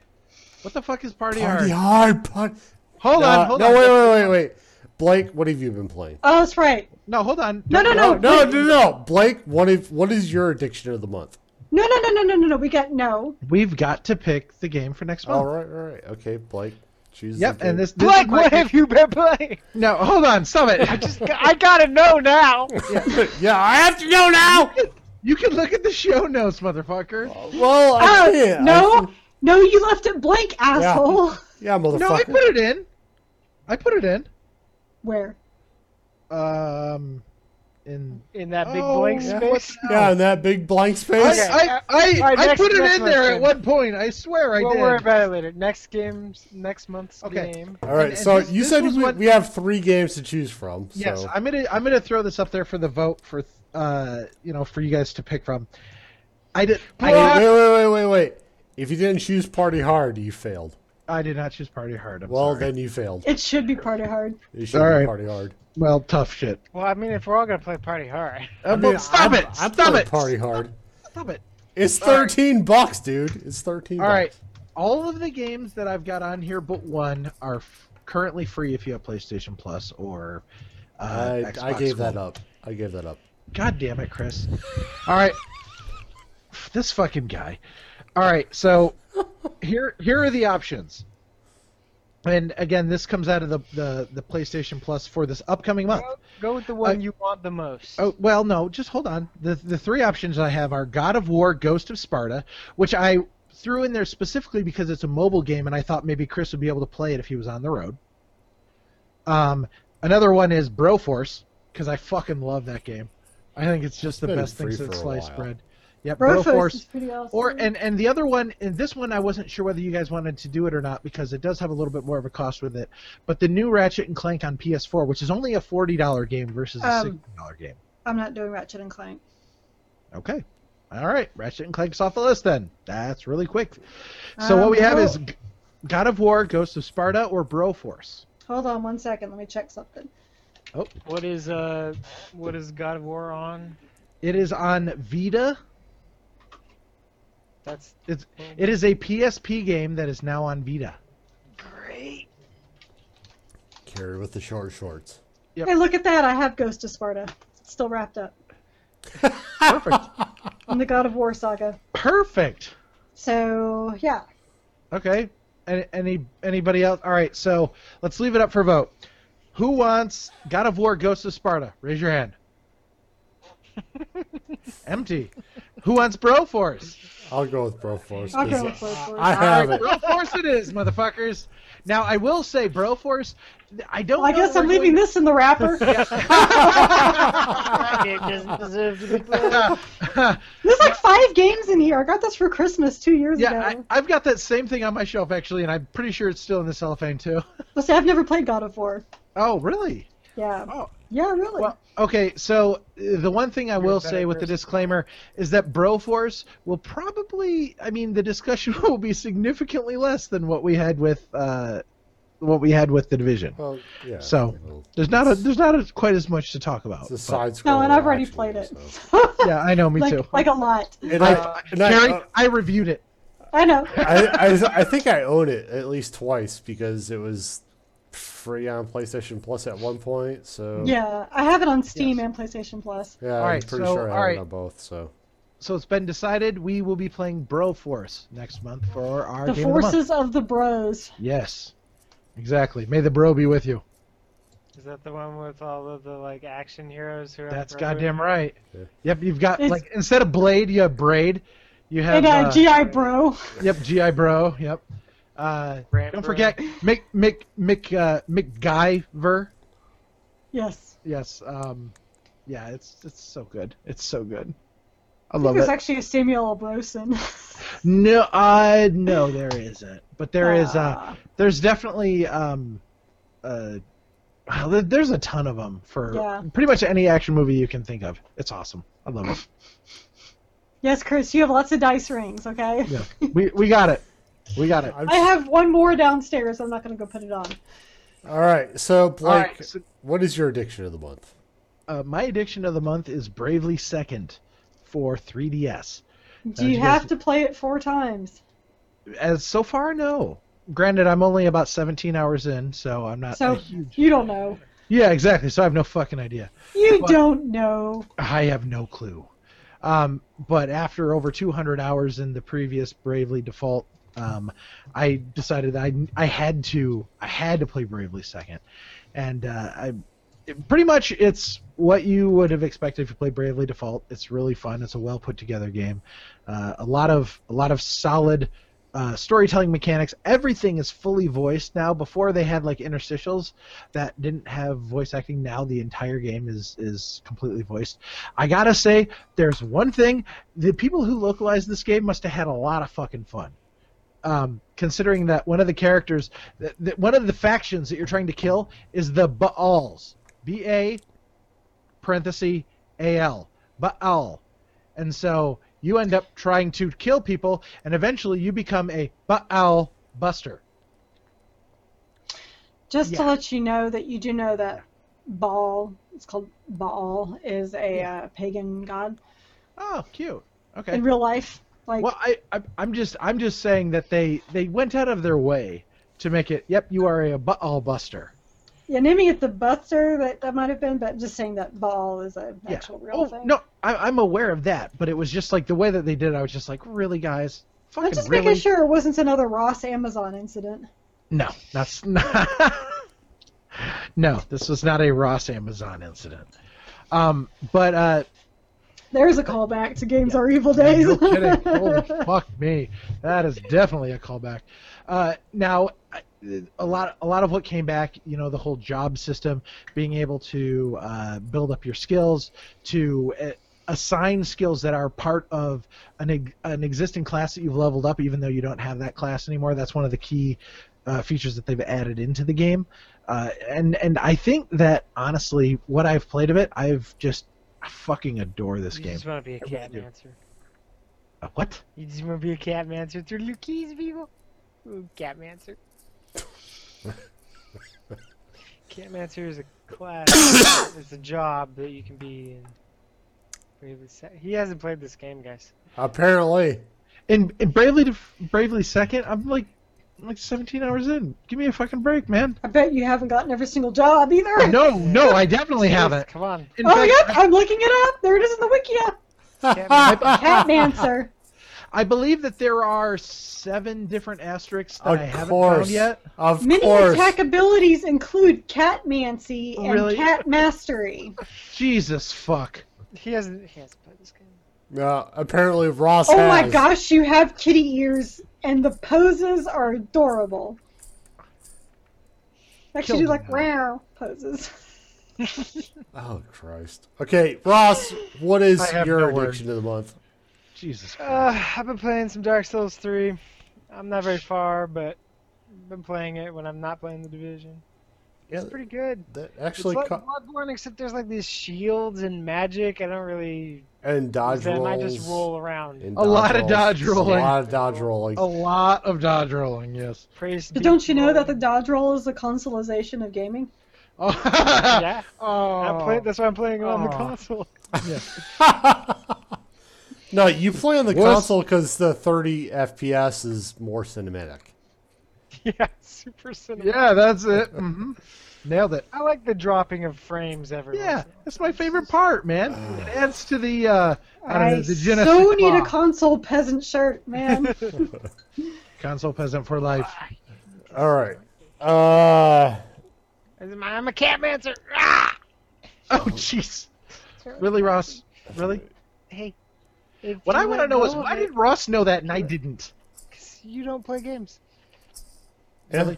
Speaker 4: What the fuck is party,
Speaker 2: Party
Speaker 4: hard?
Speaker 2: hard, party.
Speaker 4: Hold
Speaker 2: Uh,
Speaker 4: on, hold
Speaker 2: no,
Speaker 4: on.
Speaker 2: wait, wait, wait, wait. Blake, what have you been playing?
Speaker 3: Oh, that's right.
Speaker 4: No, hold on.
Speaker 3: No, no,
Speaker 2: No, no,
Speaker 3: no,
Speaker 2: no, no. Blake, what if what is your addiction of the month?
Speaker 3: No, no, no, no, no, no, no. We got no.
Speaker 4: We've got to pick the game for next month.
Speaker 2: All right, all right, okay, Blake. Choose.
Speaker 4: Oh. Yep,
Speaker 2: the game.
Speaker 4: and this, this
Speaker 1: Blake,
Speaker 4: might
Speaker 1: what
Speaker 4: be-
Speaker 1: have you been playing?
Speaker 4: No, hold on, stop it. I just
Speaker 1: Just, I gotta know now.
Speaker 2: yeah, I have to know now.
Speaker 4: you can look at the show notes, motherfucker.
Speaker 2: Uh, well, I
Speaker 4: Uh,
Speaker 3: Oh,
Speaker 2: can't. I
Speaker 3: no,
Speaker 2: can-
Speaker 3: no, you left it blank, asshole.
Speaker 2: yeah, motherfucker.
Speaker 4: no, I put it in. I put it in.
Speaker 3: Where?
Speaker 4: Um, in.
Speaker 1: In that big
Speaker 4: Oh,
Speaker 1: blank
Speaker 4: yeah,
Speaker 1: space.
Speaker 4: what the-
Speaker 2: yeah, in that big blank
Speaker 4: I,
Speaker 2: space.
Speaker 1: Okay.
Speaker 4: I, I,
Speaker 1: All right,
Speaker 4: I
Speaker 1: next-
Speaker 4: put it
Speaker 1: next
Speaker 4: in there at
Speaker 1: question.
Speaker 4: one point. I swear I
Speaker 1: we'll
Speaker 4: did.
Speaker 1: worry about it later. Next game's next month's
Speaker 4: Okay.
Speaker 1: game.
Speaker 2: All right,
Speaker 4: And- and
Speaker 2: so
Speaker 4: this-
Speaker 2: you
Speaker 4: this
Speaker 2: said
Speaker 4: was
Speaker 2: we,
Speaker 4: what-
Speaker 2: we have three games to choose from. So.
Speaker 4: Yes, I'm gonna I'm gonna throw this up there for the vote for uh you know for you guys to pick from. I did I,
Speaker 2: Wait,
Speaker 4: did not-
Speaker 2: wait, wait, wait, wait, wait. If you didn't choose Party Hard, you failed.
Speaker 4: I did not choose Party Hard. I'm
Speaker 2: Well,
Speaker 4: sorry.
Speaker 2: then you failed.
Speaker 3: It should be party hard.
Speaker 2: You should
Speaker 4: Sorry.
Speaker 2: be Party Hard.
Speaker 4: well tough shit.
Speaker 1: Well, I mean, if we're all gonna play Party Hard,
Speaker 4: Uh, well, stop
Speaker 2: I'm-
Speaker 4: it!
Speaker 2: I'm
Speaker 4: stop
Speaker 2: playing
Speaker 4: it!
Speaker 2: Party Hard.
Speaker 4: Stop it!
Speaker 2: It's
Speaker 4: All right.
Speaker 2: thirteen bucks, dude. It's thirteen.
Speaker 4: All
Speaker 2: bucks.
Speaker 4: right, all of the games that I've got on here but one are f- currently free if you have PlayStation Plus or uh, Xbox
Speaker 2: I, I gave that
Speaker 4: Gold.
Speaker 2: up. I gave that up.
Speaker 4: God damn it, Chris! All right, this fucking guy. All right, so here here are the options. And again, this comes out of the, the, the PlayStation Plus for this upcoming month.
Speaker 1: go, go with the one
Speaker 4: Uh,
Speaker 1: you want the most.
Speaker 4: Oh well, no, just hold on. the The three options I have are God of War, Ghost of Sparta, which I threw in there specifically because it's a mobile game, and I thought maybe Chris would be able to play it if he was on the road. Um, another one is Broforce because I fucking love that game. I think it's just the
Speaker 2: been
Speaker 4: best thing
Speaker 2: free
Speaker 4: since
Speaker 2: for a
Speaker 4: sliced
Speaker 2: while.
Speaker 4: bread. Yep,
Speaker 3: Broforce is
Speaker 4: Broforce.
Speaker 3: pretty awesome.
Speaker 4: Or and and the other one, and this one I wasn't sure whether you guys wanted to do it or not because it does have a little bit more of a cost with it. But the new Ratchet and Clank on PS4, which is only a forty dollar game versus a
Speaker 3: Um,
Speaker 4: sixty dollar game.
Speaker 3: I'm not doing Ratchet and Clank.
Speaker 4: Okay. All right. Ratchet and Clank's off the list then. That's really quick. So what
Speaker 3: Um,
Speaker 4: we have
Speaker 3: oh.
Speaker 4: is G- God of War, Ghost of Sparta, or Broforce.
Speaker 3: Hold on one second. Let me check something.
Speaker 1: What is uh, what is God of War on?
Speaker 4: It is on Vita.
Speaker 1: That's
Speaker 4: It's it is a PSP game that is now on Vita.
Speaker 3: Great.
Speaker 2: Carry with the short shorts.
Speaker 4: Yep.
Speaker 3: Hey, look at that. I have Ghost of Sparta. It's still wrapped up.
Speaker 4: Perfect.
Speaker 3: I'm the God of War saga.
Speaker 4: Perfect.
Speaker 3: So, yeah.
Speaker 4: Okay. Any, any anybody else? All right. So let's leave it up for vote. Who wants God of War, Ghost of Sparta? Raise your hand. Empty. Who wants Broforce?
Speaker 2: I'll go with Broforce.
Speaker 3: I'll
Speaker 2: 'cause
Speaker 3: go with Blood Force.
Speaker 2: I have it.
Speaker 4: Broforce it is, motherfuckers. Now I will say Broforce. I don't.
Speaker 3: Well, I
Speaker 4: know
Speaker 3: guess
Speaker 4: that
Speaker 3: I'm
Speaker 4: we're
Speaker 3: leaving
Speaker 4: going-
Speaker 3: this in the wrapper.
Speaker 1: That game doesn't deserve to be played.
Speaker 3: There's like five games in here. I got this for Christmas two years
Speaker 4: yeah,
Speaker 3: ago.
Speaker 4: I, I've got that same thing on my shelf actually, and I'm pretty sure it's still in the cellophane too.
Speaker 3: Well, see, I've never played God of War.
Speaker 4: Oh, really?
Speaker 3: Yeah.
Speaker 4: Oh.
Speaker 3: Yeah, really.
Speaker 4: Well, okay. So uh, the one thing I
Speaker 1: You're
Speaker 4: will
Speaker 1: a
Speaker 4: say
Speaker 1: bad
Speaker 4: with the
Speaker 1: person.
Speaker 4: disclaimer is that Broforce will probably, I mean, the discussion will be significantly less than what we had with uh, what we had with the division.
Speaker 2: Well, yeah.
Speaker 4: So,
Speaker 2: Oh, well,
Speaker 4: There's not a there's not a, quite as much to talk about.
Speaker 2: It's a
Speaker 4: but-
Speaker 2: side scroll.
Speaker 3: no, and I've already played it.
Speaker 4: yeah, I know, me
Speaker 3: like,
Speaker 4: too.
Speaker 3: like a lot.
Speaker 2: And
Speaker 4: I,
Speaker 2: I,
Speaker 4: I-
Speaker 2: and I-
Speaker 4: Carrie,
Speaker 2: uh,
Speaker 4: I reviewed it.
Speaker 3: I know.
Speaker 2: I, I, I think I own it at least twice because it was free on PlayStation Plus at one point. So
Speaker 3: Yeah, I have it on Steam and PlayStation Plus.
Speaker 2: yeah, I'm
Speaker 4: Alright,
Speaker 2: pretty
Speaker 4: so-
Speaker 2: sure I have
Speaker 4: alright.
Speaker 2: it on both. So
Speaker 4: So it's been decided we will be playing Bro Force next month for our
Speaker 3: The
Speaker 4: game of the month.
Speaker 3: Forces of the Bros.
Speaker 4: Yes, exactly. May the bro be with you.
Speaker 1: Is that the one with all of the like action heroes who? are
Speaker 4: That's
Speaker 1: brothers?
Speaker 4: goddamn right.
Speaker 2: Yeah.
Speaker 4: Yep, you've got
Speaker 3: It's-
Speaker 4: like instead of blade, you have braid. You have
Speaker 3: and uh,
Speaker 4: uh,
Speaker 3: GI Bro.
Speaker 4: yep, GI bro. Yep. Uh,
Speaker 1: Brand
Speaker 4: don't
Speaker 1: bro.
Speaker 4: forget Mick Mick Mick uh, McGyver.
Speaker 3: Yes.
Speaker 4: Yes. Um, yeah, it's it's so good. It's so good.
Speaker 3: I
Speaker 4: I
Speaker 3: think
Speaker 4: love
Speaker 3: there's
Speaker 4: it.
Speaker 3: actually a Samuel L. Broson.
Speaker 4: No, uh, no, there isn't. But there is. Uh,
Speaker 3: Ah,
Speaker 4: there's definitely. Um, uh, well, there- there's a ton of them for
Speaker 3: Yeah.
Speaker 4: pretty much any action movie you can think of. It's awesome. I love it.
Speaker 3: Yes, Chris, you have lots of dice rings, okay?
Speaker 4: Yeah, we we got it. We got it.
Speaker 2: I'm,
Speaker 3: I have one more downstairs. I'm not going to go put it on.
Speaker 4: Uh,
Speaker 2: all right. So Blake,
Speaker 4: All right. So,
Speaker 2: what is your addiction of the month?
Speaker 4: uh, my addiction of the month is Bravely Second for 3DS.
Speaker 3: Do you
Speaker 4: you
Speaker 3: have
Speaker 4: guys-
Speaker 3: to play it four times?
Speaker 4: As so far, no. Granted, I'm only about 17 hours in, so I'm not.
Speaker 3: So-
Speaker 4: Uh, a huge...
Speaker 3: You don't know.
Speaker 4: Yeah, exactly. So I have no fucking idea.
Speaker 3: You
Speaker 4: Well-
Speaker 3: don't know.
Speaker 4: I have no clue. Um, but after over 200 hours in the previous Bravely Default, um, I decided I I had to I had to play Bravely Second, and uh, I it- pretty much it's what you would have expected if you played Bravely Default. It's really fun. It's a well put together game. Uh, a lot of a lot of solid. Uh, storytelling mechanics. Everything is fully voiced now. Before they had like interstitials that didn't have voice acting. Now the entire game is is completely voiced. I gotta say, there's one thing: the people who localized this game must have had a lot of fucking fun. Um, considering that one of the characters, that, that one of the factions that you're trying to kill is the Baals, B A, parenthesis A L, Baal, and so you end up trying to kill people, and eventually you become a Baal Buster.
Speaker 3: Just to
Speaker 4: Yeah.
Speaker 3: let you know that you do know that Baal, it's called Baal, is a uh, pagan god
Speaker 4: Oh, cute. Okay.
Speaker 3: in real life. Like,
Speaker 4: Well, I, I I'm just I'm just saying that they they went out of their way to make it. Yep, you are a butthole buster.
Speaker 3: yeah, naming it the Buster, that, that might have been, but just saying that Baal is an
Speaker 4: Yeah.
Speaker 3: actual real
Speaker 4: Oh
Speaker 3: thing.
Speaker 4: no, I, I'm aware of that, but it was just like the way that they did. it, I was just like, really, guys,
Speaker 3: I'm
Speaker 4: fucking
Speaker 3: just
Speaker 4: really.
Speaker 3: making sure it wasn't another Ross Amazon incident.
Speaker 4: No, that's not. no, this was not a Ross Amazon incident. Um, but uh,
Speaker 3: There's a callback to Games
Speaker 4: Yeah.
Speaker 3: Are Evil
Speaker 4: Yeah,
Speaker 3: Days.
Speaker 4: No kidding. Oh. Holy fuck me. That is definitely a callback. Uh, now, I- a lot, a lot of what came back, you know, the whole job system, being able to uh, build up your skills, to uh, assign skills that are part of an ex- an existing class that you've leveled up, even though you don't have that class anymore. That's one of the key uh, features that they've added into the game. Uh, and and I think that honestly, what I've played of it, I've just I fucking adore this
Speaker 1: You
Speaker 4: game.
Speaker 1: just want to be a
Speaker 4: I really
Speaker 1: cat
Speaker 4: do.
Speaker 1: mancer.
Speaker 4: Uh, what?
Speaker 1: You just want to be a cat mancer through Luke Keys, people. Ooh, cat mancer. cat mancer is a class. it's a job that you can be in. Really sa- He hasn't played this game, guys.
Speaker 2: Apparently,
Speaker 4: And, and bravely, Def- bravely second. I'm like, I'm like 17 hours in. Give me a fucking break, man.
Speaker 3: I bet you haven't gotten every single job either.
Speaker 4: No, no, I definitely
Speaker 1: Jeez,
Speaker 4: haven't.
Speaker 1: Come on.
Speaker 4: In
Speaker 3: Oh,
Speaker 4: fact,
Speaker 3: yep, I'm looking it up. There it is in the Wikia. Catmancer.
Speaker 4: I believe that there are seven different asterisks that I
Speaker 2: of
Speaker 4: haven't
Speaker 2: course,
Speaker 4: found yet.
Speaker 2: of
Speaker 3: Many
Speaker 2: course.
Speaker 3: attack abilities include Catmancy and
Speaker 4: Oh, Really?
Speaker 3: Cat Mastery.
Speaker 4: Jesus fuck.
Speaker 1: He hasn't. He hasn't played this game.
Speaker 2: Uh, apparently Ross.
Speaker 3: Oh my
Speaker 2: has.
Speaker 3: gosh, you have kitty ears, and the poses are adorable. Actually, do
Speaker 4: Killed
Speaker 3: like
Speaker 4: him.
Speaker 3: wow poses.
Speaker 2: Oh Christ. Okay, Ross, what is
Speaker 4: I have
Speaker 2: your
Speaker 4: no
Speaker 2: addiction of the month?
Speaker 4: Jesus Christ.
Speaker 1: Uh, I've been playing some Dark Souls three. I'm not very far, but I've been playing it when I'm not playing the Division.
Speaker 2: Yeah,
Speaker 1: It's pretty good.
Speaker 2: that
Speaker 1: It's
Speaker 2: actually
Speaker 1: like
Speaker 2: co-
Speaker 1: Bloodborne, except there's like these shields and magic. I don't really.
Speaker 2: and dodge
Speaker 1: Them.
Speaker 2: rolls.
Speaker 1: I just roll around.
Speaker 2: and
Speaker 4: A lot of dodge
Speaker 2: It's A
Speaker 4: rolling.
Speaker 2: lot of dodge rolling.
Speaker 4: a lot of dodge rolling, yes.
Speaker 1: Praise.
Speaker 3: But
Speaker 1: be
Speaker 3: don't you know
Speaker 1: to
Speaker 3: that the dodge roll is the consolization of gaming?
Speaker 4: Oh,
Speaker 1: Lord. yeah.
Speaker 4: oh.
Speaker 1: I play, that's why I'm playing it on the
Speaker 4: Aw.
Speaker 1: console.
Speaker 2: no, you play on the
Speaker 4: Worst-
Speaker 2: console because the 30 FPS is more cinematic.
Speaker 1: yeah, super cinematic.
Speaker 4: yeah, that's it. hmm Nailed it.
Speaker 1: I like the dropping of frames everywhere.
Speaker 4: Yeah, that's my favorite part, man. It adds to the uh, I don't know, the je ne
Speaker 3: so
Speaker 4: sais
Speaker 3: need a
Speaker 4: quoi.
Speaker 3: console peasant shirt, man.
Speaker 4: console peasant for life.
Speaker 2: All right. Uh,
Speaker 1: I'm a catmancer. Ah!
Speaker 4: Oh, jeez. Really, Ross? Really?
Speaker 1: Hey. if
Speaker 4: What
Speaker 1: you
Speaker 4: I want to
Speaker 1: let
Speaker 4: know is
Speaker 1: go of
Speaker 4: why
Speaker 1: it-
Speaker 4: did Ross know that and I didn't?
Speaker 1: 'Cause you don't play games.
Speaker 2: yeah,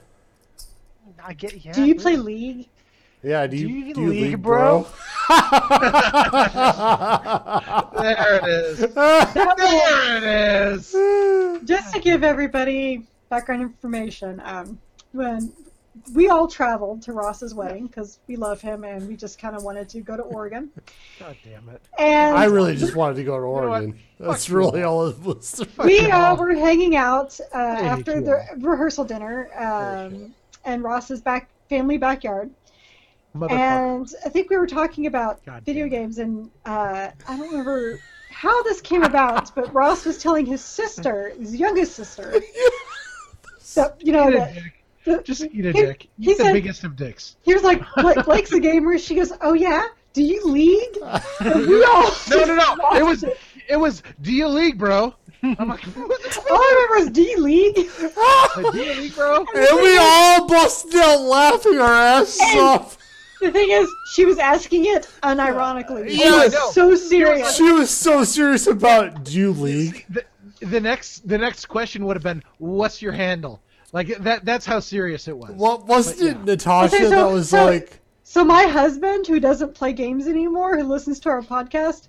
Speaker 1: I get yeah.
Speaker 3: do you
Speaker 1: really.
Speaker 3: play League?
Speaker 2: yeah, do
Speaker 1: Do
Speaker 2: you,
Speaker 1: you even
Speaker 2: do you
Speaker 1: league,
Speaker 2: league,
Speaker 1: bro?
Speaker 2: bro?
Speaker 4: There it is. There it is.
Speaker 3: Just to give everybody background information, um, when we all traveled to Ross's wedding because we love him and we just kind of wanted to go to Oregon.
Speaker 4: God damn it.
Speaker 3: And
Speaker 2: I really just wanted to go to
Speaker 4: know what?
Speaker 2: Oregon. That's
Speaker 4: Fuck you
Speaker 2: really all it was.
Speaker 3: we
Speaker 4: fucking
Speaker 3: all
Speaker 4: awful.
Speaker 3: were hanging out uh,
Speaker 4: hate
Speaker 3: after
Speaker 4: you
Speaker 3: the rehearsal dinner um, and Ross's back family backyard.
Speaker 4: Motherfucker.
Speaker 3: And I think we were talking about
Speaker 4: God
Speaker 3: video
Speaker 4: damn it.
Speaker 3: games, and uh, I don't remember how this came about, but Ross was telling his sister, his youngest sister, that, you know,
Speaker 4: Eat a
Speaker 3: that,
Speaker 4: dick.
Speaker 3: that-
Speaker 4: Just eat
Speaker 3: He-
Speaker 4: a dick. Eat
Speaker 3: he
Speaker 4: the
Speaker 3: said-
Speaker 4: biggest of dicks.
Speaker 3: he was like, Bla- Blake's a gamer. She goes, Oh, yeah? Do you league? And we all.
Speaker 4: No, no, no. It was, it was. Do you league, bro? I'm like, what the
Speaker 3: All I remember is D League.
Speaker 4: fuck? Do you league, bro?
Speaker 2: and we all busted out laughing our asses off.
Speaker 3: The thing is, she was asking it unironically. She
Speaker 2: Yes.
Speaker 3: was so serious.
Speaker 2: She was so serious about do you league.
Speaker 4: The, the next, the next question would have been, "What's your handle?" Like that. That's how serious it was.
Speaker 2: What wasn't it,
Speaker 4: yeah.
Speaker 2: Natasha?
Speaker 3: Okay, so-
Speaker 2: that was
Speaker 3: so-
Speaker 2: like
Speaker 3: So my husband, who doesn't play games anymore, who listens to our podcast,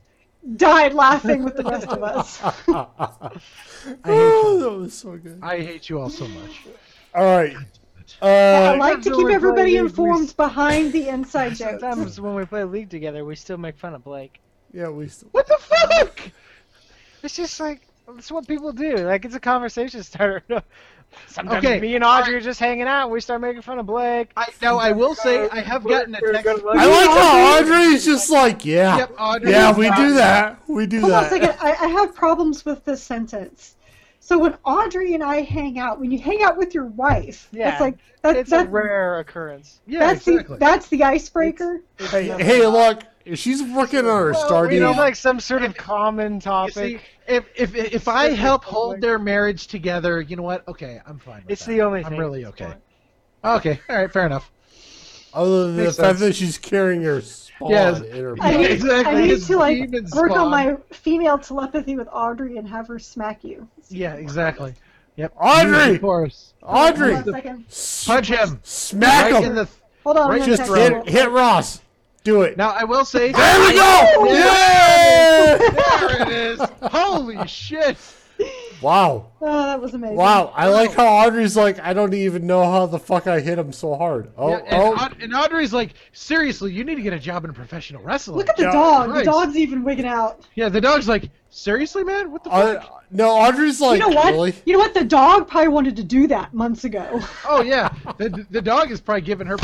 Speaker 3: died laughing with the rest of us.
Speaker 4: I hate you.
Speaker 2: Oh, that was so good.
Speaker 4: I hate you all so much.
Speaker 2: All right.
Speaker 3: I
Speaker 2: Uh,
Speaker 3: like to
Speaker 1: Sometimes when
Speaker 3: keep
Speaker 1: we
Speaker 3: everybody
Speaker 1: play League, we
Speaker 3: informed
Speaker 1: s-
Speaker 3: behind the inside jokes.
Speaker 1: Sometimes when we play League together, we still make fun of Blake.
Speaker 2: yeah, we. Still,
Speaker 4: What the fuck?
Speaker 1: It's just like it's what people do. Like it's a conversation starter. Sometimes
Speaker 4: Okay.
Speaker 1: me and Audrey are just hanging out. We start making fun of Blake.
Speaker 4: I now I will say I have gotten a text.
Speaker 2: I like how Audrey's just like, yeah,
Speaker 4: Yep, Audrey
Speaker 2: oh, yeah,
Speaker 4: is
Speaker 2: we
Speaker 4: not-
Speaker 2: do that, we do
Speaker 3: Hold on a
Speaker 2: that.
Speaker 3: second. I, I have problems with this sentence. So when Audrey and I hang out, when you hang out with your wife,
Speaker 1: Yeah.
Speaker 3: it's like that,
Speaker 1: It's
Speaker 3: that,
Speaker 1: a rare occurrence.
Speaker 4: Yeah,
Speaker 3: that's
Speaker 4: exactly.
Speaker 3: the that's the icebreaker.
Speaker 2: Hey, hey, look, she's working on her
Speaker 1: Well,
Speaker 2: star
Speaker 1: we
Speaker 2: date.
Speaker 1: need like some sort of common
Speaker 4: You
Speaker 1: topic.
Speaker 4: see, if if if I help hold their marriage together, you know what? Okay, I'm fine. With
Speaker 1: it's
Speaker 4: that.
Speaker 1: the only
Speaker 4: I'm
Speaker 1: thing.
Speaker 4: really okay. Okay, all right, fair enough.
Speaker 2: Other than the
Speaker 4: Makes
Speaker 2: fact
Speaker 4: sense.
Speaker 2: that she's carrying her spawn
Speaker 4: Yes.
Speaker 2: in her
Speaker 3: I
Speaker 4: Yeah,
Speaker 3: need,
Speaker 2: pocket.
Speaker 4: exactly.
Speaker 3: I need
Speaker 4: It's
Speaker 3: to like
Speaker 4: demon
Speaker 3: work on
Speaker 4: spawn.
Speaker 3: my female telepathy with Audrey and have her smack you.
Speaker 4: Yeah, exactly. Yep.
Speaker 2: Audrey!
Speaker 4: Use the force.
Speaker 2: Audrey,
Speaker 3: Hold on a second.
Speaker 2: s-
Speaker 4: Punch him.
Speaker 2: smack
Speaker 4: right
Speaker 2: him.
Speaker 4: in the.
Speaker 3: Hold on.
Speaker 4: Right,
Speaker 3: one
Speaker 2: just
Speaker 3: second.
Speaker 2: hit, hit Ross. Do it.
Speaker 4: Now I will say.
Speaker 2: There we go. Yeah.
Speaker 4: there it is. Holy shit.
Speaker 2: Wow.
Speaker 3: Oh, that was amazing.
Speaker 2: Wow. I like how Audrey's like, I don't even know how the fuck I hit him so hard. Oh,
Speaker 4: Yeah, and,
Speaker 2: oh.
Speaker 4: Aud- and Audrey's like, seriously, you need to get a job in professional wrestling.
Speaker 3: Look at the
Speaker 2: Yeah,
Speaker 3: dog.
Speaker 4: Christ.
Speaker 3: The dog's even wigging out.
Speaker 4: yeah, the dog's like, seriously, man, what the
Speaker 2: Au-
Speaker 4: fuck?
Speaker 2: no, Audrey's like,
Speaker 3: you know what?
Speaker 2: really?
Speaker 3: You know what? The dog probably wanted to do that months ago.
Speaker 4: Oh yeah, the the dog is probably giving her.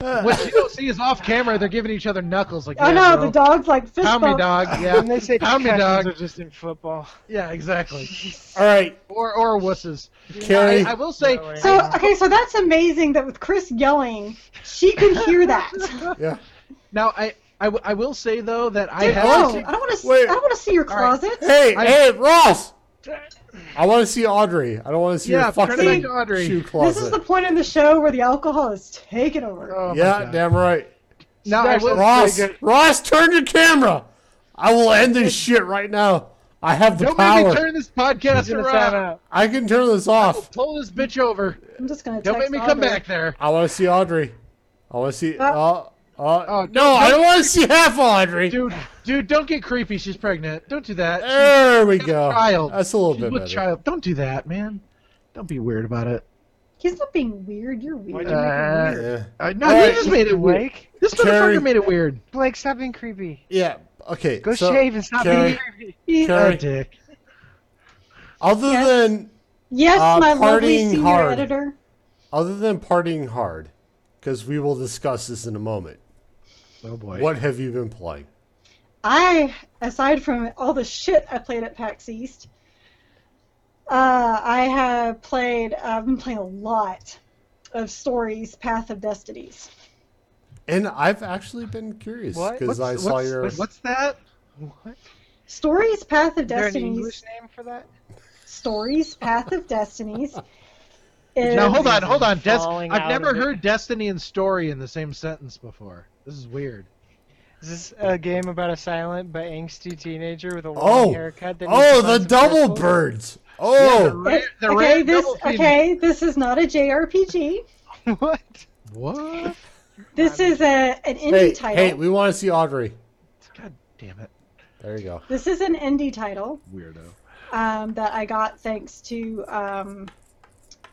Speaker 4: What you don't see is off camera. They're giving each other knuckles. Like,
Speaker 3: I
Speaker 4: yeah,
Speaker 3: know
Speaker 4: bro.
Speaker 3: the dog's like fist
Speaker 4: Pound me,
Speaker 3: bump.
Speaker 4: dog.
Speaker 1: When
Speaker 4: Yeah,
Speaker 1: they say
Speaker 4: Pound me,
Speaker 1: concussions
Speaker 4: dog.
Speaker 1: are just in football.
Speaker 4: yeah, exactly.
Speaker 2: All right,
Speaker 4: Or or wusses.
Speaker 2: Carrie.
Speaker 4: I, I will say,
Speaker 1: No way.
Speaker 3: So okay, so that's amazing that with Chris yelling, she could hear that. Dude,
Speaker 2: yeah.
Speaker 4: now I, I, w- I will say though that I
Speaker 3: no,
Speaker 4: have.
Speaker 3: I don't want to.
Speaker 2: Wait.
Speaker 3: I don't want to see your
Speaker 4: right.
Speaker 3: closet.
Speaker 2: Hey,
Speaker 4: I-
Speaker 2: hey, Ross. I want to see Audrey. I don't want to see
Speaker 4: Yeah,
Speaker 2: her fucking
Speaker 4: turn it back to Audrey.
Speaker 2: shoe
Speaker 3: This is
Speaker 2: closet.
Speaker 3: the point in the show where the alcohol is taking over.
Speaker 4: Oh my
Speaker 2: yeah,
Speaker 4: God.
Speaker 2: damn right.
Speaker 4: Now I
Speaker 1: Special
Speaker 4: will.
Speaker 2: Ross,
Speaker 1: good.
Speaker 2: Ross, turn your camera. I will end this shit right now. I have the
Speaker 4: Don't make me
Speaker 2: power.
Speaker 4: turn Oh. this podcast
Speaker 1: Gonna time
Speaker 4: around.
Speaker 1: out.
Speaker 2: I can turn this off.
Speaker 4: Pull this bitch over.
Speaker 3: I'm just gonna.
Speaker 4: Don't
Speaker 3: text
Speaker 4: make me come
Speaker 3: Audrey.
Speaker 4: back there.
Speaker 2: I want to see Audrey. I want to see. Uh, uh,
Speaker 4: oh,
Speaker 2: no, I don't want to see half Audrey.
Speaker 4: Dude, dude, don't get creepy. She's pregnant. Don't do that. She's-
Speaker 2: there we
Speaker 4: she's
Speaker 2: go.
Speaker 4: A child.
Speaker 2: That's a little
Speaker 4: She's
Speaker 2: bit
Speaker 4: with
Speaker 2: better.
Speaker 4: child. Don't do that, man. Don't be weird about it.
Speaker 3: He's not being weird. You're weird.
Speaker 1: do you-
Speaker 4: Uh,
Speaker 2: Yeah.
Speaker 4: uh, no,
Speaker 2: All
Speaker 4: you
Speaker 2: right.
Speaker 4: just made it weird.
Speaker 1: Blake,
Speaker 4: This
Speaker 2: Cherry.
Speaker 4: motherfucker made it weird.
Speaker 1: Blake, stop being creepy.
Speaker 2: Yeah. Okay.
Speaker 1: Go
Speaker 2: so,
Speaker 1: shave and stop
Speaker 2: Carrie,
Speaker 1: being creepy.
Speaker 3: You-
Speaker 2: Carrie,
Speaker 4: Oh, dick.
Speaker 2: Other
Speaker 3: Yes.
Speaker 2: than
Speaker 3: yes,
Speaker 2: uh,
Speaker 3: my lovely
Speaker 2: partying
Speaker 3: senior
Speaker 2: hard.
Speaker 3: editor.
Speaker 2: other than partying hard, because we will discuss this in a moment.
Speaker 4: Oh boy.
Speaker 2: What have you been playing?
Speaker 3: I, aside from all the shit I played at PAX East, uh, I have played. uh, I've been playing a lot of stories, Path of Destinies.
Speaker 2: And I've actually been curious
Speaker 1: What?
Speaker 2: because
Speaker 4: What's,
Speaker 2: I
Speaker 4: what's,
Speaker 2: saw your.
Speaker 4: what's that?
Speaker 1: What?
Speaker 3: Stories, Path of
Speaker 1: Is there an
Speaker 3: Destinies.
Speaker 1: English name for that?
Speaker 3: Stories, Path of Destinies. is-
Speaker 4: Now hold on, hold on. Des-
Speaker 1: Falling
Speaker 4: I've
Speaker 1: out
Speaker 4: never
Speaker 1: of it.
Speaker 4: heard destiny and story in the same sentence before. This is weird.
Speaker 1: Is this a game about a silent but angsty teenager with a long
Speaker 2: Oh.
Speaker 1: haircut? That
Speaker 2: oh,
Speaker 1: needs to
Speaker 2: the
Speaker 1: find some
Speaker 2: double
Speaker 1: purple?
Speaker 2: birds.
Speaker 4: Yeah, the
Speaker 2: Oh,
Speaker 4: ra-
Speaker 3: It-
Speaker 4: the
Speaker 3: okay,
Speaker 4: red
Speaker 3: this
Speaker 4: double phoenix.
Speaker 3: okay, this is not a JRPG.
Speaker 1: what?
Speaker 4: What?
Speaker 3: This is a an indie
Speaker 2: hey,
Speaker 3: title.
Speaker 2: hey, we want to see Audrey.
Speaker 4: God damn it,
Speaker 2: There you go.
Speaker 3: This is an indie title
Speaker 4: weirdo.
Speaker 3: um, that I got thanks to um,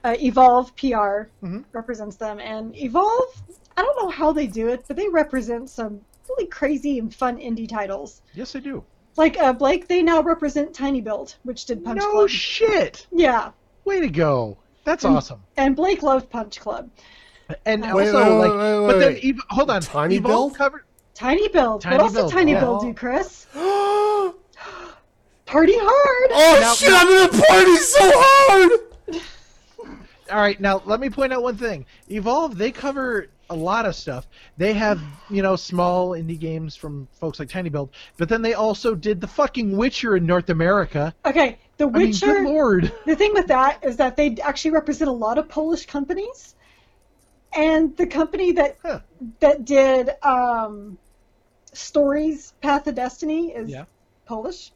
Speaker 3: uh, Evolve PR
Speaker 4: Mhm.
Speaker 3: represents them, and Evolve. I don't know how they do it, but they represent some really crazy and fun indie titles.
Speaker 4: Yes, I do.
Speaker 3: Like uh, Blake, they now represent Tiny Build, which did Punch
Speaker 4: no
Speaker 3: Club.
Speaker 4: shit.
Speaker 3: yeah,
Speaker 4: Way to go. That's awesome.
Speaker 3: and Blake loved Punch Club.
Speaker 4: And
Speaker 3: Wait,
Speaker 4: also,
Speaker 2: wait,
Speaker 4: like,
Speaker 2: wait, wait,
Speaker 4: but then
Speaker 2: wait.
Speaker 4: Ev- hold on.
Speaker 2: Tiny
Speaker 4: Evolve
Speaker 2: Build?
Speaker 4: covered.
Speaker 3: Tiny Build.
Speaker 4: Tiny
Speaker 3: what else
Speaker 4: Build,
Speaker 3: did Tiny
Speaker 4: yeah.
Speaker 3: Build do, Chris?
Speaker 2: oh
Speaker 3: Party hard.
Speaker 4: Now-
Speaker 2: shit! I'm gonna party so hard.
Speaker 4: All right, now let me point out one thing. Evolve, they cover a lot of stuff. They have, you know, small indie games from folks like Tiny Build, but then they also did the fucking Witcher in North America.
Speaker 3: Okay, The
Speaker 4: I mean,
Speaker 3: Witcher.
Speaker 4: good lord.
Speaker 3: The thing with that is that they actually represent a lot of Polish companies, and the company that
Speaker 4: Huh.
Speaker 3: that did um, stories Path of Destiny is
Speaker 4: Yeah.
Speaker 3: Polish.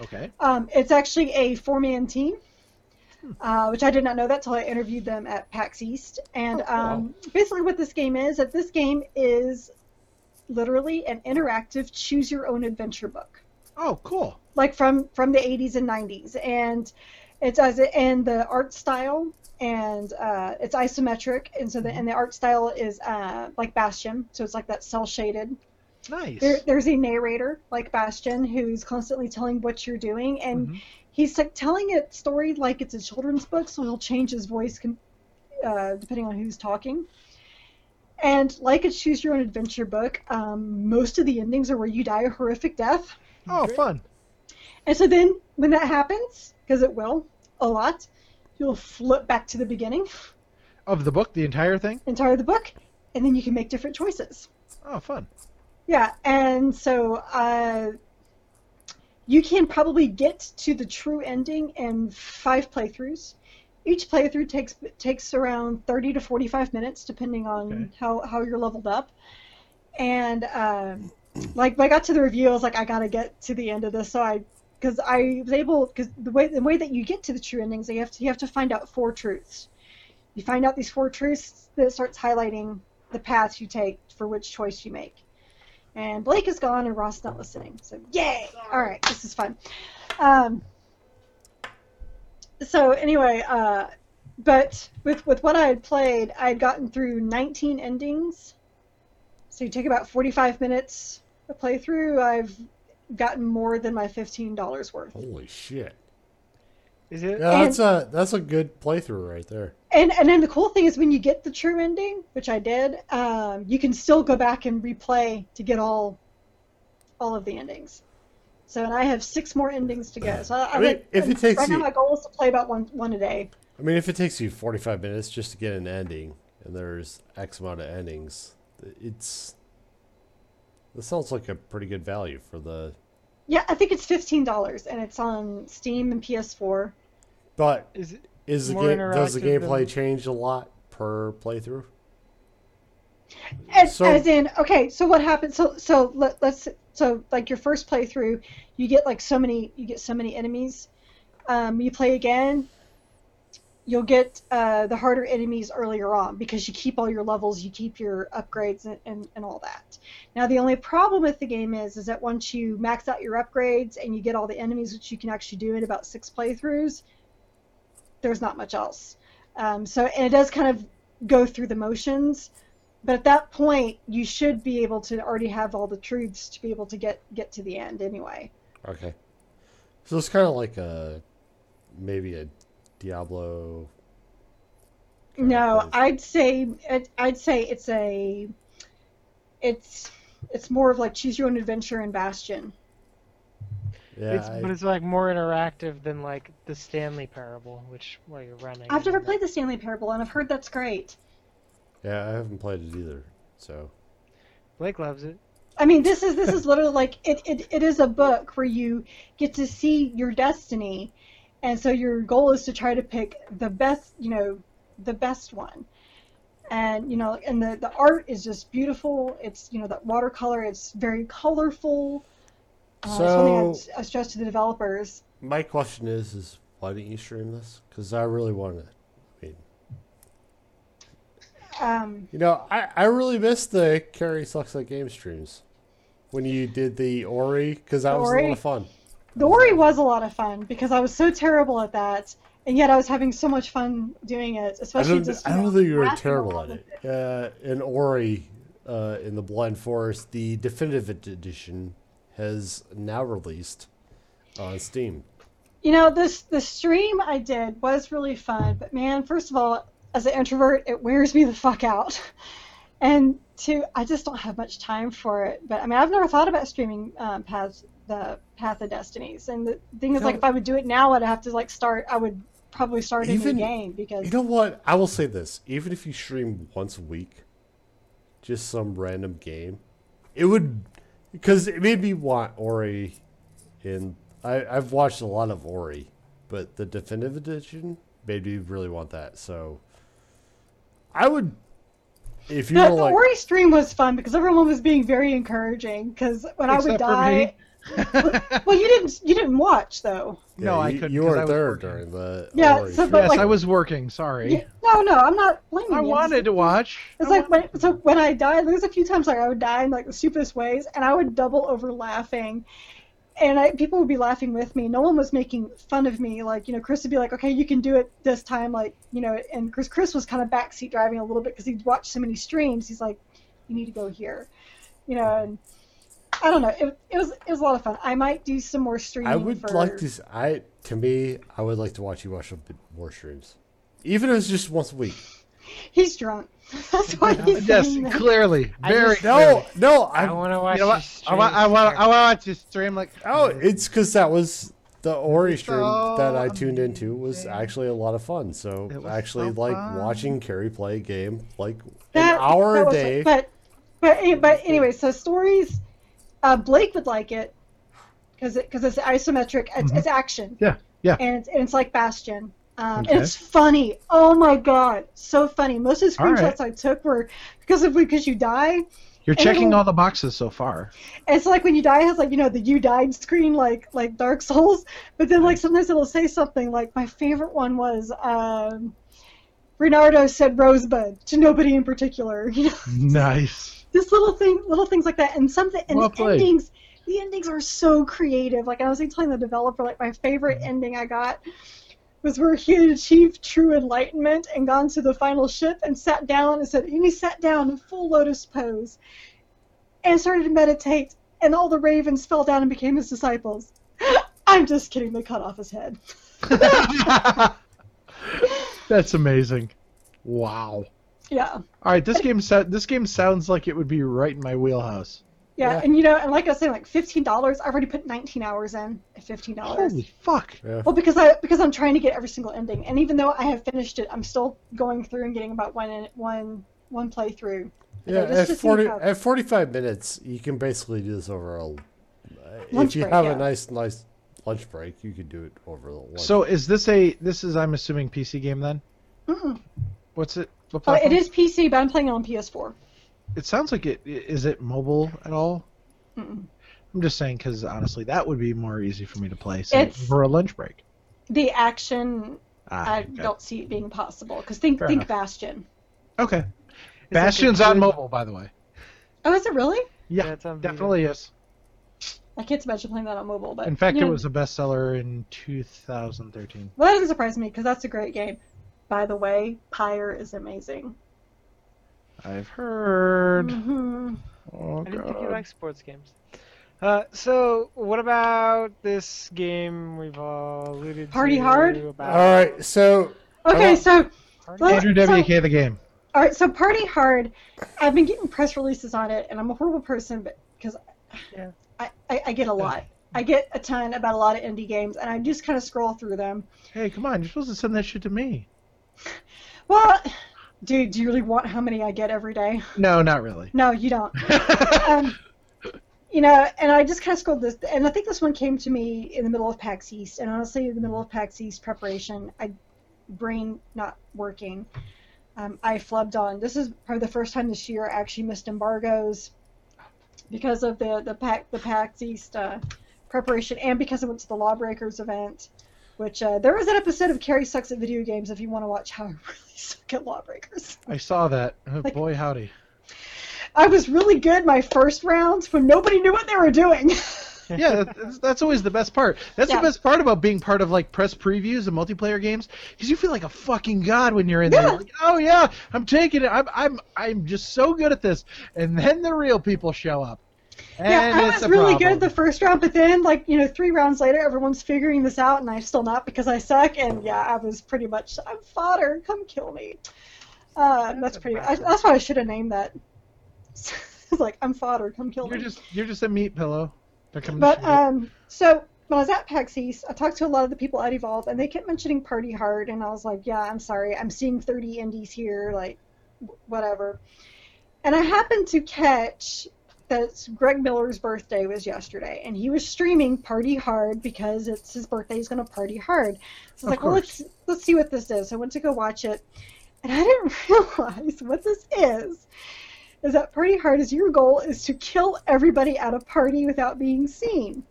Speaker 4: Okay.
Speaker 3: Um, it's actually a four-man team,
Speaker 4: Hmm.
Speaker 3: uh, which I did not know that till I interviewed them at PAX East.
Speaker 4: Oh,
Speaker 3: And um, basically, what this game is, that this game is literally an interactive choose-your-own-adventure book
Speaker 4: Oh, cool.
Speaker 3: like from from the 80s and 90s and it's as it and the art style and uh, it's isometric and so the and the art style is uh, like bastion so it's like that cell shaded
Speaker 4: Nice.
Speaker 3: there, there's a narrator like bastion who's constantly telling what you're doing and
Speaker 4: Mhm.
Speaker 3: he's like telling a story like it's a children's book so he'll change his voice com- uh, depending on who's talking and like a choose your own adventure book um, most of the endings are where you die a horrific death
Speaker 4: Oh, fun.
Speaker 3: and so then when that happens, because it will a lot, you'll flip back to the beginning,
Speaker 4: Of the book, the entire thing?
Speaker 3: entire the book, and then you can make different choices.
Speaker 4: Oh, fun.
Speaker 3: Yeah, and so uh, you can probably get to the true ending in five playthroughs. Each playthrough takes takes around 30 to 45 minutes, depending on
Speaker 4: Okay.
Speaker 3: how, how you're leveled up. And um, like when I got to the review, I was like, I gotta get to the end of this. So I, because I was able, because the way the way that you get to the true endings, you have to you have to find out four truths. You find out these four truths that starts highlighting the paths you take for which choice you make. And Blake is gone, and Ross not listening. So yay! All right, this is fun. Um, so anyway, uh, but with with what I had played, I had gotten through 19 endings. So you take about 45 minutes to play through. I've gotten more than my $15 worth.
Speaker 2: Holy shit!
Speaker 1: Is it?
Speaker 2: Yeah, that's a that's a good playthrough right there.
Speaker 3: And and then the cool thing is when you get the true ending, which I did, um, you can still go back and replay to get all all of the endings. So and I have six more endings to go. So I, I
Speaker 2: I mean,
Speaker 3: went-
Speaker 2: if it takes
Speaker 3: right
Speaker 2: you-
Speaker 3: now my goal is to play about one one a day.
Speaker 2: I mean, if it takes you 45 minutes just to get an ending, and there's X amount of endings, it's. This sounds like a pretty good value for the.
Speaker 3: Yeah, I think it's fifteen dollars, and it's on Steam and PS4.
Speaker 2: But
Speaker 1: Is it?
Speaker 2: is the
Speaker 1: More
Speaker 2: game does the
Speaker 1: interactive
Speaker 2: gameplay
Speaker 1: than-
Speaker 2: change a lot per playthrough?
Speaker 3: As,
Speaker 2: So-
Speaker 3: as in, okay, so what happens? So so let, let's so like your first playthrough, you get like so many you get so many enemies. Um, you play again, you'll get uh, the harder enemies earlier on because you keep all your levels, you keep your upgrades, and, and, and all that. Now, the only problem with the game is is that once you max out your upgrades and you get all the enemies, which you can actually do in about six playthroughs, there's not much else. Um, so, and it does kind of go through the motions. But at that point, you should be able to already have all the truths to be able to get get to the end anyway.
Speaker 2: Okay. So it's kind of like a maybe a Diablo. kind of
Speaker 3: No,
Speaker 2: place.
Speaker 3: I'd say I'd- I'd say it's a it's it's more of like choose your own adventure in Bastion.
Speaker 2: yeah,
Speaker 1: it's,
Speaker 2: I-
Speaker 1: but it's like more interactive than like the Stanley Parable, which where you're running.
Speaker 3: I've never
Speaker 1: and-
Speaker 3: played the Stanley Parable, and I've heard that's great.
Speaker 2: yeah, I haven't played it either. So
Speaker 1: Blake loves it.
Speaker 3: I mean, this is this is literally like it, it, it is a book where you get to see your destiny, and so your goal is to try to pick the best, you know, the best one. And you know, and the the art is just beautiful. It's you know that watercolor. It's very colorful. Uh, it's something I
Speaker 2: So-
Speaker 3: s- I stress to the developers.
Speaker 2: my question is, is why didn't you stream this? Because I really want to. I mean,
Speaker 3: Um,
Speaker 2: you know, I, I really miss the Carrie sucks at game streams when you did the Ori because that was a lot
Speaker 3: Ori?
Speaker 2: of fun.
Speaker 3: the Ori was a lot of fun because I was so terrible at that, and yet I was having so much fun doing it.
Speaker 2: I
Speaker 3: Especially
Speaker 2: don't,
Speaker 3: just
Speaker 2: I
Speaker 3: you
Speaker 2: don't
Speaker 3: know,
Speaker 2: think you were
Speaker 3: laughing
Speaker 2: terrible at
Speaker 3: along with
Speaker 2: it. Uh, in Ori, uh, in the Blind Forest, the definitive edition has now released on Steam.
Speaker 3: You know, this the stream I did was really fun, but man, first of all, as an introvert, it wears me the fuck out. And two, I just don't have much time for it. But I mean, I've never thought about streaming um, Path the Path of Destinies. And the thing is,
Speaker 2: No.
Speaker 3: like, if I would do it now, I'd have to like start. I would probably start a
Speaker 2: Even-
Speaker 3: new game because
Speaker 2: You know what? I will say this: even if you stream once a week, just some random game, it would because it made me want Ori. And I, I've watched a lot of Ori, but the definitive edition made me really want that. So I would, if you
Speaker 3: No,
Speaker 2: were
Speaker 3: the
Speaker 2: like,
Speaker 3: Ori stream was fun because everyone was being very encouraging. Because when I would
Speaker 4: Except for
Speaker 3: die,
Speaker 4: me.
Speaker 3: well, you didn't you didn't watch though.
Speaker 4: no,
Speaker 2: Yeah,
Speaker 4: I
Speaker 2: you,
Speaker 4: couldn't.
Speaker 2: You
Speaker 4: 'cause
Speaker 2: were
Speaker 4: I was
Speaker 2: there
Speaker 4: working.
Speaker 2: during the
Speaker 3: Yeah,
Speaker 2: Ori
Speaker 3: so,
Speaker 2: stream.
Speaker 3: but,
Speaker 4: Yes,
Speaker 3: like-
Speaker 4: I was working. Sorry.
Speaker 3: Yeah, no, no, I'm not blaming you.
Speaker 4: I
Speaker 3: I'm just-
Speaker 4: wanted to watch.
Speaker 3: It's
Speaker 4: I
Speaker 3: like
Speaker 4: wanted-
Speaker 3: when so when I died, there's a few times like I would die in like the stupidest ways, and I would double over laughing, and I, people would be laughing with me. No one was making fun of me. Like you know, Chris would be like, "Okay, you can do it this time," like you know, and Chris Chris was kind of backseat driving a little bit because he'd watched so many streams. He's like, "You need to go here," you know, and I don't know. It, it was it was a lot of fun. I might do some more streaming.
Speaker 2: I would
Speaker 3: for-
Speaker 2: like to. s- I to me, I would like to watch you watch a bit more streams, even if it's just once a week.
Speaker 3: He's drunk. That's why he's
Speaker 4: Yes,
Speaker 3: saying that.
Speaker 4: clearly,
Speaker 1: I
Speaker 4: very
Speaker 1: just-
Speaker 4: clearly.
Speaker 2: No, no,
Speaker 1: I,
Speaker 2: I.
Speaker 1: want to watch.
Speaker 4: You know
Speaker 1: you
Speaker 4: what? I
Speaker 1: stream
Speaker 4: want, I want, I want to stream like.
Speaker 2: Oh, it's because that was the Ori stream
Speaker 4: so
Speaker 2: that I tuned into was
Speaker 4: amazing.
Speaker 2: actually a lot of fun. So
Speaker 4: um, It was
Speaker 2: actually,
Speaker 4: so
Speaker 2: like
Speaker 4: fun.
Speaker 2: watching Carrie play a game like
Speaker 3: That-
Speaker 2: an hour
Speaker 3: that
Speaker 2: a
Speaker 3: was-
Speaker 2: day.
Speaker 3: But but any- but anyway, so stories. Uh, Blake would like it because because it's isometric. It's, it's action.
Speaker 4: Mm-hmm. Yeah, yeah.
Speaker 3: And it's, and it's like Bastion. Um,
Speaker 4: Okay.
Speaker 3: And it's funny. Oh my god, so funny. Most of the
Speaker 4: All right.
Speaker 3: screenshots I took were because of because you die.
Speaker 4: You're
Speaker 3: and
Speaker 4: checking
Speaker 3: it'll-
Speaker 4: all the boxes so far.
Speaker 3: And so like when you die, it has like you know the you died screen like like Dark Souls, but then like sometimes it'll say something like my favorite one was um, Renardo said Rosebud to nobody in particular. You know,
Speaker 4: Nice.
Speaker 3: just little thing, little things like that, and something, and
Speaker 4: Well
Speaker 3: the
Speaker 4: played.
Speaker 3: endings, the endings are so creative. Like I was telling the developer, like my favorite
Speaker 4: Mm-hmm.
Speaker 3: ending I got was where he had achieved true enlightenment and gone to the final ship and sat down and said, and he sat down in full lotus pose, and started to meditate, and all the ravens fell down and became his disciples. I'm just kidding. They cut off his head.
Speaker 4: That's amazing. Wow.
Speaker 3: Yeah.
Speaker 4: All right, this game so- this game sounds like it would be right in my wheelhouse.
Speaker 3: Yeah,
Speaker 2: Yeah.
Speaker 3: and you know, and like I was saying, like fifteen dollars. I've already put nineteen hours in at fifteen dollars.
Speaker 4: Holy fuck!
Speaker 2: Yeah.
Speaker 3: Well, because I because I'm trying to get every single ending, and even though I have finished it, I'm still going through and getting about one one one playthrough.
Speaker 2: Yeah,
Speaker 3: just
Speaker 2: at
Speaker 3: to see
Speaker 2: forty
Speaker 3: how-
Speaker 2: at forty five minutes, you can basically do this over a. uh,
Speaker 3: Lunch
Speaker 2: if you
Speaker 3: break,
Speaker 2: have
Speaker 3: yeah.
Speaker 2: a nice, nice lunch break, you could do it over the lunch.
Speaker 4: So is this a this is I'm assuming PC game then?
Speaker 3: Mm-mm.
Speaker 4: What's it? What
Speaker 3: Uh, it
Speaker 4: platform?
Speaker 3: is PC, but I'm playing it on PS4.
Speaker 4: It sounds like it. Is it mobile at all?
Speaker 3: Mm-mm.
Speaker 4: I'm just saying because honestly, that would be more easy for me to play say,
Speaker 3: It's-
Speaker 4: for a lunch break.
Speaker 3: The action,
Speaker 4: Ah,
Speaker 3: I
Speaker 4: okay.
Speaker 3: don't see it being possible. Because think,
Speaker 4: Fair
Speaker 3: think
Speaker 4: enough.
Speaker 3: Bastion.
Speaker 4: Okay.
Speaker 1: It's like a
Speaker 4: Bastion's on
Speaker 1: good-
Speaker 4: mobile, by the way.
Speaker 3: Oh, is it really?
Speaker 4: Yeah,
Speaker 1: it's on Vita.
Speaker 4: definitely is.
Speaker 3: I can't imagine playing that on mobile. But
Speaker 4: In fact,
Speaker 3: you
Speaker 4: it
Speaker 3: know,
Speaker 4: was a bestseller in 2013.
Speaker 3: Well, that doesn't surprise me because that's a great game. By the way, Pyre is amazing.
Speaker 4: I've heard.
Speaker 3: hmm
Speaker 4: Oh,
Speaker 1: I didn't think you
Speaker 4: God.
Speaker 1: liked sports games. Uh, so what about this game we've all alluded
Speaker 3: Party
Speaker 1: to?
Speaker 3: Hard?
Speaker 2: All
Speaker 1: About
Speaker 2: right, so
Speaker 3: Okay,
Speaker 2: Oh.
Speaker 3: so
Speaker 1: Party
Speaker 3: Well,
Speaker 1: Hard?
Speaker 4: Andrew WK the game.
Speaker 3: all right, so Party Hard. I've been getting press releases on it, and I'm a horrible person, but because
Speaker 1: Yeah.
Speaker 3: I, I, I get a lot, I get a ton about a lot of indie games, and I just kind of scroll through them.
Speaker 4: Hey, come on! You're supposed to send that shit to me.
Speaker 3: Well, dude, do you really want how many I get every day?
Speaker 4: No, not really.
Speaker 3: No, you don't. um, you know, and I just kind of scrolled this, and I think this one came to me in the middle of PAX East, and honestly, in the middle of PAX East preparation, I brain not working. Um, I flubbed on. This is probably the first time this year I actually missed embargoes because of the the PAX the PAX East uh, preparation, and because I went to the Lawbreakers event. Which uh, there was an episode of Carrie sucks at video games. If you want to watch how I really suck at Lawbreakers,
Speaker 4: I saw that. Oh,
Speaker 3: Like-
Speaker 4: boy, howdy.
Speaker 3: I was really good my first round when nobody knew what they were doing.
Speaker 4: Yeah, that's, that's always the best part. That's
Speaker 3: Yeah.
Speaker 4: the best part about being part of like press previews and multiplayer games, because you feel like a fucking god when you're in
Speaker 3: Yeah.
Speaker 4: there. Like, oh yeah, I'm taking it. I'm I'm I'm just so good at this. And then the real people show up. And
Speaker 3: yeah, I
Speaker 4: it's
Speaker 3: was
Speaker 4: a
Speaker 3: really
Speaker 4: problem.
Speaker 3: good the first round, but then, like, you know, three rounds later, everyone's figuring this out, and I'm still not because I suck. And yeah, I was pretty much, I'm fodder. Come kill me. Uh, that's pretty. I, that's why I should have named that. it's like I'm fodder. Come kill
Speaker 4: You're
Speaker 3: me.
Speaker 4: just you're just a meat pillow. They're coming. to
Speaker 3: But
Speaker 4: shoot you.
Speaker 3: um, so when I was at PAX East, I talked to a lot of the people at Evolve, and they kept mentioning Party Hard, and I was like, yeah, I'm sorry, I'm seeing 30 indies here, like, w- whatever. And I happened to catch that Greg Miller's birthday was yesterday, and he was streaming Party Hard because it's his birthday. He's gonna party hard. So I was
Speaker 4: Of
Speaker 3: like, well, let's let's see what this is. So I went to go watch it, and I didn't realize what this is. Is that Party Hard is your goal is to kill everybody at a party without being seen.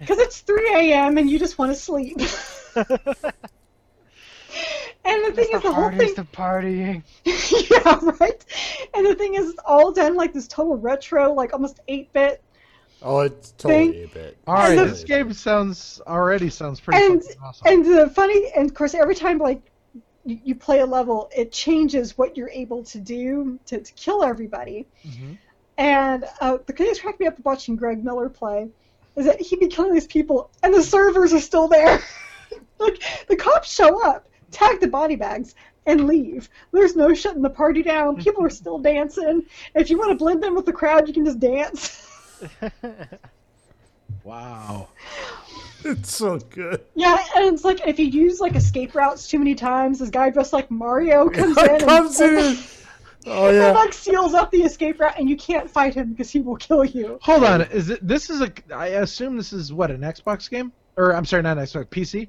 Speaker 3: Because it's 3 a.m. and you just want to sleep. and the thing
Speaker 1: It's
Speaker 3: is, the whole
Speaker 1: hardest
Speaker 3: thing
Speaker 1: of partying.
Speaker 3: yeah, right. And the thing is, it's all done like this total retro, like almost eight bit.
Speaker 2: oh, it's totally a bit.
Speaker 4: All right,
Speaker 3: and the-
Speaker 4: this game sounds already sounds pretty
Speaker 3: And-
Speaker 4: fucking awesome.
Speaker 3: And the funny, and of course, every time like you, you play a level, it changes what you're able to do to, to kill everybody.
Speaker 4: Mhm.
Speaker 3: And uh, the thing that cracked me up watching Greg Miller play is that he'd be killing these people, and the servers are still there. like the cops show up, tag the body bags, and leave. There's no shutting the party down. People are still dancing. If you want to blend in with the crowd, you can just dance.
Speaker 4: Wow.
Speaker 2: It's so good.
Speaker 3: Yeah, and it's like if you use like escape routes too many times, this guy dressed like Mario comes in, and-
Speaker 2: Comes
Speaker 3: and,
Speaker 2: in. Oh
Speaker 3: and,
Speaker 2: yeah.
Speaker 3: like seals up the escape route, and you can't fight him because he will kill you.
Speaker 4: Hold on. Is it this is a? I assume this is what an Xbox game, or I'm sorry, not an Xbox, PC.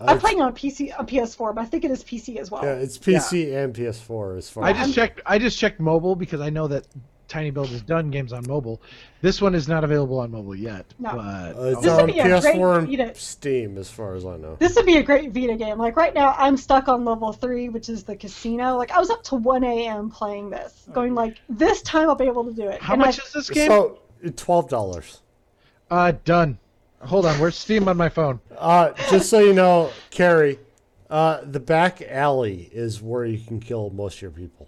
Speaker 3: I'm
Speaker 2: Uh,
Speaker 3: playing on PC, on PS4, but I think it is PC as well.
Speaker 2: yeah, it's PC and PS4 as far.
Speaker 4: I
Speaker 2: as
Speaker 4: just checked. I just checked mobile because I know that Tiny Build has done games on mobile. This one is not available on mobile yet.
Speaker 3: No.
Speaker 4: But
Speaker 2: Uh, it's
Speaker 3: This would
Speaker 2: on
Speaker 3: be a great
Speaker 2: PS4
Speaker 3: Vita.
Speaker 2: and Steam, as far as I know.
Speaker 3: This would be a great Vita game. Like right now, I'm stuck on level three, which is the casino. Like I was up to 1 a.m. playing this, going like, this time I'll be able to do it.
Speaker 4: Oh, how
Speaker 3: And
Speaker 4: much
Speaker 3: I,
Speaker 4: is this game?
Speaker 2: So twelve dollars.
Speaker 4: uh, done. Hold on. Where's Steam on my phone?
Speaker 2: Uh, just so you know, Carrie, uh, the back alley is where you can kill most of your people.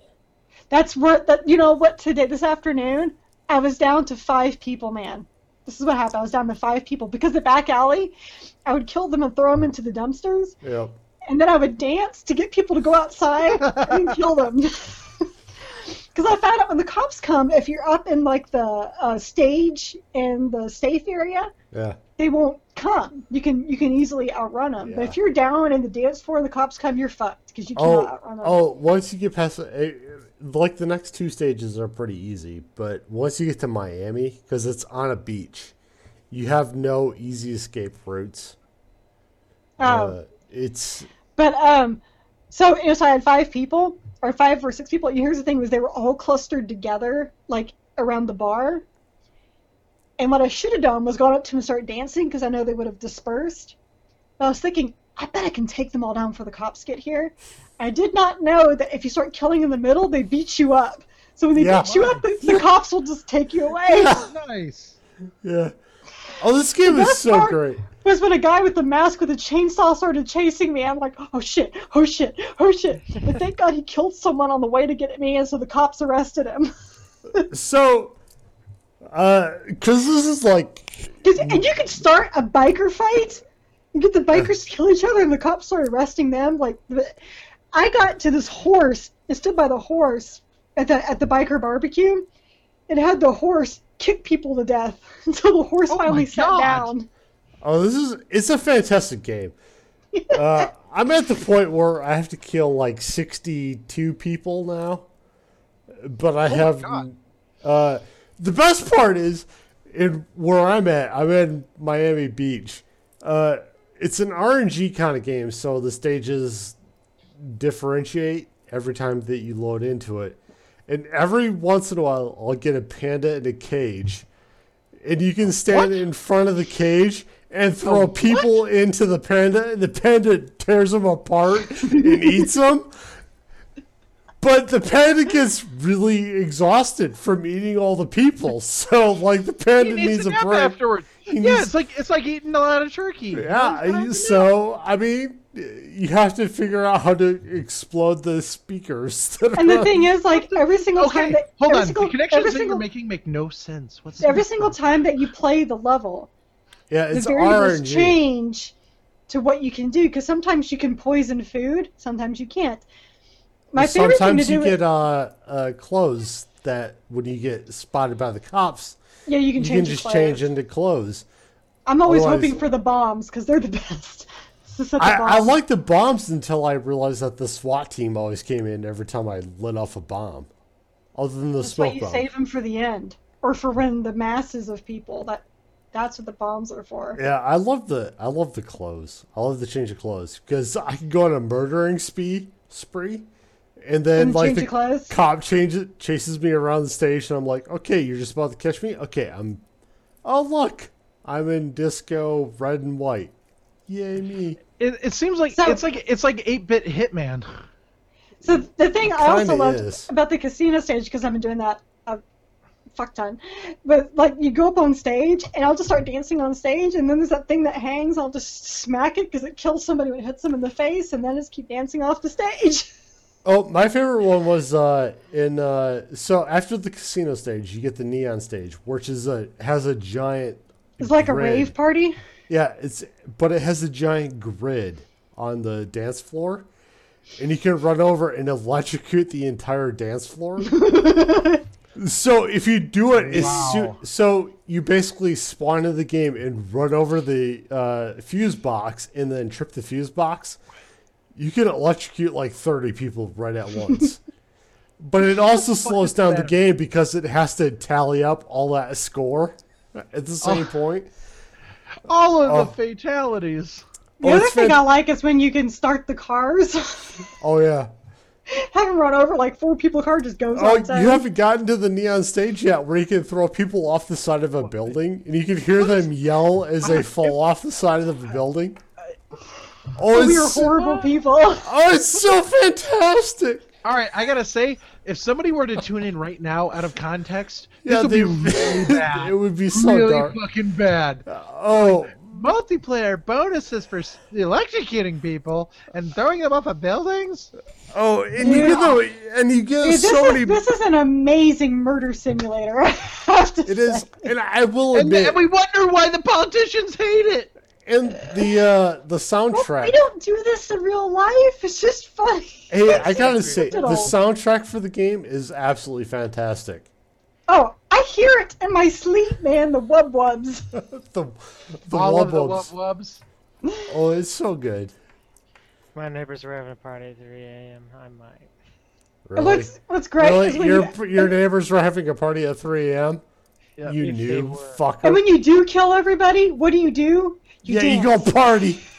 Speaker 3: That's what that you know what today this afternoon I was down to five people, man. This is what happened. I was down to five people because the back alley, I would kill them and throw them into the dumpsters,
Speaker 2: Yep.
Speaker 3: and then I would dance to get people to go outside and kill them. Because I found out when the cops come, if you're up in like the uh, stage and the safe area,
Speaker 2: Yeah.
Speaker 3: they won't come. You can you can easily outrun them. But
Speaker 2: Yeah.
Speaker 3: if you're down in the dance floor and the cops come, you're fucked because you cannot
Speaker 2: Oh,
Speaker 3: outrun them.
Speaker 2: oh. Once you get past, eh, like the next two stages are pretty easy, but once you get to Miami, because it's on a beach, you have no easy escape routes.
Speaker 3: Oh.
Speaker 2: Uh, it's
Speaker 3: But um, so you know, so I had five people or five or six people. And here's the thing: was they were all clustered together, like around the bar, And what I should have done was gone up to them and start dancing because I know they would have dispersed. But I was thinking, I bet I can take them all down before the cops get here. I did not know that if you start killing in the middle, they beat you up. So when they
Speaker 2: Yeah.
Speaker 3: beat you up, the, the cops will just take you away.
Speaker 4: Nice.
Speaker 2: Yeah. Oh, this game
Speaker 3: The
Speaker 2: is
Speaker 3: best
Speaker 2: so
Speaker 3: part-
Speaker 2: great.
Speaker 3: was when a guy with a mask with a chainsaw started chasing me. I'm like, oh shit, oh shit, oh shit. But thank God he killed someone on the way to get at me, and so the cops arrested him.
Speaker 2: So, uh, because this is like,
Speaker 3: 'Cause- and you could start a biker fight. You get the bikers to kill each other, and the cops start arresting them. Like, the- I got to this horse and stood by the horse at the at the biker barbecue, and had the horse kick people to death until the horse
Speaker 4: Oh my
Speaker 3: finally sat
Speaker 4: God.
Speaker 3: down.
Speaker 2: oh, this is it's a fantastic game. Uh, I'm at the point where I have to kill like 62 people now, but I have.
Speaker 4: God.
Speaker 2: Uh, the best part is, in where I'm at, I'm in Miami Beach. Uh, it's an RNG kind of game, so the stages differentiate every time that you load into it. And every once in a while, I'll get a panda in a cage. And you can stand in front of the cage and throw people into the panda, and the panda tears them apart and eats them. But the panda gets really exhausted from eating all the people. So, like, the panda
Speaker 4: He needs a
Speaker 2: a
Speaker 4: nap
Speaker 2: break.
Speaker 4: afterward.
Speaker 2: He
Speaker 4: yeah,
Speaker 2: needs-
Speaker 4: it's like it's like eating a lot of turkey.
Speaker 2: Yeah, you- so I mean, you have to figure out how to explode the speakers. That
Speaker 3: And the
Speaker 2: are-
Speaker 3: thing is, like every single time
Speaker 4: Okay,
Speaker 3: that
Speaker 4: hold
Speaker 3: every
Speaker 4: on.
Speaker 3: single,
Speaker 4: the connections
Speaker 3: every
Speaker 4: that
Speaker 3: single
Speaker 4: you're making make no sense. What's
Speaker 3: every single time that you play the level,
Speaker 2: yeah,
Speaker 3: the
Speaker 2: it's
Speaker 3: variables
Speaker 2: RNG.
Speaker 3: change to what you can do because sometimes you can poison food, sometimes you can't. My favorite thing to
Speaker 2: Sometimes
Speaker 3: do
Speaker 2: you
Speaker 3: is,
Speaker 2: get uh, uh, clothes that when you get spotted by the cops,
Speaker 3: yeah, you
Speaker 2: you
Speaker 3: can change.
Speaker 2: can
Speaker 3: your
Speaker 2: just
Speaker 3: clothes.
Speaker 2: change into clothes.
Speaker 3: I'm always
Speaker 2: otherwise-
Speaker 3: hoping for the bombs because they're the best. So set the
Speaker 2: I, I
Speaker 3: bombs.
Speaker 2: like the bombs until I realized that the SWAT team always came in every time I lit off a bomb, other than the
Speaker 3: That's why
Speaker 2: smoke
Speaker 3: you
Speaker 2: bomb.
Speaker 3: save them for the end or for when the masses of people that that's what the bombs are for.
Speaker 2: Yeah, I love the I love the clothes. I love the change of clothes because I can go on a murdering spree, spree, and then
Speaker 3: And
Speaker 2: like
Speaker 3: change
Speaker 2: the
Speaker 3: your clothes?
Speaker 2: cop changes chases me around the station. I'm like, okay, you're just about to catch me. Okay, I'm. Oh look, I'm in disco red and white. Yay me!
Speaker 4: it, it seems like
Speaker 3: So-
Speaker 4: it's like it's like eight bit Hitman.
Speaker 3: So the thing I also
Speaker 2: kinda
Speaker 3: loved
Speaker 2: is.
Speaker 3: about the casino stage because I've been doing that a fuck ton, but like you go up on stage and I'll just start dancing on stage and then there's that thing that hangs. I'll just smack it because it kills somebody when it hits them in the face and then just keep dancing off the stage.
Speaker 2: Oh, my favorite one was uh, in uh, so after the casino stage, you get the neon stage, which is a has a giant.
Speaker 3: It's like a
Speaker 2: grid.
Speaker 3: rave party.
Speaker 2: Yeah, it's but it has a giant grid on the dance floor, and you can run over and electrocute the entire dance floor. so if you do it, as
Speaker 4: Wow.
Speaker 2: soo- so you basically spawn into the game and run over the uh, fuse box and then trip the fuse box. You can electrocute like thirty people right at once. But it also slows down the
Speaker 4: better?
Speaker 2: game because it has to tally up all that score at the
Speaker 3: Oh.
Speaker 2: same point.
Speaker 4: All of
Speaker 2: Oh.
Speaker 4: the fatalities.
Speaker 3: The
Speaker 2: Oh,
Speaker 3: other
Speaker 2: it's
Speaker 3: thing
Speaker 2: fan-
Speaker 3: I like is when you can start the cars.
Speaker 2: Oh yeah.
Speaker 3: Have them run over like four people. Car just goes.
Speaker 2: Oh,
Speaker 3: on
Speaker 2: you
Speaker 3: its own.
Speaker 2: haven't gotten to the neon stage yet, where you can throw people off the side of a building, and you can hear them yell as they fall off the side of the building. Oh,
Speaker 3: We are
Speaker 2: it's so,
Speaker 3: horrible people.
Speaker 2: oh, it's so fantastic!
Speaker 4: All right, I gotta say, if somebody were to tune in right now out of context,
Speaker 2: Yeah,
Speaker 4: this would
Speaker 2: they,
Speaker 4: be really bad.
Speaker 2: it would be so
Speaker 4: really
Speaker 2: dark.
Speaker 4: fucking bad.
Speaker 2: Oh,
Speaker 4: Multiplayer bonuses for s- electrocuting people and throwing them off of buildings.
Speaker 2: oh, and you get the, and you get
Speaker 3: Dude, this,
Speaker 2: so
Speaker 3: is,
Speaker 2: many.
Speaker 3: this is an amazing murder simulator. I have to
Speaker 2: It is,
Speaker 3: say.
Speaker 2: and I will
Speaker 4: And,
Speaker 2: admit,
Speaker 4: and we wonder why the politicians hate it.
Speaker 2: and the uh, the soundtrack.
Speaker 3: I don't do this in real life. It's just funny.
Speaker 2: Hey, I gotta say, the
Speaker 3: Little.
Speaker 2: soundtrack for the game is absolutely fantastic.
Speaker 3: Oh, I hear it in my sleep, man. The wub wubs.
Speaker 2: The, the
Speaker 4: All of the
Speaker 2: wub-wubs.
Speaker 4: wub-wubs.
Speaker 2: Oh, it's so good.
Speaker 1: My neighbors were having a party at 3 a.m. I might.
Speaker 2: Really?
Speaker 3: What's what's great is
Speaker 2: really?
Speaker 3: when
Speaker 2: Your,
Speaker 3: you,
Speaker 2: your neighbors were having a party at 3 a.m.?
Speaker 1: Yeah,
Speaker 2: you
Speaker 1: if they
Speaker 2: new
Speaker 1: were.
Speaker 2: fucker.
Speaker 3: and when you do kill everybody, what do you do? You
Speaker 2: yeah, you
Speaker 3: dance.
Speaker 2: go party.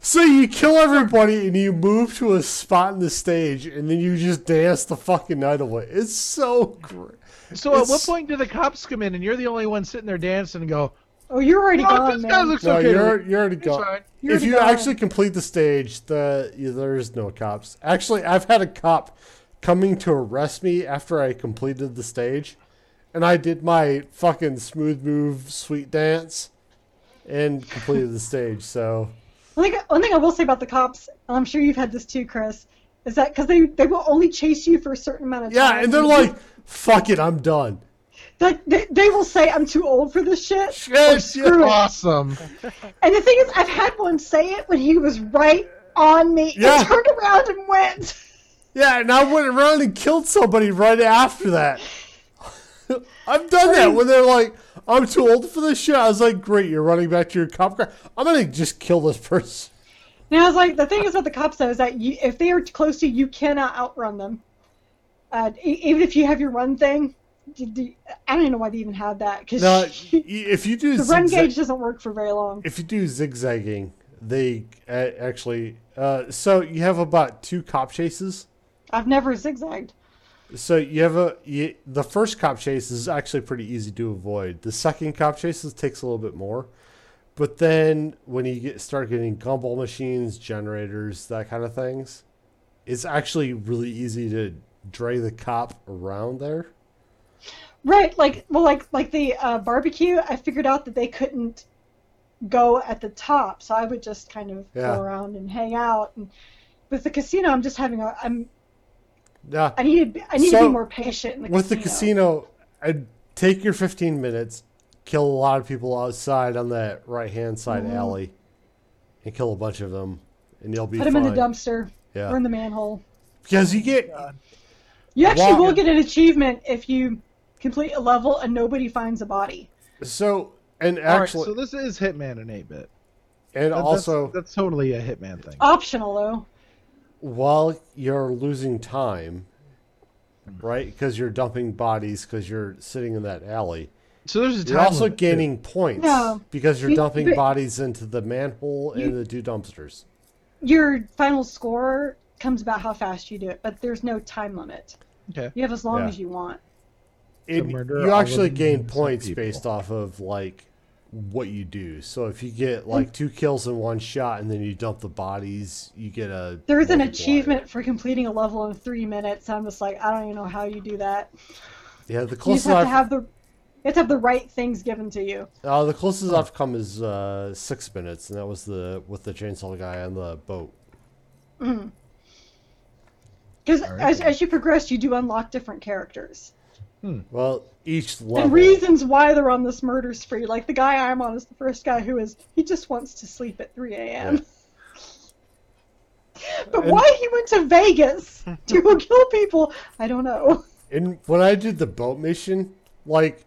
Speaker 2: So you kill everybody and you move to a spot in the stage and then you just dance the fucking night away. It's so great.
Speaker 4: So at what
Speaker 2: It's-
Speaker 4: point do the cops come in and you're the only one sitting there dancing and go,
Speaker 3: Oh, you're already
Speaker 4: "Oh,
Speaker 3: gone,
Speaker 4: this guy
Speaker 3: man.
Speaker 4: looks
Speaker 2: no,
Speaker 4: okay." to
Speaker 2: you're
Speaker 4: me."
Speaker 2: you're already gone.
Speaker 4: fine.
Speaker 3: You're
Speaker 2: if
Speaker 3: already
Speaker 2: you
Speaker 3: gone.
Speaker 2: actually complete the stage, the yeah, there's no cops. Actually, I've had a cop coming to arrest me after I completed the stage, and I did my fucking smooth move, sweet dance, and completed the stage. So
Speaker 3: One thing, one thing I will say about the cops, and I'm sure you've had this too, Chris, is that because they, they will only chase you for a certain amount of time.
Speaker 2: yeah, and they're like, "Fuck it, I'm done."
Speaker 3: That- they, they will say, I'm too old for this shit.
Speaker 2: Yes,
Speaker 3: screw it.
Speaker 4: Awesome.
Speaker 3: And the thing is, I've had one say it when he was right on me
Speaker 2: Yeah.
Speaker 3: and turned around and went.
Speaker 2: Yeah, and I went around and killed somebody right after that. I've done that when they're like, I'm too old for this shit. I was like, great, you're running back to your cop car. I'm going to just kill this person.
Speaker 3: And I was like, the thing is what the cops said is that you, if they are close to you, you cannot outrun them. Uh, e- even if you have your run thing, d- d- I don't even know why they even had that because
Speaker 2: No, y- if you do
Speaker 3: the run
Speaker 2: zigzag-
Speaker 3: gauge doesn't work for very long.
Speaker 2: if you do zigzagging, they uh, actually. Uh, so you have about two cop chases.
Speaker 3: I've never zigzagged.
Speaker 2: So you have a you, the first cop chase is actually pretty easy to avoid. The second cop chase is- takes a little bit more, but then when you get start getting gumball machines, generators, that kind of things, it's actually really easy to drag the cop around there.
Speaker 3: Right, like well, like like the uh, barbecue. I figured out that they couldn't go at the top, so I would just kind of
Speaker 2: Yeah.
Speaker 3: go around and hang out. And with the casino, I'm just having a I'm
Speaker 2: Yeah,
Speaker 3: I needed I need to
Speaker 2: So,
Speaker 3: be more patient in the
Speaker 2: with the casino, I'd take your fifteen minutes, kill a lot of people outside on that right hand side
Speaker 4: Mm-hmm.
Speaker 3: Mhm.
Speaker 2: alley, and kill a bunch of them, and you'll be
Speaker 3: Put them in the
Speaker 2: fine.
Speaker 3: dumpster
Speaker 2: Yeah.
Speaker 3: or in the manhole.
Speaker 2: because you get
Speaker 3: You actually
Speaker 2: Wow.
Speaker 3: will get an achievement if you complete a level and nobody finds a body.
Speaker 2: so. And
Speaker 4: All right,
Speaker 2: actually,
Speaker 4: so this is Hitman and 8 bit.
Speaker 2: And also,
Speaker 4: that's, totally a Hitman
Speaker 3: Uh,
Speaker 4: thing.
Speaker 3: Optional though.
Speaker 2: while you're losing time,
Speaker 4: Mm.
Speaker 2: right? Because you're dumping bodies because you're sitting in that alley.
Speaker 4: So there's a time
Speaker 2: You're also
Speaker 4: limit, too.
Speaker 2: gaining points
Speaker 3: No.
Speaker 2: because you're
Speaker 3: You-
Speaker 2: dumping
Speaker 3: but-
Speaker 2: bodies into the manhole
Speaker 3: You-
Speaker 2: and the two dumpsters.
Speaker 3: Your final score comes about how fast you do it, but there's no time limit.
Speaker 4: Okay.
Speaker 3: You have as long
Speaker 2: Yeah.
Speaker 3: as you want.
Speaker 2: And
Speaker 4: murder
Speaker 2: you
Speaker 4: all
Speaker 2: actually
Speaker 4: of
Speaker 2: gain
Speaker 4: innocent
Speaker 2: points
Speaker 4: people.
Speaker 2: based off of like what you do. So if you get like two kills in one shot and then you dump the bodies, you get a
Speaker 3: There is an
Speaker 2: multiplier.
Speaker 3: achievement for completing a level in three minutes. I'm just like, I don't even know how you do that.
Speaker 2: Yeah, the
Speaker 3: You just
Speaker 2: closest
Speaker 3: have
Speaker 2: I've
Speaker 3: to have the, you have to have the right things given to you.
Speaker 2: uh, the closest I've come is uh, six minutes, and that was the with the chainsaw guy on the boat.
Speaker 3: Because
Speaker 4: All right.
Speaker 3: as, as you progress, you do unlock different characters
Speaker 2: Well, each level.
Speaker 3: and reasons why they're on this murder spree. Like the guy I'm on is the first guy who is he just wants to sleep at 3 a.m.
Speaker 2: Yeah.
Speaker 3: But
Speaker 2: And-
Speaker 3: why he went to Vegas to go kill people, I don't know.
Speaker 2: And when I did the boat mission, like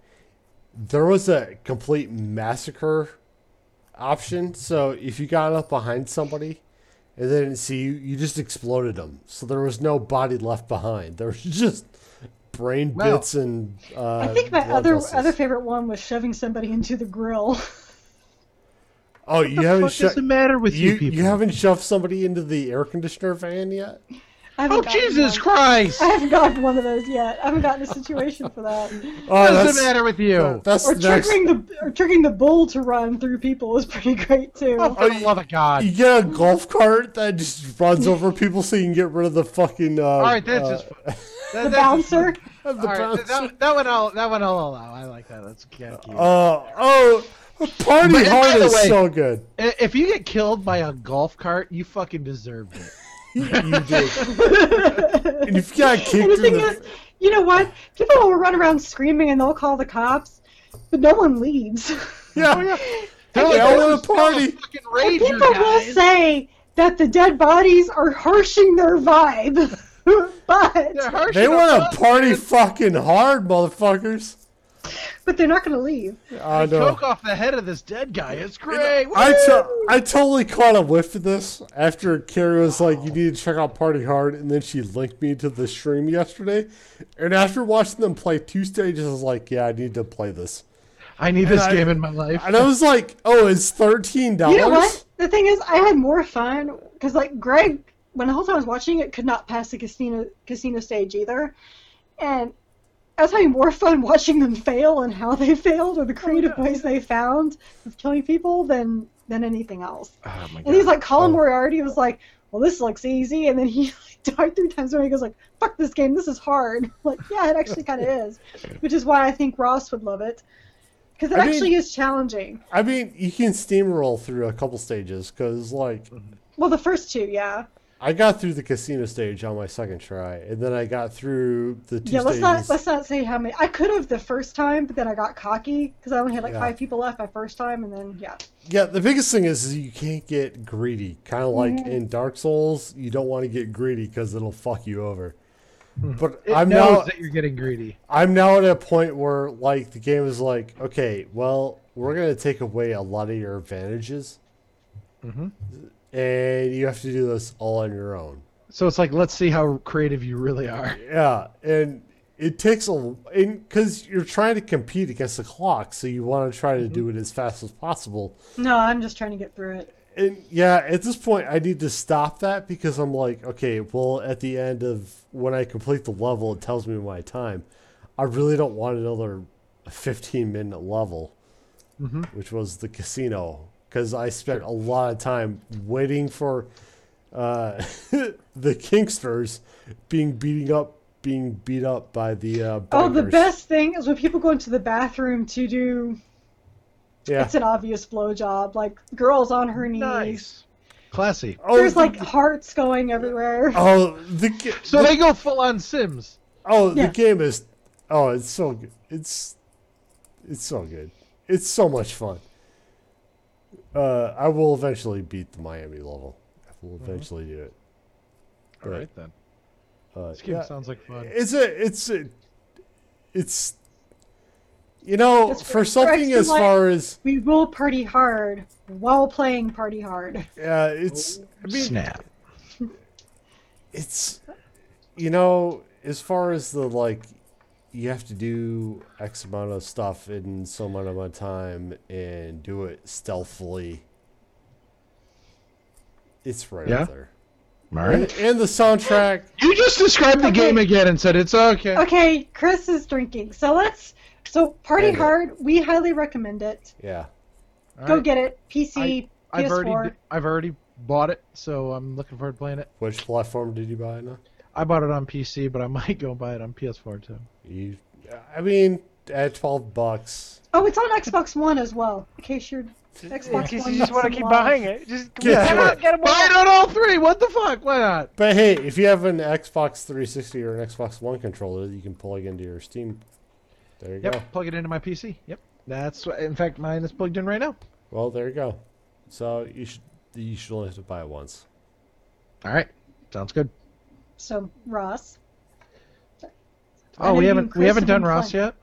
Speaker 2: there was a complete massacre option. So if you got up behind somebody and they didn't see you, you just exploded them. So there was no body left behind. There was just brain
Speaker 4: Wow.
Speaker 2: bits and. Uh,
Speaker 3: I think my
Speaker 2: blood
Speaker 3: other
Speaker 2: vessels.
Speaker 3: other favorite one was shoving somebody into the grill.
Speaker 2: Oh, you
Speaker 4: What the
Speaker 2: haven't
Speaker 4: fuck is
Speaker 2: shoved.
Speaker 4: the matter with you,
Speaker 2: You,
Speaker 4: people?
Speaker 2: you haven't shoved somebody into the air conditioner van yet?
Speaker 3: I haven't
Speaker 4: Oh
Speaker 3: gotten
Speaker 4: Jesus
Speaker 3: one.
Speaker 4: Christ!
Speaker 3: I haven't gotten one of those yet. I haven't gotten a situation for that.
Speaker 2: Oh,
Speaker 4: What is
Speaker 2: that's,
Speaker 4: the matter with you?
Speaker 2: that's
Speaker 3: Or
Speaker 2: the next.
Speaker 3: triggering the or triggering the bull to run through people is pretty great too.
Speaker 4: Oh, for the love of God!
Speaker 2: You get a golf cart that just runs over people so you can get rid of the fucking. Uh,
Speaker 4: All right, that's
Speaker 2: uh,
Speaker 4: just that,
Speaker 3: the
Speaker 4: that's-
Speaker 3: bouncer.
Speaker 2: of the
Speaker 4: all right,
Speaker 2: bouncer.
Speaker 4: that, that one I'll that one I'll allow. I like that. That's kinda cute.
Speaker 2: Uh, oh, Party
Speaker 4: But- and by
Speaker 2: Hard
Speaker 4: the
Speaker 2: is
Speaker 4: way-
Speaker 2: so good.
Speaker 4: I- if you get killed by a golf cart, you fucking deserved it.
Speaker 2: you did. and if you got
Speaker 3: And the
Speaker 2: kicked in
Speaker 3: thing
Speaker 2: the.
Speaker 3: is, you know what? People will run around screaming and they'll call the cops, but no one leaves.
Speaker 2: yeah,
Speaker 4: oh, They're
Speaker 2: Hey,
Speaker 4: like,
Speaker 2: I want
Speaker 4: "This is
Speaker 2: a
Speaker 4: still
Speaker 2: party."
Speaker 4: Fucking
Speaker 3: And
Speaker 4: rager,
Speaker 3: people
Speaker 4: guys.
Speaker 3: will say that the dead bodies are harshing their vibe, but
Speaker 4: They're harsh
Speaker 2: They
Speaker 4: enough
Speaker 2: want
Speaker 4: us.
Speaker 2: to party fucking hard, motherfuckers.
Speaker 3: but they're not going to leave.
Speaker 2: I know.
Speaker 4: Coke off the head of this dead guy. It's great.
Speaker 2: I, to- I totally caught a whiff of this after Carrie was like, "You need to check out Party Hard," and then she linked me to the stream yesterday. And after watching them play two stages, I was like, "Yeah, I need to play this."
Speaker 4: I need this
Speaker 2: I-
Speaker 4: game in my life.
Speaker 2: And I was like, "Oh, it's thirteen
Speaker 3: You know what?
Speaker 2: dollars."
Speaker 3: the thing is, I had more fun because like Greg, when the whole time I was watching it, could not pass the casino casino stage either, and I was having more fun watching them fail and how they failed or the creative ways they found of killing people than than anything else.
Speaker 4: Oh my
Speaker 3: And he's
Speaker 4: god.
Speaker 3: like, Colin
Speaker 2: Oh.
Speaker 3: Moriarty was like, "Well, this looks easy," and then he like, died three times. And he goes like, "Fuck this game, this is hard." like, yeah, it actually kind of is, which is why I think Ross would love it because it
Speaker 2: I mean-
Speaker 3: actually is challenging.
Speaker 2: I mean, you can steamroll through a couple stages because, like,
Speaker 3: Well, the first two, yeah.
Speaker 2: I got through the casino stage on my second try, and then I got through the two
Speaker 3: yeah, let's
Speaker 2: stages.
Speaker 3: not let's not say how many. I could have the first time, but then I got cocky because I only had like
Speaker 2: Yeah.
Speaker 3: five people left my first time, and then yeah,
Speaker 2: Yeah, the biggest thing is, is you can't get greedy. Kind of like
Speaker 3: Mm-hmm.
Speaker 2: in Dark Souls, you don't want to get greedy because it'll fuck you over. But
Speaker 4: Hmm. It
Speaker 2: I'm
Speaker 4: knows
Speaker 2: now
Speaker 4: that you're getting greedy.
Speaker 2: I'm now at a point where like the game is like, okay, well, we're gonna take away a lot of your advantages,
Speaker 4: Mhm.
Speaker 2: and you have to do this all on your own.
Speaker 4: So it's like, let's see how creative you really are.
Speaker 2: Yeah, and it takes a because you're trying to compete against the clock, so you want to try to do it as fast as possible.
Speaker 3: no, I'm just trying to get through it.
Speaker 2: And yeah, at this point, I need to stop that because I'm like, okay, well, at the end of when I complete the level, it tells me my time. I really don't want another 15 minute level, which was the casino, because I spent a lot of time waiting for uh, the Kingsters being beating up, being beat up by the. Uh,
Speaker 3: Oh, the
Speaker 2: bikers.
Speaker 3: best thing is when people go into the bathroom to do.
Speaker 2: Yeah.
Speaker 3: It's an obvious blowjob. Like girls on her knees.
Speaker 4: Nice. Classy.
Speaker 2: Oh,
Speaker 3: There's
Speaker 2: the-
Speaker 3: like hearts going everywhere.
Speaker 2: Oh, the ki-
Speaker 4: So they go full on Sims.
Speaker 2: Oh,
Speaker 3: Yeah.
Speaker 2: the game is oh, it's so good. It's it's so good. It's so much fun. Uh, I will eventually beat the Miami level. I will
Speaker 4: Mm-hmm.
Speaker 2: eventually do it.
Speaker 4: All right then.
Speaker 2: Uh,
Speaker 4: This game
Speaker 2: yeah.
Speaker 4: sounds like fun.
Speaker 2: It's a it's a, it's you know
Speaker 3: It's
Speaker 2: for
Speaker 3: for
Speaker 2: something
Speaker 3: extra
Speaker 2: as far as
Speaker 3: We will party hard while playing party hard.
Speaker 2: yeah, uh, it's
Speaker 4: Oh,
Speaker 2: I mean
Speaker 4: Snap.
Speaker 2: it's you know as far as the like you have to do x amount of stuff in so amount of time and do it stealthily it's right
Speaker 4: Yeah.
Speaker 2: up there
Speaker 4: All
Speaker 2: and,
Speaker 4: right.
Speaker 2: and the soundtrack
Speaker 4: You just described the
Speaker 3: Okay.
Speaker 4: game again and said it's okay.
Speaker 3: Okay, Chris is drinking. So let's. So party
Speaker 2: End it.
Speaker 3: hard. We highly recommend it.
Speaker 2: yeah
Speaker 4: All
Speaker 3: Go
Speaker 4: right.
Speaker 3: get it. PC,
Speaker 4: I've
Speaker 3: PS4.
Speaker 4: already I've already bought it, so I'm looking forward to playing it.
Speaker 2: which platform did you buy now
Speaker 4: I bought it on PC, but I might go buy it on PS4 too.
Speaker 2: you i mean at 12 bucks
Speaker 3: Oh, it's on Xbox One as well. In case you're
Speaker 1: In
Speaker 3: Xbox
Speaker 1: case
Speaker 3: One.
Speaker 1: you just want to keep buying it, just
Speaker 2: Yeah,
Speaker 1: why
Speaker 2: sure.
Speaker 1: not get a
Speaker 4: Buy it on all three. What the fuck? Why not?
Speaker 2: but hey if you have an xbox 360 or an xbox one controller you can plug into your steam there you
Speaker 4: Yep.
Speaker 2: go
Speaker 4: Plug it into my PC. Yep. That's what, in fact mine is plugged in right now.
Speaker 2: well there you go so you should you should only have to buy it once
Speaker 4: All right. Sounds good.
Speaker 3: So Ross. I
Speaker 4: Oh,
Speaker 3: know
Speaker 4: we
Speaker 3: you
Speaker 4: haven't
Speaker 3: and
Speaker 4: we
Speaker 3: Chris
Speaker 4: haven't
Speaker 3: have been
Speaker 4: done Ross
Speaker 3: playing-
Speaker 4: yet.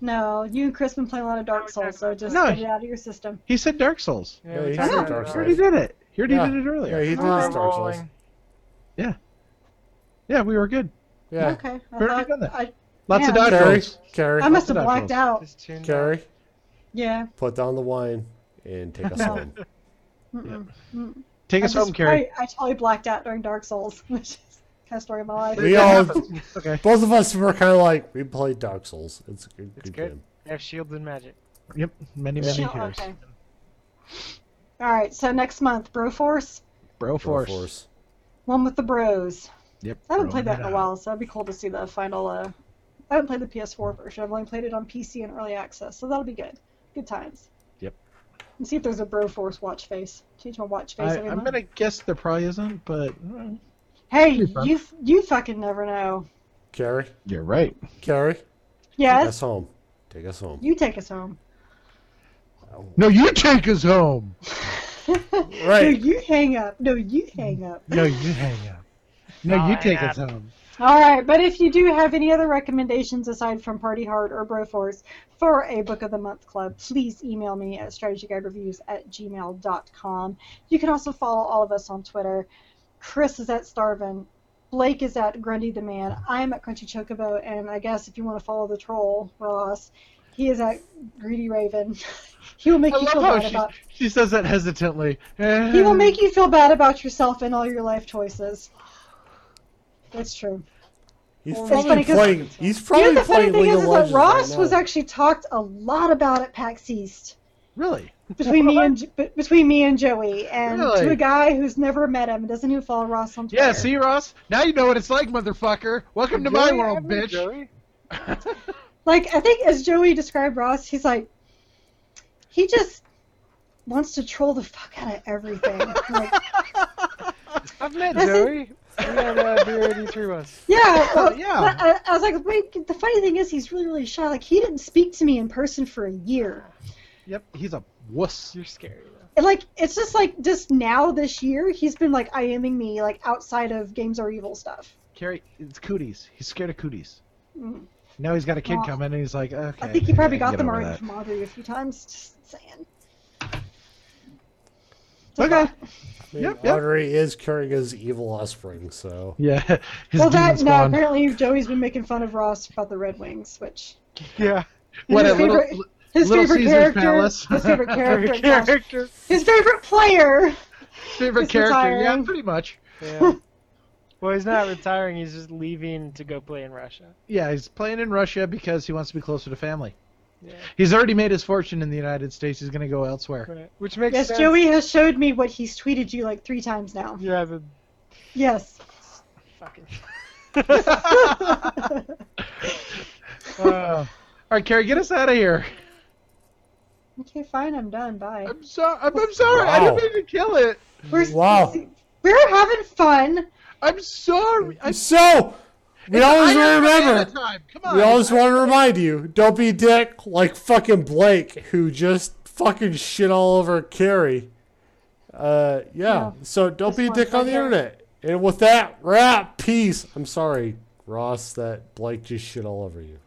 Speaker 3: No, you and Chris been playing a lot of Dark Souls, so just
Speaker 4: No.
Speaker 3: get it out of your system.
Speaker 4: He said Dark Souls.
Speaker 1: Yeah, we
Speaker 2: Yeah,
Speaker 1: talked
Speaker 2: he's
Speaker 1: about
Speaker 2: Dark
Speaker 1: it.
Speaker 4: He
Speaker 2: Souls.
Speaker 4: already did it. He already
Speaker 2: Yeah.
Speaker 4: did it earlier.
Speaker 2: Yeah, he did
Speaker 1: We're
Speaker 2: his Dark Souls.
Speaker 1: rolling.
Speaker 4: Yeah, we were good.
Speaker 2: Yeah.
Speaker 3: Okay. I
Speaker 4: We've already
Speaker 3: thought,
Speaker 4: done that.
Speaker 3: I,
Speaker 4: Lots of
Speaker 3: Yeah.
Speaker 4: dodge
Speaker 2: Carrie,
Speaker 4: rolls.
Speaker 2: Carrie,
Speaker 3: I must have
Speaker 4: Dark
Speaker 3: blacked
Speaker 4: Souls.
Speaker 3: out.
Speaker 1: Just tuned out.
Speaker 2: Carrie,
Speaker 3: Yeah.
Speaker 2: put down the wine and take us
Speaker 3: No.
Speaker 2: home.
Speaker 3: Mm-mm.
Speaker 4: Take
Speaker 3: I
Speaker 4: us home,
Speaker 3: just-
Speaker 4: Carrie.
Speaker 3: I, I totally blacked out during Dark Souls, which is kind of story of my life.
Speaker 2: We all,
Speaker 4: Okay.
Speaker 2: both of us were kind of like, we played Dark Souls. It's a good,
Speaker 1: It's
Speaker 2: good
Speaker 1: good.
Speaker 2: game.
Speaker 1: They have shields and magic.
Speaker 4: Yep. Many
Speaker 2: Yeah.
Speaker 4: many
Speaker 3: Sure,
Speaker 4: cares.
Speaker 3: okay. All right. So next month, Broforce,
Speaker 2: Bro
Speaker 4: Bro force.
Speaker 2: Force.
Speaker 3: one with the Bros.
Speaker 4: Yep.
Speaker 3: I haven't
Speaker 4: Bro
Speaker 3: played that in a
Speaker 4: out.
Speaker 3: while, so that'd be cool to see the final. Uh, I haven't played the PS4 version. I've only played it on PC and early access, so that'll be good. Good times.
Speaker 4: Yep.
Speaker 3: And see if there's a Broforce watch face. Change my watch face.
Speaker 4: I,
Speaker 3: every
Speaker 4: I'm
Speaker 3: month.
Speaker 4: gonna guess there probably isn't, but mm,
Speaker 3: Hey,
Speaker 4: It'll be fun.
Speaker 3: you f- you fucking never know.
Speaker 2: Carrie,
Speaker 4: you're right.
Speaker 2: Carrie, take us
Speaker 3: Yes,
Speaker 2: home. Take us home.
Speaker 3: you take us home.
Speaker 4: No, you take us home.
Speaker 3: No,
Speaker 2: Right.
Speaker 3: you hang up. No, you hang up.
Speaker 4: No, you hang up. No,
Speaker 1: Oh,
Speaker 4: you
Speaker 1: I
Speaker 4: take
Speaker 1: have-
Speaker 4: us home.
Speaker 3: All right, but if you do have any other recommendations aside from Party Hard or Broforce for a Book of the Month club, please email me at strategyguidereviews at gmail.com. You can also follow all of us on Twitter. Chris is at Starvin. Blake is at Grundy the Man. I'm at Crunchy Chocobo, and I guess if you want to follow the troll, Ross, He is a greedy raven. he will make
Speaker 4: I
Speaker 3: you feel
Speaker 4: love how
Speaker 3: bad
Speaker 4: she,
Speaker 3: about.
Speaker 4: she says that hesitantly.
Speaker 3: He will make you feel bad about yourself and all your life choices. That's true.
Speaker 2: He's
Speaker 3: Well,
Speaker 2: probably
Speaker 3: that's funny 'cause-
Speaker 2: playing. He's
Speaker 3: you
Speaker 2: probably
Speaker 3: know, the funny
Speaker 2: playing
Speaker 3: thing
Speaker 2: League
Speaker 3: is,
Speaker 2: of
Speaker 3: is that
Speaker 2: Legends
Speaker 3: Ross
Speaker 2: right
Speaker 3: was
Speaker 2: now.
Speaker 3: actually talked a lot about at PAX East
Speaker 4: really.
Speaker 3: between me and be- between me and Joey, and to
Speaker 4: Really?
Speaker 3: a guy who's never met him and doesn't even follow Ross on Twitter.
Speaker 4: Yeah, see, Ross? Now you know what it's like, motherfucker. Welcome to my
Speaker 1: Joey,
Speaker 4: world,
Speaker 1: haven't
Speaker 4: bitch.
Speaker 1: Joey?
Speaker 3: like I think as Joey described Ross, he's like he just wants to troll the fuck out of everything. like,
Speaker 1: I've met
Speaker 3: This is-
Speaker 1: Joey. We had uh, beer 83 once.
Speaker 3: yeah, well,
Speaker 4: yeah.
Speaker 3: But I, I was like, wait. The funny thing is, he's really, really shy. Like he didn't speak to me in person for a year.
Speaker 4: Yep, he's a wuss.
Speaker 1: You're scary though.
Speaker 3: And like it's just like just now this year, he's been like IMing me like outside of Games Are Evil stuff.
Speaker 4: Carrie, it's cooties. He's scared of cooties.
Speaker 3: Mm.
Speaker 4: Now he's got a kid
Speaker 3: Aw.
Speaker 4: coming, and he's like, okay.
Speaker 3: I think he probably
Speaker 4: can
Speaker 3: got
Speaker 4: get
Speaker 3: them
Speaker 4: over
Speaker 3: already
Speaker 4: that.
Speaker 3: from Audrey a few times. Just saying. It's
Speaker 4: Okay.
Speaker 3: okay.
Speaker 2: I mean,
Speaker 4: Yep, yep.
Speaker 2: Audrey is Kerrigan's evil offspring, so
Speaker 4: Yeah. His
Speaker 3: Well, that
Speaker 4: demon
Speaker 3: no.
Speaker 4: spawn.
Speaker 3: Apparently, Joey's been making fun of Ross about the Red Wings, which
Speaker 1: Yeah.
Speaker 4: What a
Speaker 3: his
Speaker 4: little.
Speaker 3: favorite- his
Speaker 4: Little
Speaker 3: favorite
Speaker 4: Caesar's
Speaker 3: character,
Speaker 4: Palace.
Speaker 3: his favorite character,
Speaker 1: Every
Speaker 3: gosh,
Speaker 1: character.
Speaker 3: his favorite player.
Speaker 4: Favorite
Speaker 3: He's
Speaker 4: character, yeah,
Speaker 3: retiring.
Speaker 4: pretty much.
Speaker 1: Yeah. Well, he's not retiring. He's just leaving to go play in Russia.
Speaker 4: Yeah, he's playing in Russia because he wants to be closer to family.
Speaker 1: Yeah.
Speaker 4: He's already made his fortune in the United States. He's going to go elsewhere.
Speaker 1: Right. Which makes
Speaker 3: Yes,
Speaker 1: sense.
Speaker 3: Joey has showed me what he's tweeted you like three times now.
Speaker 1: Yeah, the
Speaker 3: Yes.
Speaker 1: fucking.
Speaker 4: Uh, all right, Carrie, get us out of here.
Speaker 3: Okay, fine. I'm done. Bye.
Speaker 4: I'm sorry. I'm, I'm sorry. I didn't
Speaker 2: Wow.
Speaker 4: mean to kill it.
Speaker 3: We're
Speaker 2: Wow.
Speaker 3: we're having fun.
Speaker 4: I'm sorry. I
Speaker 2: So we always
Speaker 4: I am out
Speaker 2: remember.
Speaker 4: of time. Come on.
Speaker 2: We always want to remind you: don't be a dick like fucking Blake, who just fucking shit all over Carrie. Uh, yeah. So don't
Speaker 3: That's
Speaker 2: be a
Speaker 3: fine.
Speaker 2: dick on the
Speaker 3: Okay.
Speaker 2: internet. And with that, wrap. Peace. I'm sorry, Ross, that Blake just shit all over you.